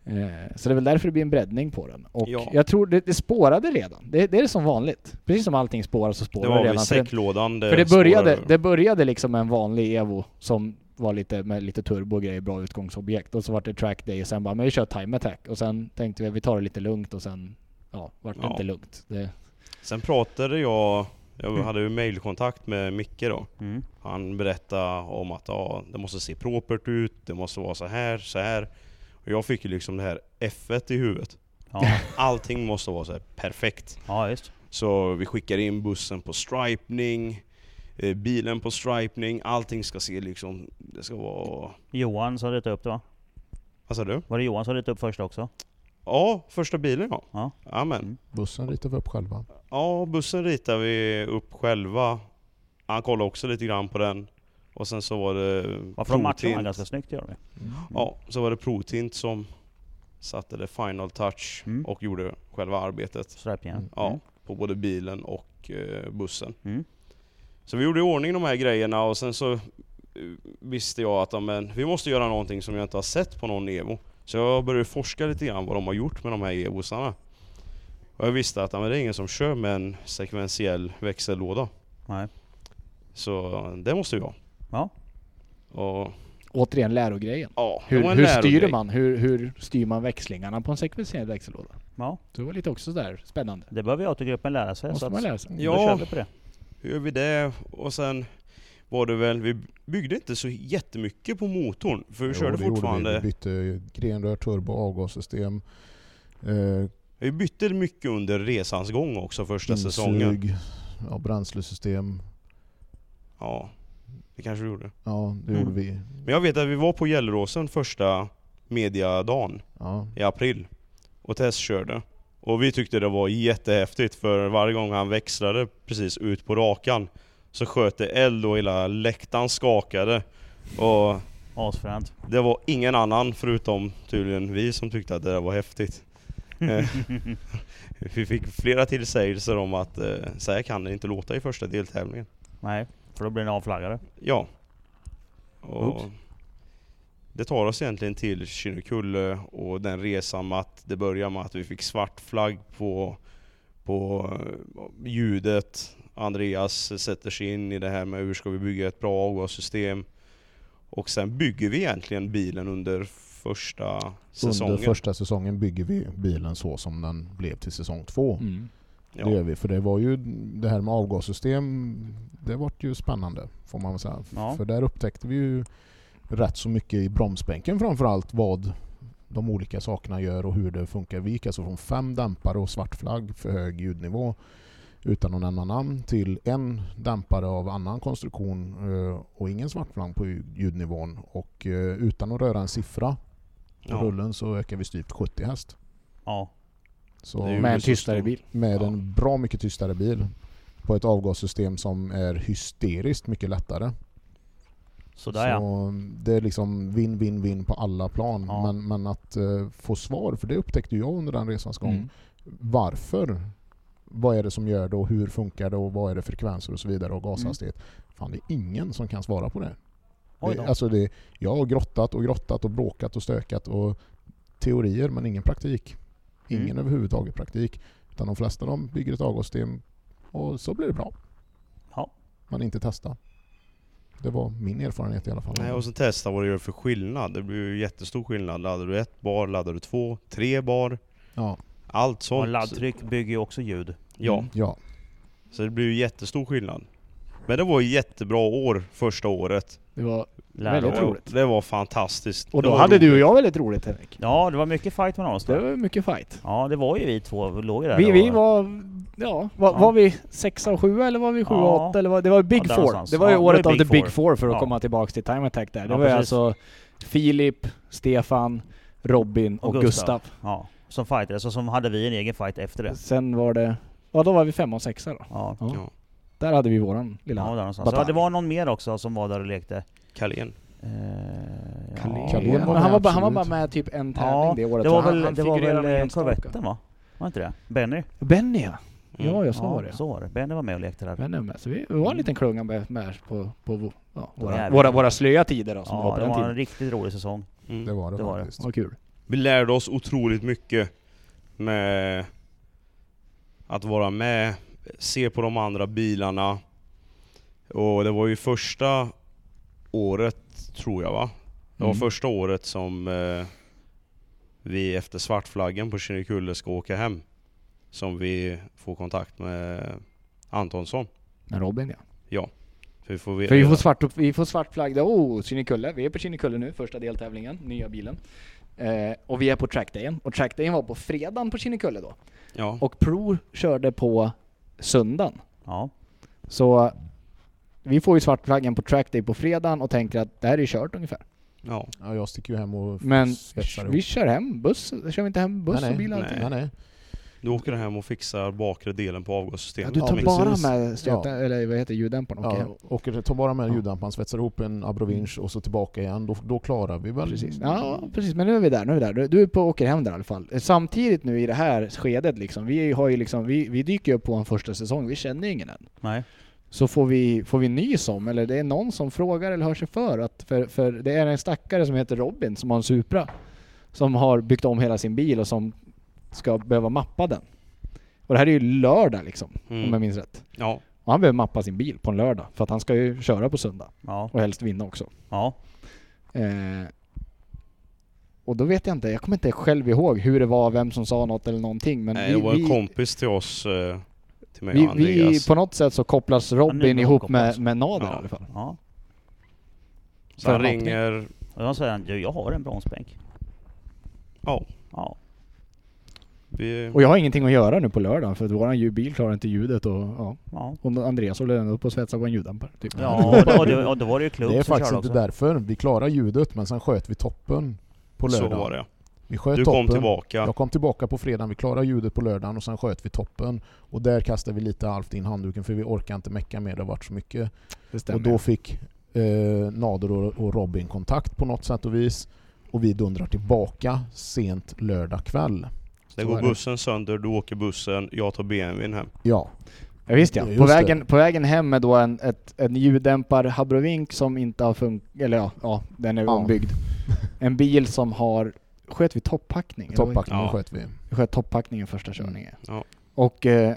[SPEAKER 3] Eh, så det är väl därför det blir en breddning på den. Och
[SPEAKER 1] Ja.
[SPEAKER 3] jag tror det, det spårade redan. Det, det är som vanligt. Precis som allting spårar så
[SPEAKER 1] Det
[SPEAKER 3] spårar
[SPEAKER 1] var
[SPEAKER 3] det
[SPEAKER 1] väl eh,
[SPEAKER 3] redan. För, den-
[SPEAKER 1] säcklådan
[SPEAKER 3] för det, började,
[SPEAKER 1] spårade ur.
[SPEAKER 3] det började liksom med en vanlig Evo som var lite med lite turbo och grejer, bra utgångsobjekt. Och så var det track day och sen bara, men vi kör time attack. Och sen tänkte vi vi tar det lite lugnt och sen, ja, vart det
[SPEAKER 1] Ja.
[SPEAKER 3] inte lugnt. Det, Mm.
[SPEAKER 1] Sen pratade jag, jag hade ju mailkontakt med Micke då.
[SPEAKER 2] Mm.
[SPEAKER 1] Han berättade om att ja, det måste se propert ut, det måste vara så här, så här. Och jag fick ju liksom det här F1 i huvudet.
[SPEAKER 2] Ja,
[SPEAKER 1] Allting måste vara så här perfekt.
[SPEAKER 2] ja, just.
[SPEAKER 1] Så vi skickar in bussen på stripning, eh, bilen på stripning, allting ska se liksom, det ska vara...
[SPEAKER 2] Johan som ritade upp det va?
[SPEAKER 1] Vad sa du?
[SPEAKER 2] Var det Johan som ritade upp först också?
[SPEAKER 1] Ja, första bilen ja.
[SPEAKER 2] Ja.
[SPEAKER 1] Amen.
[SPEAKER 2] Mm.
[SPEAKER 4] Bussen ritar vi upp själva.
[SPEAKER 1] Ja, bussen ritar vi upp själva. Han kollade också lite grann på den. Och sen så var det
[SPEAKER 2] Varför de matchade
[SPEAKER 1] Protint.
[SPEAKER 2] man ganska snyggt gör de ju.
[SPEAKER 1] Ja, så var det Protint som satte det final touch
[SPEAKER 2] Mm.
[SPEAKER 1] och gjorde själva arbetet.
[SPEAKER 2] Stripingen.
[SPEAKER 1] Ja,
[SPEAKER 2] Mm.
[SPEAKER 1] på både bilen och eh, bussen.
[SPEAKER 2] Mm.
[SPEAKER 1] Så vi gjorde i ordning de här grejerna och sen så eh, visste jag att ja, men, vi måste göra någonting som jag inte har sett på någon Evo. Så jag började forska lite grann vad de har gjort med de här Evosarna. Och jag visste att ja, men, det är ingen som kör med en sekventiell växellåda.
[SPEAKER 2] Nej.
[SPEAKER 1] Så eh, det måste jag.
[SPEAKER 2] Ja.
[SPEAKER 1] Och,
[SPEAKER 3] återigen lärogrejen.
[SPEAKER 1] ja, det
[SPEAKER 3] Hur,
[SPEAKER 1] var en
[SPEAKER 3] hur styr
[SPEAKER 1] lärogrej.
[SPEAKER 3] man? Hur, hur styr man växlingarna på en sekvenserad växellåda?
[SPEAKER 2] ja,
[SPEAKER 3] Det var lite också där spännande.
[SPEAKER 2] det behöver ju autogruppen lära sig. så
[SPEAKER 3] Måste
[SPEAKER 2] att,
[SPEAKER 3] man lära sig.
[SPEAKER 2] Då
[SPEAKER 1] Ja.
[SPEAKER 2] kör vi på det.
[SPEAKER 1] Hur gör vi det? Och sen var det väl, vi byggde inte så jättemycket på motorn för vi
[SPEAKER 4] Jo,
[SPEAKER 1] körde
[SPEAKER 4] det gjorde Vi.
[SPEAKER 1] fortfarande.
[SPEAKER 4] vi bytte grenrör, turbo, avgassystem. Eh,
[SPEAKER 1] Vi bytte mycket under resans gång också första
[SPEAKER 4] Mm,
[SPEAKER 1] säsongen.
[SPEAKER 4] insug, ja, bränslesystem.
[SPEAKER 1] Ja, det kanske vi gjorde.
[SPEAKER 4] Ja, det
[SPEAKER 2] Mm.
[SPEAKER 4] gjorde vi.
[SPEAKER 1] Men jag vet att vi var på Gelleråsen första mediadagen
[SPEAKER 4] Ja.
[SPEAKER 1] i april och testkörde. Och vi tyckte det var jättehäftigt för varje gång han växlade precis ut på rakan så sköt det eld och hela läktaren skakade. Och
[SPEAKER 2] Asfränt.
[SPEAKER 1] Det var ingen annan förutom tydligen vi som tyckte att det där var häftigt. Eh, vi fick flera tillsägelser om att eh, så här kan det inte låta i första deltävlingen.
[SPEAKER 2] Nej, för då blir den avflaggare.
[SPEAKER 1] Ja. Och
[SPEAKER 2] Oops.
[SPEAKER 1] det tar oss egentligen till Kinnekulle och den resan med att det börjar med att vi fick svart flagg på, på eh, ljudet. Andreas sätter sig in i det här med hur ska vi bygga ett bra avgassystem. Och sen bygger vi egentligen bilen under första säsongen.
[SPEAKER 4] Under första säsongen bygger vi bilen så som den blev till säsong två.
[SPEAKER 3] Mm.
[SPEAKER 1] ja.
[SPEAKER 4] Det gör vi, för det var ju det här med avgassystem, det vart ju spännande får man väl säga.
[SPEAKER 2] Ja.
[SPEAKER 4] För där upptäckte vi ju rätt så mycket i bromsbänken framförallt vad de olika sakerna gör och hur det funkar. Vi gick alltså från fem dämpare och svart flagg för hög ljudnivå utan att nämna namn, till en dämpare av annan konstruktion eh, och ingen svartflang på ljud- ljudnivån. Och eh, utan att röra en siffra på
[SPEAKER 1] Ja.
[SPEAKER 4] rullen så ökar vi styvt 70 häst.
[SPEAKER 2] Ja.
[SPEAKER 4] Så
[SPEAKER 1] Det är ju
[SPEAKER 3] Med en
[SPEAKER 1] så stor-
[SPEAKER 3] tystare bil.
[SPEAKER 4] med
[SPEAKER 1] Ja.
[SPEAKER 4] en bra mycket tystare bil på ett avgassystem som är hysteriskt mycket lättare.
[SPEAKER 2] Sådär ja.
[SPEAKER 4] Så det är liksom vin, vin, vin på alla plan.
[SPEAKER 2] Ja.
[SPEAKER 4] Men, men att eh, få svar, för det upptäckte jag under den resans gång.
[SPEAKER 3] Mm.
[SPEAKER 4] Varför? Vad är det som gör det och hur funkar det och vad är det frekvenser och så vidare
[SPEAKER 1] Mm.
[SPEAKER 4] och gashastighet? Fan, det är ingen som kan svara på det.
[SPEAKER 2] Oj
[SPEAKER 4] det
[SPEAKER 2] då.
[SPEAKER 4] alltså det jag har grottat och grottat och bråkat och stökat och teorier men ingen praktik. Ingen
[SPEAKER 2] Mm.
[SPEAKER 4] överhuvudtaget praktik. Utan de flesta de bygger ett avgassystem och så blir det bra.
[SPEAKER 2] Ja.
[SPEAKER 4] Men inte testa. Det var min erfarenhet i alla fall.
[SPEAKER 1] Nej, och sen testa vad det gör för skillnad. Det blir ju jättestor skillnad. Laddar du ett bar, laddar du två, tre bar.
[SPEAKER 4] ja,
[SPEAKER 1] Allt
[SPEAKER 2] Och
[SPEAKER 1] sånt.
[SPEAKER 2] laddtryck bygger ju också ljud.
[SPEAKER 1] Ja,
[SPEAKER 3] Mm.
[SPEAKER 4] ja.
[SPEAKER 1] så det blir ju jättestor skillnad. Men det var ju jättebra år första året.
[SPEAKER 3] Det var,
[SPEAKER 2] Lärare.
[SPEAKER 3] Väldigt
[SPEAKER 1] Det var,
[SPEAKER 3] roligt.
[SPEAKER 1] det var fantastiskt.
[SPEAKER 3] och
[SPEAKER 1] Det
[SPEAKER 3] då
[SPEAKER 1] var
[SPEAKER 3] hade du och
[SPEAKER 1] roligt.
[SPEAKER 3] jag väldigt roligt Henrik.
[SPEAKER 2] Ja, det var mycket fight mellan oss
[SPEAKER 3] Det
[SPEAKER 2] där.
[SPEAKER 3] var mycket fight.
[SPEAKER 2] Ja, det var ju vi två. Vi låg ju där.
[SPEAKER 3] Vi,
[SPEAKER 2] och-
[SPEAKER 3] vi var, ja, var,
[SPEAKER 2] Ja.
[SPEAKER 3] var vi sexa och sjua eller var vi sjua och
[SPEAKER 2] Ja.
[SPEAKER 3] åtta? Eller var, det var Big
[SPEAKER 2] Ja, där
[SPEAKER 3] Four.
[SPEAKER 2] någonstans.
[SPEAKER 3] Det var ju
[SPEAKER 2] Ja, det var
[SPEAKER 3] året
[SPEAKER 2] ju
[SPEAKER 3] av
[SPEAKER 2] Big
[SPEAKER 3] the Big
[SPEAKER 2] Four.
[SPEAKER 3] Four för att
[SPEAKER 2] Ja.
[SPEAKER 3] komma tillbaks till Time Attack där. Det
[SPEAKER 2] Ja,
[SPEAKER 3] var ju
[SPEAKER 2] precis.
[SPEAKER 3] alltså Filip, Stefan, Robin och,
[SPEAKER 2] Och
[SPEAKER 3] Gustav.
[SPEAKER 2] Gustav. Ja, som fightades och som hade vi en egen fight efter det.
[SPEAKER 3] Sen var det, ja då var vi femma och sexa då.
[SPEAKER 2] Ja,
[SPEAKER 3] Ja.
[SPEAKER 1] Ja.
[SPEAKER 3] Där hade vi våran
[SPEAKER 2] ja där
[SPEAKER 3] lilla...
[SPEAKER 2] någonstans. Ja,
[SPEAKER 3] Batalj.
[SPEAKER 2] det var någon mer också som var där och lekte.
[SPEAKER 1] Carlén.
[SPEAKER 2] Eh,
[SPEAKER 3] Kalén.
[SPEAKER 2] ja.
[SPEAKER 4] Kalén var
[SPEAKER 3] Men han,
[SPEAKER 4] med,
[SPEAKER 3] var, bara- han var bara
[SPEAKER 4] absolut.
[SPEAKER 3] med typ en tävling
[SPEAKER 2] Ja,
[SPEAKER 3] det året.
[SPEAKER 2] Det
[SPEAKER 3] så
[SPEAKER 2] var
[SPEAKER 3] han-
[SPEAKER 2] väl,
[SPEAKER 3] han
[SPEAKER 2] det var
[SPEAKER 3] figurerade med
[SPEAKER 2] väl eh,
[SPEAKER 3] enstaka.
[SPEAKER 2] Corvetten va? Var inte det? Benny?
[SPEAKER 3] Benny ja.
[SPEAKER 1] Mm.
[SPEAKER 3] Ja, jag sa det.
[SPEAKER 2] så var det. Benny var med och lekte där.
[SPEAKER 3] Benny var med. Så vi vi var en liten klunga med, med på, på vo- ja, våra,
[SPEAKER 2] Jävlar.
[SPEAKER 3] våra, våra slöa tider då, som det
[SPEAKER 2] Ja,
[SPEAKER 3] var på
[SPEAKER 2] det
[SPEAKER 3] den
[SPEAKER 2] var
[SPEAKER 3] tiden.
[SPEAKER 2] en riktigt rolig säsong.
[SPEAKER 1] Mm.
[SPEAKER 4] det var det,
[SPEAKER 2] Det var det.
[SPEAKER 4] faktiskt.
[SPEAKER 3] Vad kul.
[SPEAKER 1] Vi lärde oss otroligt mycket med att vara med, se på de andra bilarna. Och det var ju första året, tror jag va? Det var
[SPEAKER 3] Mm.
[SPEAKER 1] första året som eh, vi efter svartflaggen på Kinnekulle ska åka hem. Som vi får kontakt med Antonsson.
[SPEAKER 3] Med Robin ja.
[SPEAKER 1] För vi får, veta-
[SPEAKER 3] För vi får svart, vi får svart flagg där. Oh, Kinnekulle. Vi är på Kinnekulle nu, första deltävlingen, nya bilen. Eh, och vi är på trackdayen. Och trackdayen var på fredagen på Kinnekulle då.
[SPEAKER 1] ja.
[SPEAKER 3] Och Pro körde på söndagen.
[SPEAKER 2] Ja.
[SPEAKER 3] Så vi får ju svart flaggen på trackday på fredagen och tänker att det här är ju kört ungefär.
[SPEAKER 1] ja.
[SPEAKER 4] Ja, jag sticker ju hem och
[SPEAKER 3] Men
[SPEAKER 4] svetsar
[SPEAKER 3] vi kör hem buss. Kör vi inte hem buss
[SPEAKER 4] nej,
[SPEAKER 3] och bil och
[SPEAKER 4] nej,
[SPEAKER 3] allting?
[SPEAKER 4] nej, nej.
[SPEAKER 1] Du åker hem och fixar bakre delen på
[SPEAKER 3] Ja,
[SPEAKER 1] avgassystemet.
[SPEAKER 3] du tar
[SPEAKER 4] Ja,
[SPEAKER 3] bara
[SPEAKER 4] precis.
[SPEAKER 3] med stöten,
[SPEAKER 4] Ja.
[SPEAKER 3] eller vad heter ljuddämparen? och åker hem.
[SPEAKER 4] Ja, och tar bara med
[SPEAKER 3] Ja.
[SPEAKER 4] ljuddämparen, svetsar ihop en abrovinsch och så tillbaka igen. Då, då klarar vi väl...
[SPEAKER 3] Precis.
[SPEAKER 4] Mm.
[SPEAKER 3] Ja, precis. Men nu är vi där. Nu är vi där. Du, du är på och åker hem där i alla fall. Eh, Samtidigt nu i det här skedet liksom. Vi, har ju liksom, vi, vi dyker ju upp på en första säsong. Vi känner ju ingen än.
[SPEAKER 2] Nej.
[SPEAKER 3] Så får vi, får vi nys om, eller det är någon som frågar eller hör sig för att, för, för det är en stackare som heter Robin som har en Supra. Som har byggt om hela sin bil och som ska behöva mappa den. Och det här är ju lördag liksom, om jag
[SPEAKER 1] Mm.
[SPEAKER 3] minns rätt.
[SPEAKER 1] Ja.
[SPEAKER 3] Och han behöver mappa sin bil på en lördag, för att han ska ju köra på söndag.
[SPEAKER 2] Ja.
[SPEAKER 3] Och helst vinna också.
[SPEAKER 2] Ja.
[SPEAKER 3] Eh, och då vet jag inte, jag kommer inte själv ihåg hur det var, vem som sa något eller någonting. Men
[SPEAKER 1] Nej,
[SPEAKER 3] vi,
[SPEAKER 1] det var en
[SPEAKER 3] vi,
[SPEAKER 1] Eh, kompis till oss, eh, till mig
[SPEAKER 3] vi,
[SPEAKER 1] och
[SPEAKER 3] vi,
[SPEAKER 1] Andreas.
[SPEAKER 3] på något sätt så kopplas
[SPEAKER 2] nu är
[SPEAKER 3] Robin
[SPEAKER 2] vi
[SPEAKER 3] ihop
[SPEAKER 2] avkopplade.
[SPEAKER 3] med, med Nader
[SPEAKER 1] alltså. Ja.
[SPEAKER 3] i alla fall.
[SPEAKER 2] ja.
[SPEAKER 1] så han
[SPEAKER 3] för mappning.
[SPEAKER 1] ringer,
[SPEAKER 2] Och då säger han, du jag har en bromsbänk.
[SPEAKER 1] ja,
[SPEAKER 2] Ja.
[SPEAKER 1] vi,
[SPEAKER 3] Och jag har ingenting att göra nu på lördagen för att våran ljud- bil klarar inte ljudet och ja.
[SPEAKER 2] Ja.
[SPEAKER 3] Och Andreas håller ändå upp och svetsar på en ljuddampare. Typ.
[SPEAKER 2] Ja, och då, och det, och då var det ju klubb
[SPEAKER 4] Det är
[SPEAKER 2] som
[SPEAKER 4] faktiskt
[SPEAKER 2] körde
[SPEAKER 4] inte
[SPEAKER 2] också.
[SPEAKER 3] alltså.
[SPEAKER 4] därför. Vi klarar ljudet men sen sköt vi toppen på
[SPEAKER 1] så
[SPEAKER 4] lördagen.
[SPEAKER 1] var det.
[SPEAKER 4] Vi sköt
[SPEAKER 1] Du
[SPEAKER 4] toppen.
[SPEAKER 1] kom tillbaka.
[SPEAKER 4] Jag kom tillbaka på fredagen, vi klarade ljudet på lördagen och sen sköt vi toppen. Och där kastade vi lite halvt in handduken för vi orkade inte mecka mer, det har varit så mycket.
[SPEAKER 3] Det
[SPEAKER 4] Och
[SPEAKER 3] stämmer.
[SPEAKER 4] då fick eh, Nader och, och Robin kontakt på något sätt och vis. Och vi dundrar tillbaka sent lördag kväll.
[SPEAKER 1] Det
[SPEAKER 3] så
[SPEAKER 1] går
[SPEAKER 3] är det.
[SPEAKER 1] bussen sönder, du åker bussen, jag tar BMWn hem.
[SPEAKER 4] Ja,
[SPEAKER 3] ja, visst ja.
[SPEAKER 4] Just
[SPEAKER 3] På
[SPEAKER 4] det.
[SPEAKER 3] vägen, på vägen hem med då en, ett, en ljuddämpar Habrovink som inte har funkat, eller ja, ja, den är
[SPEAKER 4] Ja.
[SPEAKER 3] ombyggd. En bil som har, sköt vi topphackning? Eller vad heter det?
[SPEAKER 4] toppbackningen
[SPEAKER 1] Ja.
[SPEAKER 4] sköt vi.
[SPEAKER 3] Jag sköt topppackningen första körningen.
[SPEAKER 1] Mm. Ja.
[SPEAKER 3] Och eh,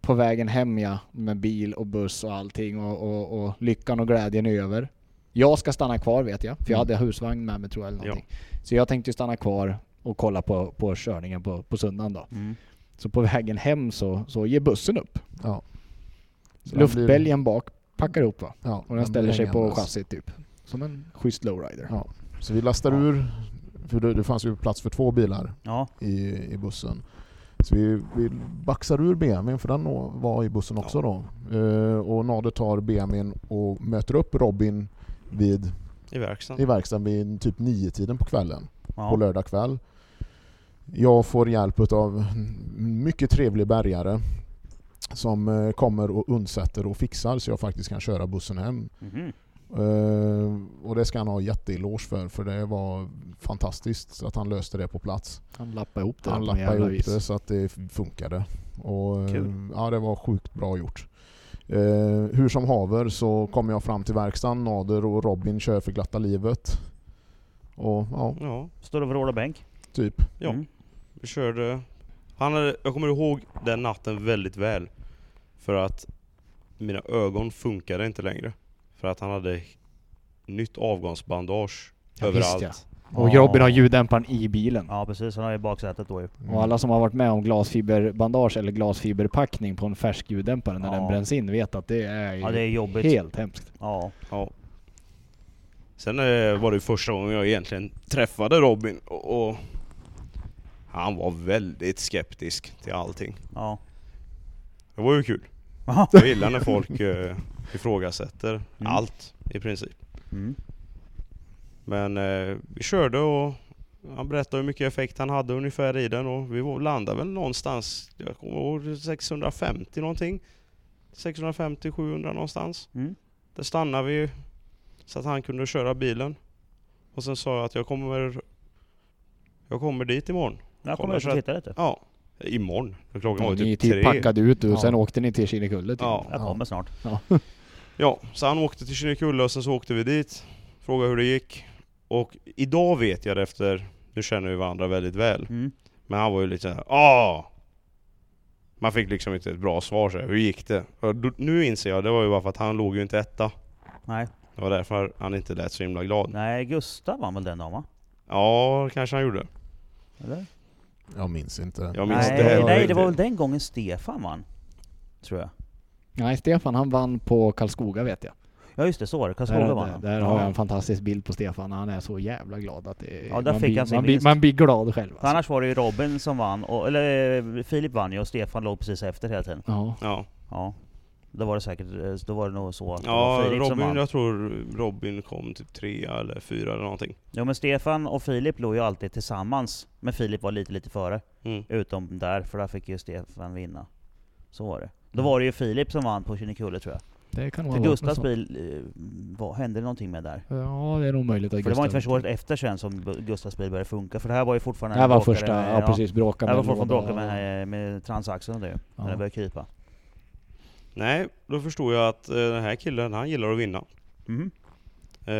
[SPEAKER 3] på vägen hem ja, med bil och buss och allting och, och, och lyckan och glädjen är över. Jag ska stanna kvar vet jag, för jag hade husvagn med mig tror jag eller
[SPEAKER 1] Mm. Ja.
[SPEAKER 3] någonting. Så jag tänkte ju stanna kvar och kolla på, på körningen på, på söndagen då.
[SPEAKER 2] Mm.
[SPEAKER 3] Så på vägen hem så, så ger bussen upp.
[SPEAKER 4] Ja. Så den
[SPEAKER 3] Luftbälgen bak packar ihop va?
[SPEAKER 4] blir- ja,
[SPEAKER 3] Och den,
[SPEAKER 4] den
[SPEAKER 3] ställer
[SPEAKER 4] blir
[SPEAKER 3] sig på
[SPEAKER 4] hängandes.
[SPEAKER 3] chassit typ. Som en schysst lowrider.
[SPEAKER 4] Ja. Så vi lastar
[SPEAKER 2] Ja.
[SPEAKER 4] ur, för det, det fanns ju plats för två bilar
[SPEAKER 2] Ja.
[SPEAKER 4] i, i bussen. Så vi, vi baxar ur BMWn för den var i bussen också då. Eh, och Nader tar BMWn och möter upp Robin vid,
[SPEAKER 1] i verkstaden.
[SPEAKER 4] i verkstaden vid typ nio tiden på kvällen på
[SPEAKER 2] Ja.
[SPEAKER 4] lördag kväll. Jag får hjälp av en mycket trevlig bärgare som eh, kommer och undsätter och fixar så jag faktiskt kan köra bussen hem.
[SPEAKER 2] Mhm.
[SPEAKER 4] Eh, Och det ska han ha jätteeloge för, för det var fantastiskt att han löste det på plats.
[SPEAKER 3] Han lappade ihop det
[SPEAKER 4] Han
[SPEAKER 3] på
[SPEAKER 4] lappade
[SPEAKER 3] jävla
[SPEAKER 4] ihop
[SPEAKER 3] vis.
[SPEAKER 4] det så att det funkade. Och, eh,
[SPEAKER 2] Kul.
[SPEAKER 4] ja, det var sjukt bra gjort. Eh, hur som haver så kommer jag fram till verkstaden, Nader och Robin kör för glatta livet. Och ja,
[SPEAKER 1] Ja,
[SPEAKER 2] Står och vrålar bänk.
[SPEAKER 4] typ.
[SPEAKER 1] Ja.
[SPEAKER 2] Mm.
[SPEAKER 1] vi körde. Han hade, jag kommer ihåg den natten väldigt väl. För att mina ögon funkade inte längre. För att han hade nytt avgångsbandage
[SPEAKER 3] Ja, visst,
[SPEAKER 1] överallt.
[SPEAKER 3] ja. Och Robin har ljuddämparen i bilen.
[SPEAKER 2] Ja precis, han har ju baksätet då ju.
[SPEAKER 4] Mm.
[SPEAKER 3] Och alla som har varit med om glasfiberbandage eller glasfiberpackning på en färsk ljuddämpare när
[SPEAKER 2] Ja.
[SPEAKER 3] den bränns in vet att det är,
[SPEAKER 2] Ja det är jobbigt.
[SPEAKER 3] helt hemskt.
[SPEAKER 2] Ja.
[SPEAKER 1] Ja. Sen eh, var det ju första gången jag egentligen träffade Robin och, och han var väldigt skeptisk till allting.
[SPEAKER 2] Ja.
[SPEAKER 1] Det var ju kul.
[SPEAKER 2] Aha.
[SPEAKER 1] Jag gillar när folk eh, ifrågasätter
[SPEAKER 3] Mm.
[SPEAKER 1] allt i princip.
[SPEAKER 2] Mm.
[SPEAKER 1] Men eh, vi körde och han berättade hur mycket effekt han hade ungefär i den och vi var- landade väl någonstans, jag kommer ihåg 650 någonting. 650-700 någonstans.
[SPEAKER 2] Mm.
[SPEAKER 1] Där stannade vi så att han kunde köra bilen. Och sen sa jag att jag kommer, jag kommer dit imorgon.
[SPEAKER 2] Jag
[SPEAKER 1] Kolla
[SPEAKER 2] kommer ut
[SPEAKER 1] så
[SPEAKER 2] och
[SPEAKER 1] att-
[SPEAKER 2] titta lite.
[SPEAKER 1] Ja, imorgon. För Klockan var
[SPEAKER 3] Och
[SPEAKER 1] ju
[SPEAKER 3] ni
[SPEAKER 1] typ
[SPEAKER 3] typ
[SPEAKER 1] tre.
[SPEAKER 3] packade ut och
[SPEAKER 4] Ja.
[SPEAKER 3] sen åkte ni till Kinnekulle typ.
[SPEAKER 1] Ja.
[SPEAKER 2] Jag
[SPEAKER 4] Ja.
[SPEAKER 2] kommer snart.
[SPEAKER 1] Ja, så han åkte till Kinnekulle och sen så åkte vi dit. Frågade hur det gick. Och idag vet jag det efter, nu känner vi varandra väldigt väl.
[SPEAKER 2] Mm.
[SPEAKER 1] Men han var ju lite såhär ah Man fick liksom inte ett bra svar så här. hur gick det? Och då, nu inser jag, det var ju bara för att han låg ju inte etta.
[SPEAKER 2] Nej.
[SPEAKER 1] Det var därför han inte lät så himla glad.
[SPEAKER 2] Nej, Gustav vann väl den dagen va?
[SPEAKER 1] Ja, kanske han gjorde.
[SPEAKER 2] Eller?
[SPEAKER 4] Jag minns inte.
[SPEAKER 1] Jag minns
[SPEAKER 2] Nej,
[SPEAKER 1] inte
[SPEAKER 2] det,
[SPEAKER 1] heller
[SPEAKER 2] nej, det
[SPEAKER 1] riktigt.
[SPEAKER 2] var väl den gången Stefan vann. Tror jag.
[SPEAKER 3] Nej, Stefan han vann på Karlskoga vet jag.
[SPEAKER 2] Ja just det, så var det. Karlskoga
[SPEAKER 3] Där,
[SPEAKER 2] vann
[SPEAKER 3] där,
[SPEAKER 2] han.
[SPEAKER 3] där
[SPEAKER 2] ja.
[SPEAKER 3] har jag en fantastisk bild på Stefan. Han är så jävla glad att det,
[SPEAKER 2] Ja, där
[SPEAKER 3] man,
[SPEAKER 2] fick
[SPEAKER 3] blir,
[SPEAKER 2] han sin
[SPEAKER 3] man, blir,
[SPEAKER 2] vinst.
[SPEAKER 3] man blir glad själv.
[SPEAKER 2] För
[SPEAKER 3] Alltså.
[SPEAKER 2] annars var det ju Robin som vann, och, eller eh, Filip vann ju och Stefan låg precis efter hela tiden.
[SPEAKER 3] Ja.
[SPEAKER 1] Ja,
[SPEAKER 2] Ja. Då var det säkert, eh, då var det nog så att det
[SPEAKER 1] ja
[SPEAKER 2] var Filip som
[SPEAKER 1] Robin,
[SPEAKER 2] vann.
[SPEAKER 1] jag tror Robin kom typ trea eller fyra eller någonting.
[SPEAKER 2] Ja men Stefan och Filip låg ju alltid tillsammans, men Filip var lite, lite före.
[SPEAKER 1] Mm.
[SPEAKER 2] Utom där, för där fick ju Stefan vinna. Så var det. Då
[SPEAKER 3] Mm.
[SPEAKER 2] var det ju Filip som vann på Kinnekulle tror jag.
[SPEAKER 3] Det kan nog
[SPEAKER 2] För
[SPEAKER 3] ha varit något
[SPEAKER 2] Gustavs
[SPEAKER 3] sånt.
[SPEAKER 2] bil, eh, vad, hände det någonting med där?
[SPEAKER 3] Ja, det är nog möjligt att
[SPEAKER 2] För det var inte
[SPEAKER 3] Gustav-
[SPEAKER 2] förrän året efter sen som Bu- Gustavs bil började funka, för det här var ju fortfarande...
[SPEAKER 3] Det här var
[SPEAKER 2] bråkade
[SPEAKER 3] första,
[SPEAKER 2] med-
[SPEAKER 3] ja, precis, bråka
[SPEAKER 2] Det här var
[SPEAKER 3] med
[SPEAKER 2] fortfarande
[SPEAKER 3] låda
[SPEAKER 2] bråkade
[SPEAKER 3] och-
[SPEAKER 2] med, med transaxeln och det ju,
[SPEAKER 3] Ja.
[SPEAKER 2] när den började krypa.
[SPEAKER 1] Nej, då förstod jag att eh, den här killen, han gillar att vinner.
[SPEAKER 2] Mhm.
[SPEAKER 1] Eh,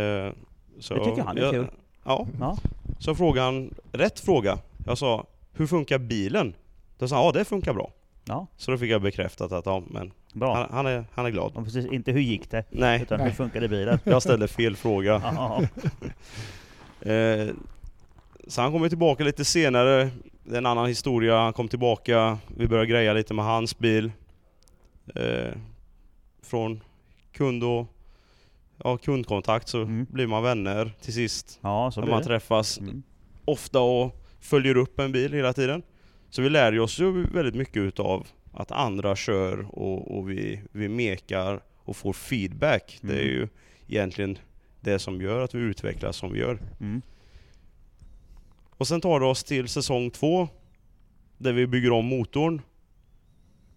[SPEAKER 1] så
[SPEAKER 2] Det tycker han är
[SPEAKER 1] jag,
[SPEAKER 2] kul.
[SPEAKER 1] Ja.
[SPEAKER 2] Ja.
[SPEAKER 1] Så frågade han, rätt fråga. Jag sa, hur funkar bilen? Då sa han, ja det funkar bra.
[SPEAKER 2] Ja,
[SPEAKER 1] Så då fick jag bekräftat att ja, men
[SPEAKER 2] bra.
[SPEAKER 1] han, han, är, han är glad.
[SPEAKER 2] Ja, precis, inte hur gick det,
[SPEAKER 1] Nej,
[SPEAKER 2] utan
[SPEAKER 3] Nej.
[SPEAKER 2] hur funkade bilen?
[SPEAKER 1] jag ställde fel fråga.
[SPEAKER 2] Ja,
[SPEAKER 1] Eh, så han kommer tillbaka lite senare. Det är en annan historia. Han kom tillbaka. Vi började greja lite med hans bil. Eh, från kund och ja, kundkontakt så
[SPEAKER 2] Mm.
[SPEAKER 1] blir man vänner till sist.
[SPEAKER 2] ja så
[SPEAKER 1] När
[SPEAKER 2] blir
[SPEAKER 1] man
[SPEAKER 2] det.
[SPEAKER 1] träffas
[SPEAKER 2] Mm.
[SPEAKER 1] ofta och följer upp en bil hela tiden. Så vi lär ju oss ju väldigt mycket utav att andra kör och, och vi, vi mekar och får feedback. Det är
[SPEAKER 2] Mm.
[SPEAKER 1] ju egentligen det som gör att vi utvecklas som vi gör.
[SPEAKER 2] Mm.
[SPEAKER 1] Och sen tar det oss till säsong två där vi bygger om motorn.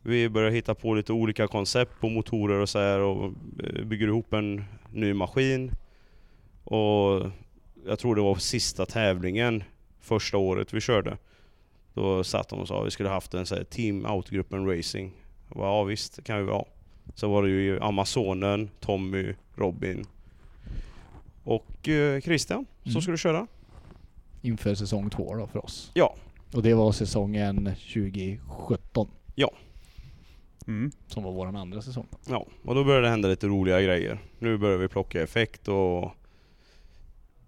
[SPEAKER 1] Vi börjar hitta på lite olika koncept på motorer och så här och eh, bygger ihop en ny maskin. Och jag tror det var sista tävlingen första året vi körde. Då satt de och sa att vi skulle haft en så här team outgruppen racing. Jag bara, ja visst, det kan vi väl ha. Så var det ju Amazonen, Tommy, Robin och eh, Christian som
[SPEAKER 3] Mm.
[SPEAKER 1] skulle köra.
[SPEAKER 3] Inför säsong två då för oss.
[SPEAKER 1] Ja.
[SPEAKER 3] Och det var säsongen 2017
[SPEAKER 2] Mm.
[SPEAKER 3] som var vår andra säsong.
[SPEAKER 1] Ja, och då började det hända lite roliga grejer. Nu börjar vi plocka effekt och...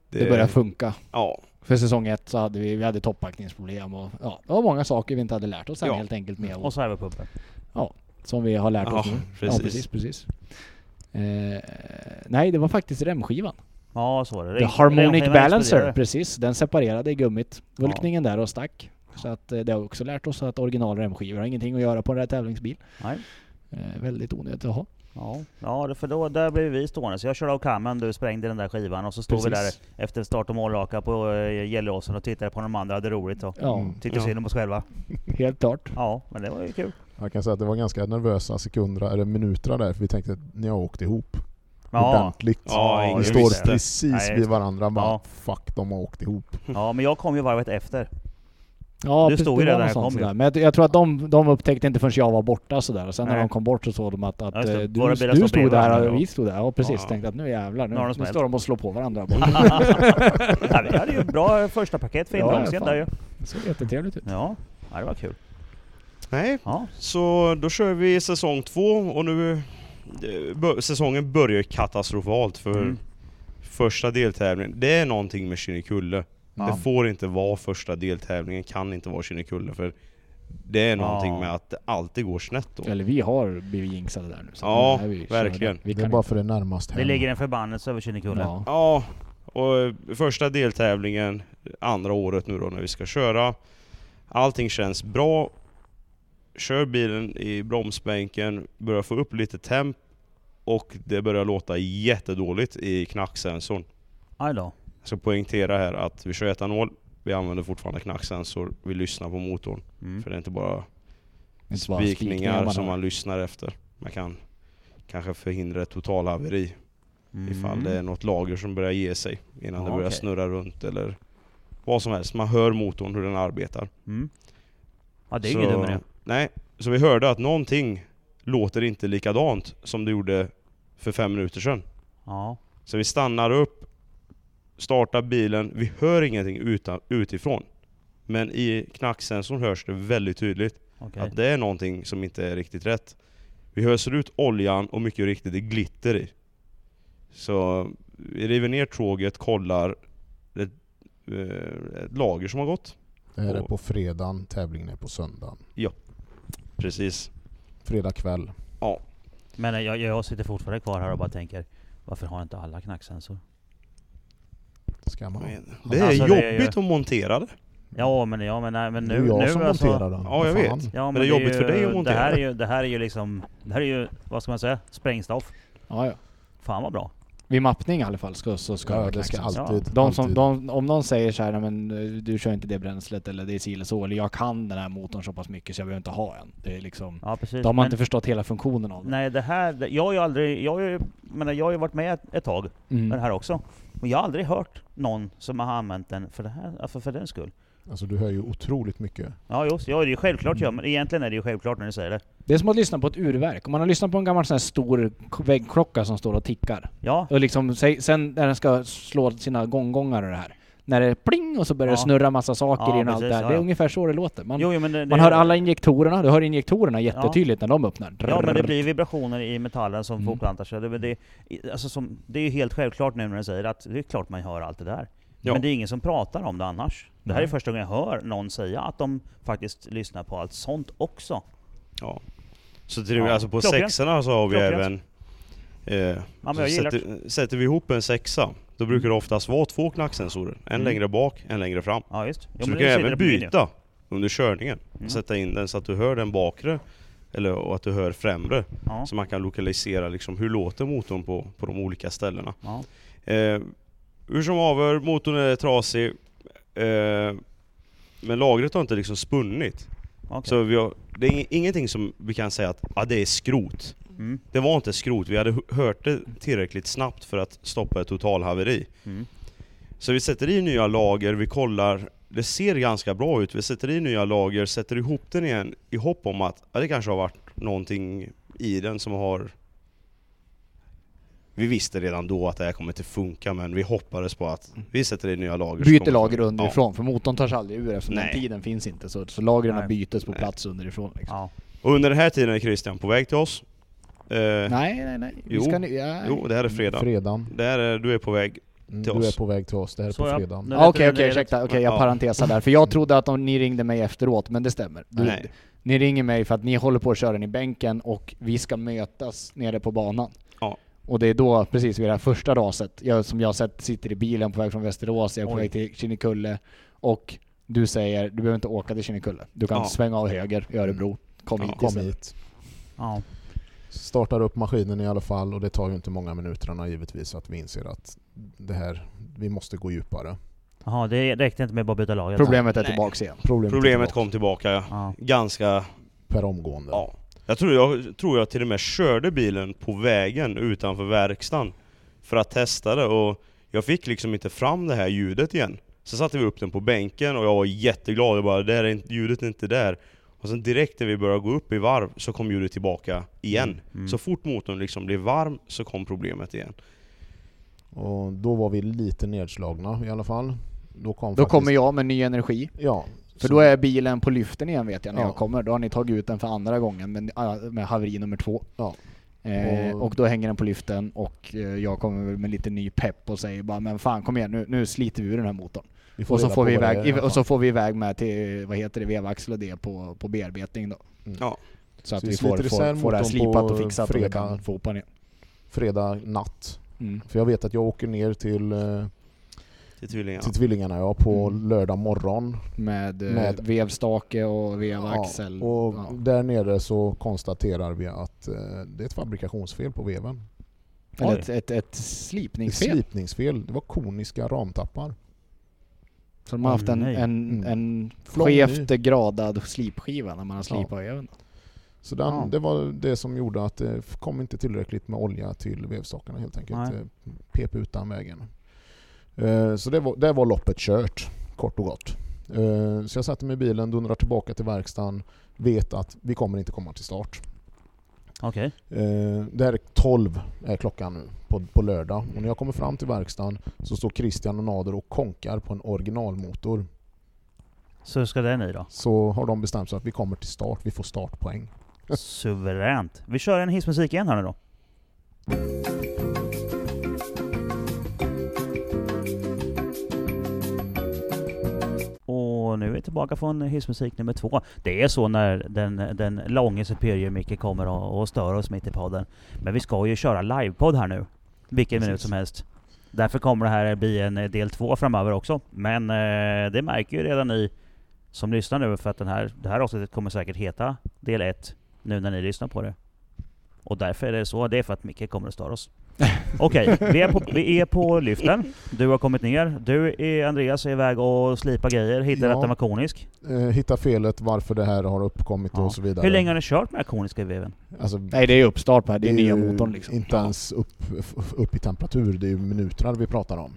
[SPEAKER 3] Det,
[SPEAKER 1] Eh.
[SPEAKER 3] började funka.
[SPEAKER 1] Ja,
[SPEAKER 3] För säsong ett så hade vi, vi hade toppackningsproblem och ja, det var många saker vi inte hade lärt oss än
[SPEAKER 1] Ja.
[SPEAKER 3] helt enkelt med
[SPEAKER 2] Och
[SPEAKER 3] oss,
[SPEAKER 2] cyberpumpen.
[SPEAKER 3] som vi har lärt
[SPEAKER 1] Ja,
[SPEAKER 3] oss nu.
[SPEAKER 1] precis.
[SPEAKER 3] Ja, precis, precis. Eh, nej, det var faktiskt remskivan.
[SPEAKER 2] Ja, så var det.
[SPEAKER 3] The
[SPEAKER 2] Ring-
[SPEAKER 3] Harmonic
[SPEAKER 2] ringskivan
[SPEAKER 3] Balancer,
[SPEAKER 2] exploderade.
[SPEAKER 3] precis. Den separerade i gummit. Vulkningen där och stack. Så att eh, det har också lärt oss att original remskivor har ingenting att göra på en tävlingsbil.
[SPEAKER 2] Nej.
[SPEAKER 3] Eh, väldigt onödigt att ha.
[SPEAKER 2] Ja, ja det- för då, där blev vi stående. Så jag körde av kammen, du sprängde den där skivan och så stod vi
[SPEAKER 3] Precis.
[SPEAKER 2] där efter start och målraka på eh, Gelleråsen och tittade på de andra hade roligt och
[SPEAKER 3] Ja,
[SPEAKER 4] Mm.
[SPEAKER 2] tyckte
[SPEAKER 1] Ja.
[SPEAKER 2] synd om oss själva.
[SPEAKER 3] helt klart.
[SPEAKER 2] Ja, men det var ju kul.
[SPEAKER 4] Jag kan säga att det var ganska nervösa sekunder, eller minuter där, för vi tänkte att ni har åkt ihop
[SPEAKER 2] Ja,
[SPEAKER 4] ordentligt.
[SPEAKER 1] Ja,
[SPEAKER 2] Ja,
[SPEAKER 4] vi
[SPEAKER 2] just
[SPEAKER 4] står
[SPEAKER 2] det.
[SPEAKER 4] precis
[SPEAKER 2] Nej, just
[SPEAKER 4] vid
[SPEAKER 2] det.
[SPEAKER 4] varandra bara
[SPEAKER 2] Ja.
[SPEAKER 4] fuck, de har åkt ihop.
[SPEAKER 2] ja, men jag kom ju varvet efter.
[SPEAKER 3] Ja,
[SPEAKER 2] Du
[SPEAKER 3] precis,
[SPEAKER 2] stod ju
[SPEAKER 3] det var
[SPEAKER 2] där när
[SPEAKER 3] något
[SPEAKER 2] jag
[SPEAKER 3] sånt
[SPEAKER 2] kom ju.
[SPEAKER 3] sådär. Men jag, jag tror att de, de upptäckte inte förrän jag var borta sådär. Och sen när
[SPEAKER 2] Nej.
[SPEAKER 3] de kom bort så såg de att, att
[SPEAKER 2] Ja, just det.
[SPEAKER 3] eh,
[SPEAKER 2] Våra
[SPEAKER 3] du,
[SPEAKER 2] bilar
[SPEAKER 3] du
[SPEAKER 2] stod
[SPEAKER 3] stod
[SPEAKER 2] bredvid
[SPEAKER 3] där
[SPEAKER 2] varandra
[SPEAKER 3] och vi
[SPEAKER 2] och-
[SPEAKER 3] stod där. Och precis,
[SPEAKER 1] Ja.
[SPEAKER 3] tänkte att nu jävlar, nu,
[SPEAKER 2] Nu har de
[SPEAKER 3] nu
[SPEAKER 2] smält.
[SPEAKER 3] står de och slår på varandra.
[SPEAKER 2] Mm. ja, vi hade ju bra första paket för
[SPEAKER 3] Ja,
[SPEAKER 2] inbromsningen
[SPEAKER 3] fan.
[SPEAKER 2] där ju.
[SPEAKER 3] Det såg jättetrevligt ut.
[SPEAKER 2] Ja. ja, det var kul.
[SPEAKER 1] Nej,
[SPEAKER 2] Ja,
[SPEAKER 1] så då kör vi säsong två och nu... eh, bör- Säsongen börjar ju katastrofalt för
[SPEAKER 2] Mm.
[SPEAKER 1] första deltävlingen. Det är någonting med Kinnekulle.
[SPEAKER 4] Ja.
[SPEAKER 1] Det får inte vara första deltävlingen, kan inte vara Kinnekulle för det är någonting
[SPEAKER 2] Ja.
[SPEAKER 1] med att det alltid går snett då.
[SPEAKER 3] Eller vi har blivit jinxade där nu. så
[SPEAKER 1] Ja,
[SPEAKER 3] nu är vi körda.
[SPEAKER 1] verkligen.
[SPEAKER 3] Vi
[SPEAKER 4] det är
[SPEAKER 3] kan
[SPEAKER 4] bara
[SPEAKER 3] inte-
[SPEAKER 4] för det är närmast hem.
[SPEAKER 2] det ligger en förbannelse över Kinnekulle.
[SPEAKER 3] Ja.
[SPEAKER 1] Ja, och eh, första deltävlingen, andra året nu då när vi ska köra. Allting känns bra. Kör bilen i bromsbänken, börjar få upp lite temp och det börjar låta jättedåligt i knacksensorn.
[SPEAKER 2] Aj då.
[SPEAKER 1] Jag ska poängtera här att vi kör etanol, vi använder fortfarande knacksensor, vi lyssnar på motorn.
[SPEAKER 2] Mm.
[SPEAKER 1] För det är inte bara
[SPEAKER 3] Inte bara
[SPEAKER 1] spikningar som
[SPEAKER 3] har.
[SPEAKER 1] man lyssnar efter. Man kan kanske förhindra ett totalhaveri ifall det är något lager som börjar ge sig innan det
[SPEAKER 2] Mm. Ja,
[SPEAKER 1] börjar
[SPEAKER 2] okej.
[SPEAKER 1] snurra runt eller vad som helst. Man hör motorn hur den arbetar.
[SPEAKER 2] Mm. Ja, det är ju inget
[SPEAKER 1] Så-
[SPEAKER 2] dumt med det.
[SPEAKER 1] Nej, så vi hörde att någonting låter inte likadant som det gjorde för fem minuter sedan.
[SPEAKER 2] Ja.
[SPEAKER 1] Så vi stannar upp, startar bilen, vi hör ingenting utan, utifrån. Men i knacksensorn hörs det väldigt tydligt
[SPEAKER 2] Okej.
[SPEAKER 1] att det är någonting som inte är riktigt rätt. Vi höser ut oljan och mycket riktigt, det är glitter i. Så vi river ner tråget, kollar ett, eh, ett lager som har gått.
[SPEAKER 4] Det här är på fredagen, tävlingen är på söndagen.
[SPEAKER 1] Precis.
[SPEAKER 4] Fredag kväll.
[SPEAKER 2] Men eh, jag, jag sitter fortfarande kvar här och bara tänker, varför har inte alla knacksensor?
[SPEAKER 4] Ska man.
[SPEAKER 1] Men Det är
[SPEAKER 2] Alltså, det är ju-
[SPEAKER 1] jobbigt att montera det.
[SPEAKER 2] Ja men, ja, men, nej, men
[SPEAKER 4] det
[SPEAKER 2] nu...
[SPEAKER 4] är jag
[SPEAKER 2] nu
[SPEAKER 4] som
[SPEAKER 2] alltså,
[SPEAKER 4] monterar den.
[SPEAKER 1] Ja, jag
[SPEAKER 4] Vad
[SPEAKER 1] vet.
[SPEAKER 2] Ja, men
[SPEAKER 1] det är jobbigt
[SPEAKER 2] ju,
[SPEAKER 1] för dig att montera.
[SPEAKER 2] Det här är ju, det här är ju liksom, det här är ju, vad ska man säga, sprängstoff.
[SPEAKER 3] Ja, ja.
[SPEAKER 2] Fan vad bra.
[SPEAKER 3] Vid mappning i alla fall ska, så ska det
[SPEAKER 4] Ja,
[SPEAKER 3] vara
[SPEAKER 4] det ska
[SPEAKER 3] knacksens.
[SPEAKER 2] Ja.
[SPEAKER 4] alltid...
[SPEAKER 3] de som,
[SPEAKER 4] alltid.
[SPEAKER 3] de, om någon säger så här, "Nej, men eh, du kör inte det bränslet eller det är si eller så, eller jag kan den här motorn så pass mycket så jag behöver inte ha en. Det är liksom,
[SPEAKER 2] Ja precis.
[SPEAKER 3] då har man
[SPEAKER 2] Men-
[SPEAKER 3] inte förstått hela funktionen av den.
[SPEAKER 2] Nej det här, det, jag har ju aldrig, jag har ju, menar, jag har ju varit med ett, ett tag
[SPEAKER 3] Mm.
[SPEAKER 2] med det här också. Men jag har aldrig hört någon som har använt den för, det här, för, för den skull.
[SPEAKER 4] Alltså du hör ju otroligt mycket.
[SPEAKER 2] Ja just ja, det är ju självklart ja, men egentligen är det ju självklart när du säger det.
[SPEAKER 3] Det är som att lyssna på ett urverk. Om man har lyssnat på en gammal sån här stor k- väggklocka som står och tickar.
[SPEAKER 2] Ja,
[SPEAKER 3] Och liksom, se- sen när den ska slå sina gånggångar och det här. När det pling och så börjar det
[SPEAKER 2] Ja.
[SPEAKER 3] snurra massa saker
[SPEAKER 2] Ja,
[SPEAKER 3] i den och allt
[SPEAKER 2] precis,
[SPEAKER 3] det här.
[SPEAKER 2] ja,
[SPEAKER 3] Det är
[SPEAKER 2] ja.
[SPEAKER 3] ungefär så det låter. Man,
[SPEAKER 2] jo, jo, men det,
[SPEAKER 3] man
[SPEAKER 2] det,
[SPEAKER 3] hör alla injektorerna, du hör injektorerna jättetydligt när de öppnar.
[SPEAKER 2] Ja men det blir vibrationer i metallen som
[SPEAKER 3] Mm.
[SPEAKER 2] fortplantar sig. Det, men det, alltså som, det är ju helt självklart nu när du säger att det är klart man hör allt det där.
[SPEAKER 1] Ja.
[SPEAKER 2] Men det är ingen som pratar om det annars. Det här är
[SPEAKER 3] Nej.
[SPEAKER 2] första gången jag hör någon säga att de faktiskt lyssnar på allt sånt också.
[SPEAKER 1] Ja. Så till,
[SPEAKER 2] Ja.
[SPEAKER 1] alltså på
[SPEAKER 2] Klockrent.
[SPEAKER 1] sexorna så har vi
[SPEAKER 2] Klockrent.
[SPEAKER 1] även... Eh,
[SPEAKER 2] Ja, men
[SPEAKER 1] så
[SPEAKER 2] jag gillar det.
[SPEAKER 1] sätter, sätter vi ihop en sexa, då brukar det oftast vara två knacksensorer. En
[SPEAKER 2] Mm.
[SPEAKER 1] längre bak, en längre fram.
[SPEAKER 2] Ja just. Jo,
[SPEAKER 1] så
[SPEAKER 2] men
[SPEAKER 1] du
[SPEAKER 2] det
[SPEAKER 1] kan
[SPEAKER 2] sitter
[SPEAKER 1] även
[SPEAKER 2] på menyn.
[SPEAKER 1] byta under körningen.
[SPEAKER 2] Mm.
[SPEAKER 1] Sätta in den så att du hör den bakre eller, och att du hör främre.
[SPEAKER 2] Ja.
[SPEAKER 1] Så man kan lokalisera liksom, hur låter motorn på, på de olika ställena.
[SPEAKER 2] Ja.
[SPEAKER 1] Eh, hur som haver, motorn är trasig. Eh, men lagret har inte liksom spunnit.
[SPEAKER 2] okej.
[SPEAKER 1] Så vi har, det är ing- ingenting som vi kan säga att ah, det är skrot.
[SPEAKER 2] Mm.
[SPEAKER 1] Det var inte skrot, vi hade h- hört det tillräckligt snabbt för att stoppa ett totalhaveri.
[SPEAKER 2] Mm.
[SPEAKER 1] Så vi sätter i nya lager, vi kollar, det ser ganska bra ut. Vi sätter i nya lager, sätter ihop den igen i hopp om att ja, det kanske har varit någonting i den som har... Vi visste redan då att det här kommer inte funka men vi hoppades på att vi sätter i nya lager. så
[SPEAKER 3] Mm. Byter
[SPEAKER 1] kommer-
[SPEAKER 3] lager underifrån, för motorn tar sig aldrig ur eftersom
[SPEAKER 1] Nej.
[SPEAKER 3] den tiden finns inte. Så, så lagren
[SPEAKER 2] Nej.
[SPEAKER 3] bytes på
[SPEAKER 1] Nej.
[SPEAKER 3] plats underifrån. Liksom.
[SPEAKER 2] Ja.
[SPEAKER 1] Och under den här tiden är Christian på väg till oss. Eh,
[SPEAKER 3] Nej, nej, nej. Vi
[SPEAKER 1] Jo.
[SPEAKER 3] ska ni, ja.
[SPEAKER 1] jo, det här är fredag.
[SPEAKER 4] Fredagen.
[SPEAKER 1] Där är, du är på väg.
[SPEAKER 4] Mm,
[SPEAKER 1] Till
[SPEAKER 4] Du
[SPEAKER 1] oss.
[SPEAKER 4] är på väg till oss. Det här är
[SPEAKER 2] Så
[SPEAKER 4] på
[SPEAKER 2] ja.
[SPEAKER 4] fredagen.
[SPEAKER 2] Nu-
[SPEAKER 3] Ja, Okej,
[SPEAKER 2] vet du
[SPEAKER 3] okej,
[SPEAKER 2] det redan.
[SPEAKER 3] ursäkta. Okej, jag
[SPEAKER 1] Ja.
[SPEAKER 3] parentesar där. För jag trodde att de, ni ringde mig efteråt, men det stämmer. Du,
[SPEAKER 1] Nej.
[SPEAKER 3] Ni ringer mig för att ni håller på att köra den i bänken och vi ska mötas nere på banan.
[SPEAKER 1] Ja.
[SPEAKER 3] Och det är då, precis vid det här första raset, jag, som jag har sett sitter i bilen på väg från Västerås, jag är på
[SPEAKER 2] Oj.
[SPEAKER 3] väg till Kinnekulle och Du säger, du behöver inte åka till Kinnekulle. Du kan
[SPEAKER 1] Ja.
[SPEAKER 3] svänga av höger i Örebro. Kom hit
[SPEAKER 4] Kom
[SPEAKER 3] istället.
[SPEAKER 4] hit.
[SPEAKER 2] Ja.
[SPEAKER 4] Startar upp maskinen i alla fall och det tar ju inte många minuterna givetvis att vi inser att det här, vi måste gå djupare.
[SPEAKER 2] Jaha, det räckte inte med att bara byta lag.
[SPEAKER 3] Problemet är
[SPEAKER 1] Nej.
[SPEAKER 3] tillbaks igen.
[SPEAKER 4] Problemet,
[SPEAKER 1] Problemet
[SPEAKER 4] var
[SPEAKER 1] kom tillbaka
[SPEAKER 2] Ja.
[SPEAKER 1] ganska...
[SPEAKER 4] per omgående.
[SPEAKER 1] Ja. Jag tror jag, tror jag till och med körde bilen på vägen utanför verkstaden för att testa det och jag fick liksom inte fram det här ljudet igen. Sen satte vi upp den på bänken och jag var jätteglad. Jag bara, det här är inte, ljudet är inte där. Och sen direkt när vi började gå upp i varv så kom ljudet tillbaka igen.
[SPEAKER 2] Mm.
[SPEAKER 1] Så fort motorn liksom blev varm så kom problemet igen.
[SPEAKER 4] Och då var vi lite nedslagna i alla fall. Då, kom
[SPEAKER 3] Då
[SPEAKER 4] faktiskt-
[SPEAKER 3] kommer jag med ny energi.
[SPEAKER 4] Ja.
[SPEAKER 3] För
[SPEAKER 4] så-
[SPEAKER 3] då är bilen på lyften igen vet jag när
[SPEAKER 4] Ja.
[SPEAKER 3] jag kommer. Då har ni tagit ut den för andra gången med, med haveri nummer två.
[SPEAKER 4] Ja.
[SPEAKER 3] Eh,
[SPEAKER 4] Och-
[SPEAKER 3] och då hänger den på lyften och eh, jag kommer väl med lite ny pepp och säger bara men fan kom igen nu, nu sliter vi ur den här motorn.
[SPEAKER 4] vi får
[SPEAKER 3] Och så,
[SPEAKER 4] reda
[SPEAKER 3] får
[SPEAKER 4] på
[SPEAKER 3] vi
[SPEAKER 4] vad det är i
[SPEAKER 3] iväg, och
[SPEAKER 4] alla fall.
[SPEAKER 3] så får vi iväg med till, vad heter det, vevaxel och det på, på bearbetning då.
[SPEAKER 1] Ja.
[SPEAKER 3] Så att
[SPEAKER 4] Mm. Så
[SPEAKER 3] vi
[SPEAKER 4] vi
[SPEAKER 3] får,
[SPEAKER 4] sliter
[SPEAKER 3] får,
[SPEAKER 4] isär
[SPEAKER 3] får det här
[SPEAKER 4] motorn
[SPEAKER 3] slipat
[SPEAKER 4] på
[SPEAKER 3] och fixat och vi
[SPEAKER 4] fredag.
[SPEAKER 3] kan få ihop den igen.
[SPEAKER 4] Fredag natt.
[SPEAKER 3] Mm.
[SPEAKER 4] För jag vet att jag åker ner till, eh,
[SPEAKER 1] Till tvillingarna.
[SPEAKER 4] till Tvillingarna ja, på
[SPEAKER 3] Mm.
[SPEAKER 4] lördag morgon.
[SPEAKER 3] Med, eh,
[SPEAKER 4] Med-
[SPEAKER 3] vevstake och vevaxel.
[SPEAKER 4] Ja, och
[SPEAKER 3] Ja.
[SPEAKER 4] där nere så konstaterar vi att eh, det är ett fabrikationsfel på veven.
[SPEAKER 3] Eller
[SPEAKER 2] Oj.
[SPEAKER 3] ett, ett, ett
[SPEAKER 4] Ett
[SPEAKER 3] slipningsfel.
[SPEAKER 4] slipningsfel. Det var koniska ramtappar.
[SPEAKER 3] Så de har
[SPEAKER 2] Åh,
[SPEAKER 3] haft en,
[SPEAKER 2] nej.
[SPEAKER 3] en,
[SPEAKER 4] Mm.
[SPEAKER 3] en
[SPEAKER 4] Flång
[SPEAKER 3] skevt gradad slipskiva när man har
[SPEAKER 4] Ja.
[SPEAKER 3] slipat över
[SPEAKER 4] Så den,
[SPEAKER 2] Ja.
[SPEAKER 4] det var det som gjorde att det f- kom inte tillräckligt med olja till vevstakarna helt enkelt.
[SPEAKER 2] Nej.
[SPEAKER 4] Eh, Pep utan vägen. Eh, Så det var, där var loppet kört, kort och gott. Eh, Så jag satte mig i bilen, dundrar tillbaka till verkstaden, vet att vi kommer inte komma till start.
[SPEAKER 2] Okej.
[SPEAKER 4] Eh, Det här är 12 är klockan nu på, på lördag och när jag kommer fram till verkstaden så står Christian och Nader och konkar på en originalmotor.
[SPEAKER 2] Så ska den i då?
[SPEAKER 4] Så har de bestämt sig att vi kommer till start, vi får startpoäng.
[SPEAKER 2] Suveränt. Vi kör en hissmusik igen här nu då. Och nu är vi tillbaka från hissmusik nummer två. Det är så när den, den långe superior Micke kommer och, och stör oss mitt i podden. Men vi ska ju köra livepodd här nu. Vilken
[SPEAKER 4] Precis.
[SPEAKER 2] minut som helst. Därför kommer det här bli en eh, del två framöver också. Men eh, det märker ju redan ni som lyssnar nu för att den här, det här avsnittet kommer säkert heta del 1 nu när ni lyssnar på det. Och därför är det så. Det är för att Micke kommer att störa oss. Okej, vi, är på- vi är på lyften. Du har kommit ner. Du, är, Andreas, är iväg och slipar grejer. Hittar
[SPEAKER 4] Ja.
[SPEAKER 2] att den var konisk.
[SPEAKER 4] Eh, Hitta felet, varför det här har uppkommit
[SPEAKER 2] Ja.
[SPEAKER 4] och så vidare.
[SPEAKER 2] Hur länge har ni kört med den här koniska veven?
[SPEAKER 4] Alltså,
[SPEAKER 3] Nej det är ju uppstart på det, här. det är nya
[SPEAKER 4] ju
[SPEAKER 3] motorn liksom.
[SPEAKER 4] Inte ens upp, f- upp i temperatur, det är ju minuter vi pratar om.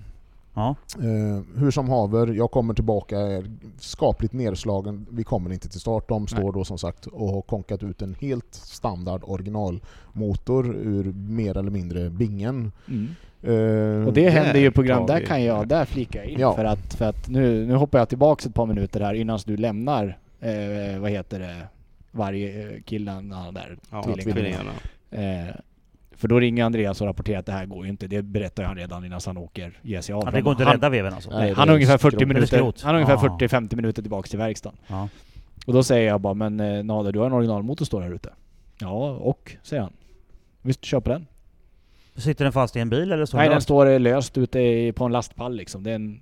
[SPEAKER 2] Ja.
[SPEAKER 4] Eh, hur som haver, jag kommer tillbaka, är skapligt nedslagen. Vi kommer inte till start. De står
[SPEAKER 3] Nej.
[SPEAKER 4] då som sagt och har konkat ut en helt standard originalmotor ur mer eller mindre bingen.
[SPEAKER 3] Mm.
[SPEAKER 4] Eh,
[SPEAKER 3] Och det händer ju
[SPEAKER 1] tar
[SPEAKER 3] program, där
[SPEAKER 1] vi-
[SPEAKER 3] kan
[SPEAKER 2] Mm.
[SPEAKER 3] jag, där flikar jag in.
[SPEAKER 4] Ja.
[SPEAKER 3] För att, för att nu, nu hoppar jag tillbaks ett par minuter här innan du lämnar, eh, vad heter det, varje eh, killen ja, där.
[SPEAKER 1] Ja,
[SPEAKER 3] Tvillingarna.
[SPEAKER 1] tvillingarna.
[SPEAKER 3] Eh, för då ringer Andreas och rapporterar att det här går ju inte. Det berättar han redan innan han åker, ger sig av.
[SPEAKER 2] Ja, det
[SPEAKER 3] Men
[SPEAKER 2] går inte att
[SPEAKER 3] han,
[SPEAKER 2] rädda veven alltså?
[SPEAKER 4] Nej,
[SPEAKER 3] Nej,
[SPEAKER 4] det
[SPEAKER 3] han
[SPEAKER 4] är
[SPEAKER 3] har ungefär 40
[SPEAKER 4] skrot.
[SPEAKER 2] Eller
[SPEAKER 3] minuter,
[SPEAKER 2] skrot.
[SPEAKER 3] han har ungefär
[SPEAKER 2] Ah.
[SPEAKER 3] 40-50 minuter tillbaks till verkstaden.
[SPEAKER 2] Ja.
[SPEAKER 3] Och då säger jag bara, men eh, Nader du har en originalmotor står här ute. Ja, och, säger han. Visst, köp den.
[SPEAKER 2] Sitter den fast i en bil eller så?
[SPEAKER 3] Nej, den står eh, löst ute i- på en lastpall liksom. Det är en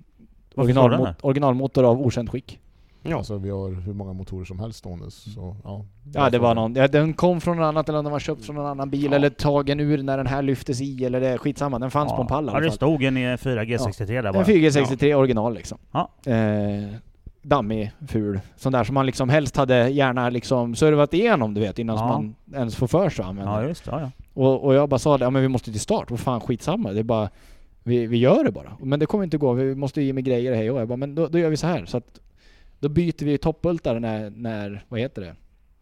[SPEAKER 2] Varför står den
[SPEAKER 3] originalmo-
[SPEAKER 2] där?
[SPEAKER 3] originalmotor av okänt skick.
[SPEAKER 1] Ja.
[SPEAKER 4] Alltså vi har hur många motorer som helst stående. Så, ja,
[SPEAKER 3] Ja, det var någon. Ja, den kom från något annat eller den var köpt från någon annan bil
[SPEAKER 1] Ja.
[SPEAKER 3] eller tagen ur när den här lyftes i eller det är skitsamma. Den fanns på en pall i
[SPEAKER 2] Ja,
[SPEAKER 3] alla
[SPEAKER 2] det
[SPEAKER 3] fall.
[SPEAKER 2] stod en i en 4G63 där bara.
[SPEAKER 3] En 4G63 original liksom.
[SPEAKER 2] Ja.
[SPEAKER 3] Eh, dammig, ful. Sån där som man liksom helst hade gärna liksom servat igenom du vet innan
[SPEAKER 2] Ja.
[SPEAKER 3] man ens får för sig att använda
[SPEAKER 2] Ja,
[SPEAKER 3] den.
[SPEAKER 2] just det. Ja, ja.
[SPEAKER 3] och, och jag bara sa det, ja men vi måste till start. Vad fan skitsamma. Det är bara, vi, vi gör det bara. Men det kommer inte gå. Vi måste ge mig grejer och hej och jag bara, men då, då gör vi så här. Så att, då byter vi toppbultar när, när, vad heter det?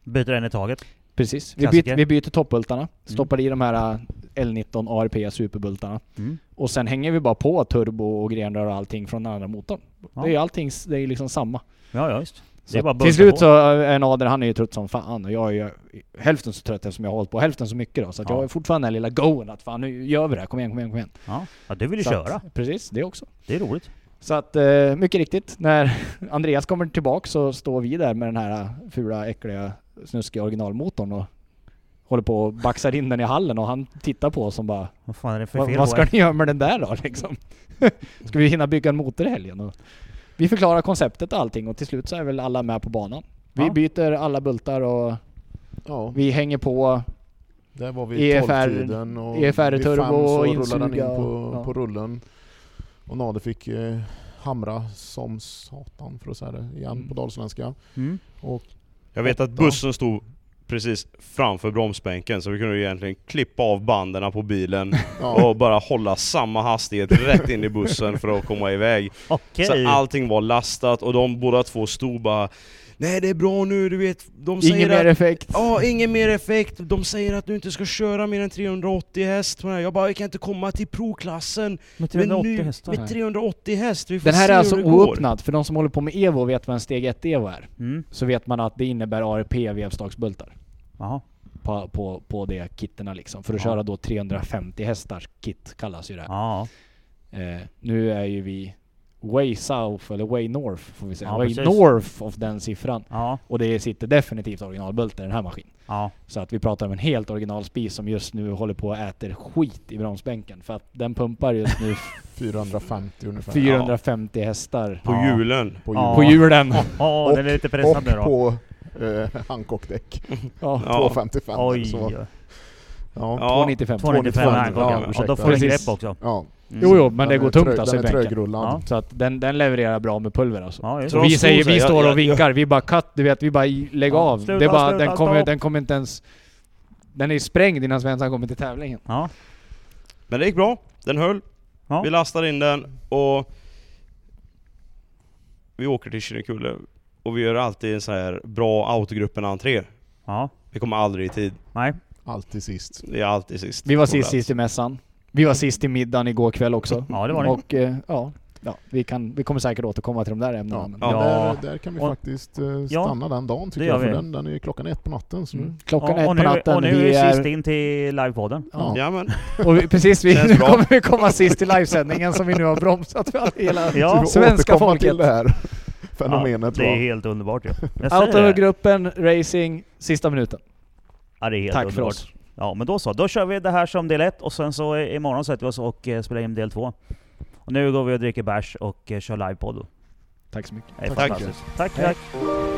[SPEAKER 2] Byter en i taget.
[SPEAKER 3] Precis. Vi,
[SPEAKER 2] Klassiker. Mm.
[SPEAKER 3] byter vi byter toppbultarna, stoppar i de här äh, L19 ARP superbultarna.
[SPEAKER 2] Mm.
[SPEAKER 3] Och sen hänger vi bara på turbo och grenrör och allting från den andra motorn.
[SPEAKER 2] Ja.
[SPEAKER 3] Det är ju allting, s- det är liksom samma.
[SPEAKER 2] Ja, ja, just. Det
[SPEAKER 3] Så
[SPEAKER 2] är bara
[SPEAKER 3] att
[SPEAKER 2] att bunta
[SPEAKER 3] till slut
[SPEAKER 2] på.
[SPEAKER 3] så är Nader, han är ju trött som fan och jag är ju hälften så trött eftersom jag har hållit på hälften så mycket då. Så att
[SPEAKER 2] Ja.
[SPEAKER 3] jag är fortfarande den här lilla goen att fan nu gör vi det här, kom igen, kom igen, kom igen.
[SPEAKER 2] Ja. ja, du vill ju
[SPEAKER 3] så
[SPEAKER 2] köra.
[SPEAKER 3] Att, precis, det också.
[SPEAKER 2] Det är roligt.
[SPEAKER 3] Så att eh, mycket riktigt, när Andreas kommer tillbaka så står vi där med den här fula, äckliga, snuskiga originalmotorn och håller på och baxar in den i hallen och han tittar på oss som bara
[SPEAKER 2] Vad fan är det för
[SPEAKER 3] "Vad-
[SPEAKER 2] fel
[SPEAKER 3] Vad
[SPEAKER 2] på
[SPEAKER 3] ska
[SPEAKER 2] er?
[SPEAKER 3] ni göra med den där då liksom? ska vi hinna bygga en motor i helgen? Och, Vi förklarar konceptet och allting och till slut så är väl alla med på banan. Vi
[SPEAKER 2] Ja.
[SPEAKER 3] byter alla bultar och
[SPEAKER 4] Ja,
[SPEAKER 3] vi E hänger på.
[SPEAKER 4] där var vi i
[SPEAKER 3] EFR
[SPEAKER 4] 12-tiden och
[SPEAKER 3] EFR
[SPEAKER 4] vid
[SPEAKER 3] E turbo
[SPEAKER 4] fem
[SPEAKER 3] och
[SPEAKER 4] så rullade han in
[SPEAKER 3] insuga
[SPEAKER 4] på,
[SPEAKER 3] och- ja.
[SPEAKER 4] på rullen. Och Nader fick eh, hamra som satan för att säga det igen
[SPEAKER 3] Mm.
[SPEAKER 4] på dalsländska.
[SPEAKER 2] Mm.
[SPEAKER 1] Jag vet att
[SPEAKER 4] Åtta.
[SPEAKER 1] bussen stod precis framför bromsbänken så vi kunde ju egentligen klippa av banden på bilen
[SPEAKER 4] Ja,
[SPEAKER 1] och bara hålla samma hastighet rätt in i bussen för att komma iväg.
[SPEAKER 2] Okej.
[SPEAKER 1] Så allting var lastat och de båda två stod bara Nej det är bra nu, du vet. De säger
[SPEAKER 3] Ingen
[SPEAKER 1] att
[SPEAKER 3] mer effekt.
[SPEAKER 1] Ja, ingen mer effekt. De säger att du inte ska köra mer än 380 häst. på den här. Jag bara, vi kan inte komma till provklassen
[SPEAKER 2] Med
[SPEAKER 1] med,
[SPEAKER 2] 380
[SPEAKER 1] ny-
[SPEAKER 2] hästar.
[SPEAKER 1] med 380 häst. Vi får
[SPEAKER 3] Den här
[SPEAKER 1] se
[SPEAKER 3] är
[SPEAKER 1] hur
[SPEAKER 3] alltså
[SPEAKER 1] det går.
[SPEAKER 3] oöppnad. För de som håller på med Evo vet vad en steg 1 Evo är.
[SPEAKER 2] Mm.
[SPEAKER 3] Så vet man att det innebär ARP vevstagsbultar.
[SPEAKER 2] Jaha.
[SPEAKER 3] På, på, på de kitterna liksom. För att
[SPEAKER 2] Ja.
[SPEAKER 3] köra då 350 hästars kit kallas ju det. här.
[SPEAKER 2] Ja.
[SPEAKER 3] Eh, nu är ju vi way south, eller way north får vi säga.
[SPEAKER 2] Ja,
[SPEAKER 3] way
[SPEAKER 2] precis.
[SPEAKER 3] north av den siffran.
[SPEAKER 2] Ja.
[SPEAKER 3] Och det sitter definitivt originalbultar i den här maskinen.
[SPEAKER 2] Ja.
[SPEAKER 3] Så att vi pratar om en helt original spis som just nu håller på att äter skit i bromsbänken. För att den pumpar just nu
[SPEAKER 4] 450 ungefär.
[SPEAKER 3] 450 hästar
[SPEAKER 1] På
[SPEAKER 2] Ja.
[SPEAKER 1] hjulen.
[SPEAKER 4] På
[SPEAKER 2] Ja.
[SPEAKER 4] hjul.
[SPEAKER 3] på hjulen.
[SPEAKER 2] Åh, den är lite pressad nu
[SPEAKER 4] Och
[SPEAKER 2] då.
[SPEAKER 4] på eh, Hancock-däck.
[SPEAKER 3] Ja.
[SPEAKER 1] Ja.
[SPEAKER 4] 255.
[SPEAKER 2] Oj.
[SPEAKER 4] Så, ja.
[SPEAKER 1] Ja.
[SPEAKER 3] 295.
[SPEAKER 2] 295 här
[SPEAKER 4] Ja,
[SPEAKER 2] klockan. Och då
[SPEAKER 4] ursäkta.
[SPEAKER 2] får den
[SPEAKER 3] Precis.
[SPEAKER 2] grepp också.
[SPEAKER 4] Ja,
[SPEAKER 2] Mm.
[SPEAKER 3] Jo, jo, men
[SPEAKER 4] den
[SPEAKER 3] det
[SPEAKER 4] är
[SPEAKER 3] går
[SPEAKER 4] trög-
[SPEAKER 3] tungt alltså i
[SPEAKER 4] Den är
[SPEAKER 3] bänken.
[SPEAKER 4] trögrullad.
[SPEAKER 2] Ja.
[SPEAKER 3] Så att den, den levererar bra med pulver alltså.
[SPEAKER 2] Ja, just.
[SPEAKER 1] Så
[SPEAKER 3] Så
[SPEAKER 2] det.
[SPEAKER 1] de
[SPEAKER 3] vi, säger,
[SPEAKER 1] skor
[SPEAKER 3] vi
[SPEAKER 1] sig.
[SPEAKER 3] står
[SPEAKER 1] Jag-
[SPEAKER 3] och
[SPEAKER 1] jag-
[SPEAKER 3] vinkar, vi bara katt, du vet, vi bara i- lägg
[SPEAKER 2] Ja,
[SPEAKER 3] av.
[SPEAKER 2] sluta,
[SPEAKER 3] det är bara,
[SPEAKER 2] sluta,
[SPEAKER 3] den, kommer,
[SPEAKER 2] stopp.
[SPEAKER 3] den kommer inte ens... Den är sprängd innan Svensson kommer till tävlingen.
[SPEAKER 2] Ja.
[SPEAKER 1] Men det gick bra. Den höll.
[SPEAKER 2] Ja.
[SPEAKER 1] Vi lastade in den och vi åker till Kinnekulle. Och vi gör alltid en så här bra autogruppen-entré.
[SPEAKER 2] Ja.
[SPEAKER 1] Vi kommer aldrig i tid.
[SPEAKER 2] Nej.
[SPEAKER 4] Alltid sist.
[SPEAKER 1] Det är alltid sist.
[SPEAKER 3] Vi var sist, sist i mässan. Vi var sist i middagen igår kväll också.
[SPEAKER 2] Ja, det var det.
[SPEAKER 3] Och eh, ja, ja vi, kan, vi kommer säkert återkomma till de där ämnena.
[SPEAKER 4] Ja,
[SPEAKER 3] men-
[SPEAKER 1] Ja.
[SPEAKER 4] Men där, där kan vi
[SPEAKER 2] Och-
[SPEAKER 4] faktiskt eh,
[SPEAKER 2] Ja.
[SPEAKER 4] stanna den dagen tycker
[SPEAKER 2] Det
[SPEAKER 4] jag,
[SPEAKER 2] gör
[SPEAKER 4] för
[SPEAKER 2] vi.
[SPEAKER 4] den, den är ju klockan ett på natten. Så nu.
[SPEAKER 3] Mm. Klockan
[SPEAKER 2] Ja,
[SPEAKER 3] är
[SPEAKER 2] och
[SPEAKER 3] ett
[SPEAKER 2] nu,
[SPEAKER 3] på natten.
[SPEAKER 2] Och nu är
[SPEAKER 3] vi
[SPEAKER 2] vi
[SPEAKER 3] är,
[SPEAKER 2] sist in till livepodden.
[SPEAKER 3] Ja.
[SPEAKER 1] Jajamän.
[SPEAKER 3] och vi, precis, vi,
[SPEAKER 1] Känns
[SPEAKER 3] nu
[SPEAKER 1] bra.
[SPEAKER 3] kommer vi komma sist i livesändningen som vi nu har bromsat för att hela
[SPEAKER 2] Ja.
[SPEAKER 4] Vi får
[SPEAKER 3] svenska
[SPEAKER 4] återkomma
[SPEAKER 3] folket.
[SPEAKER 4] till det här fenomenet.
[SPEAKER 2] Ja, det är
[SPEAKER 4] va?
[SPEAKER 2] helt underbart ju. Jag säger det.
[SPEAKER 3] Autogruppen, racing, sista minuten.
[SPEAKER 2] Ja, det är helt
[SPEAKER 3] Tack
[SPEAKER 2] underbart.
[SPEAKER 3] för oss.
[SPEAKER 2] Ja, men då så. Då kör vi det här som del 1 och sen så eh, imorgon sätter vi oss och eh, spelar in del 2. Och nu går vi och dricker bärs och eh, kör livepodd.
[SPEAKER 3] Tack så mycket.
[SPEAKER 2] Det är
[SPEAKER 4] Tack.
[SPEAKER 2] alltså. fantastiskt. Tack, tack.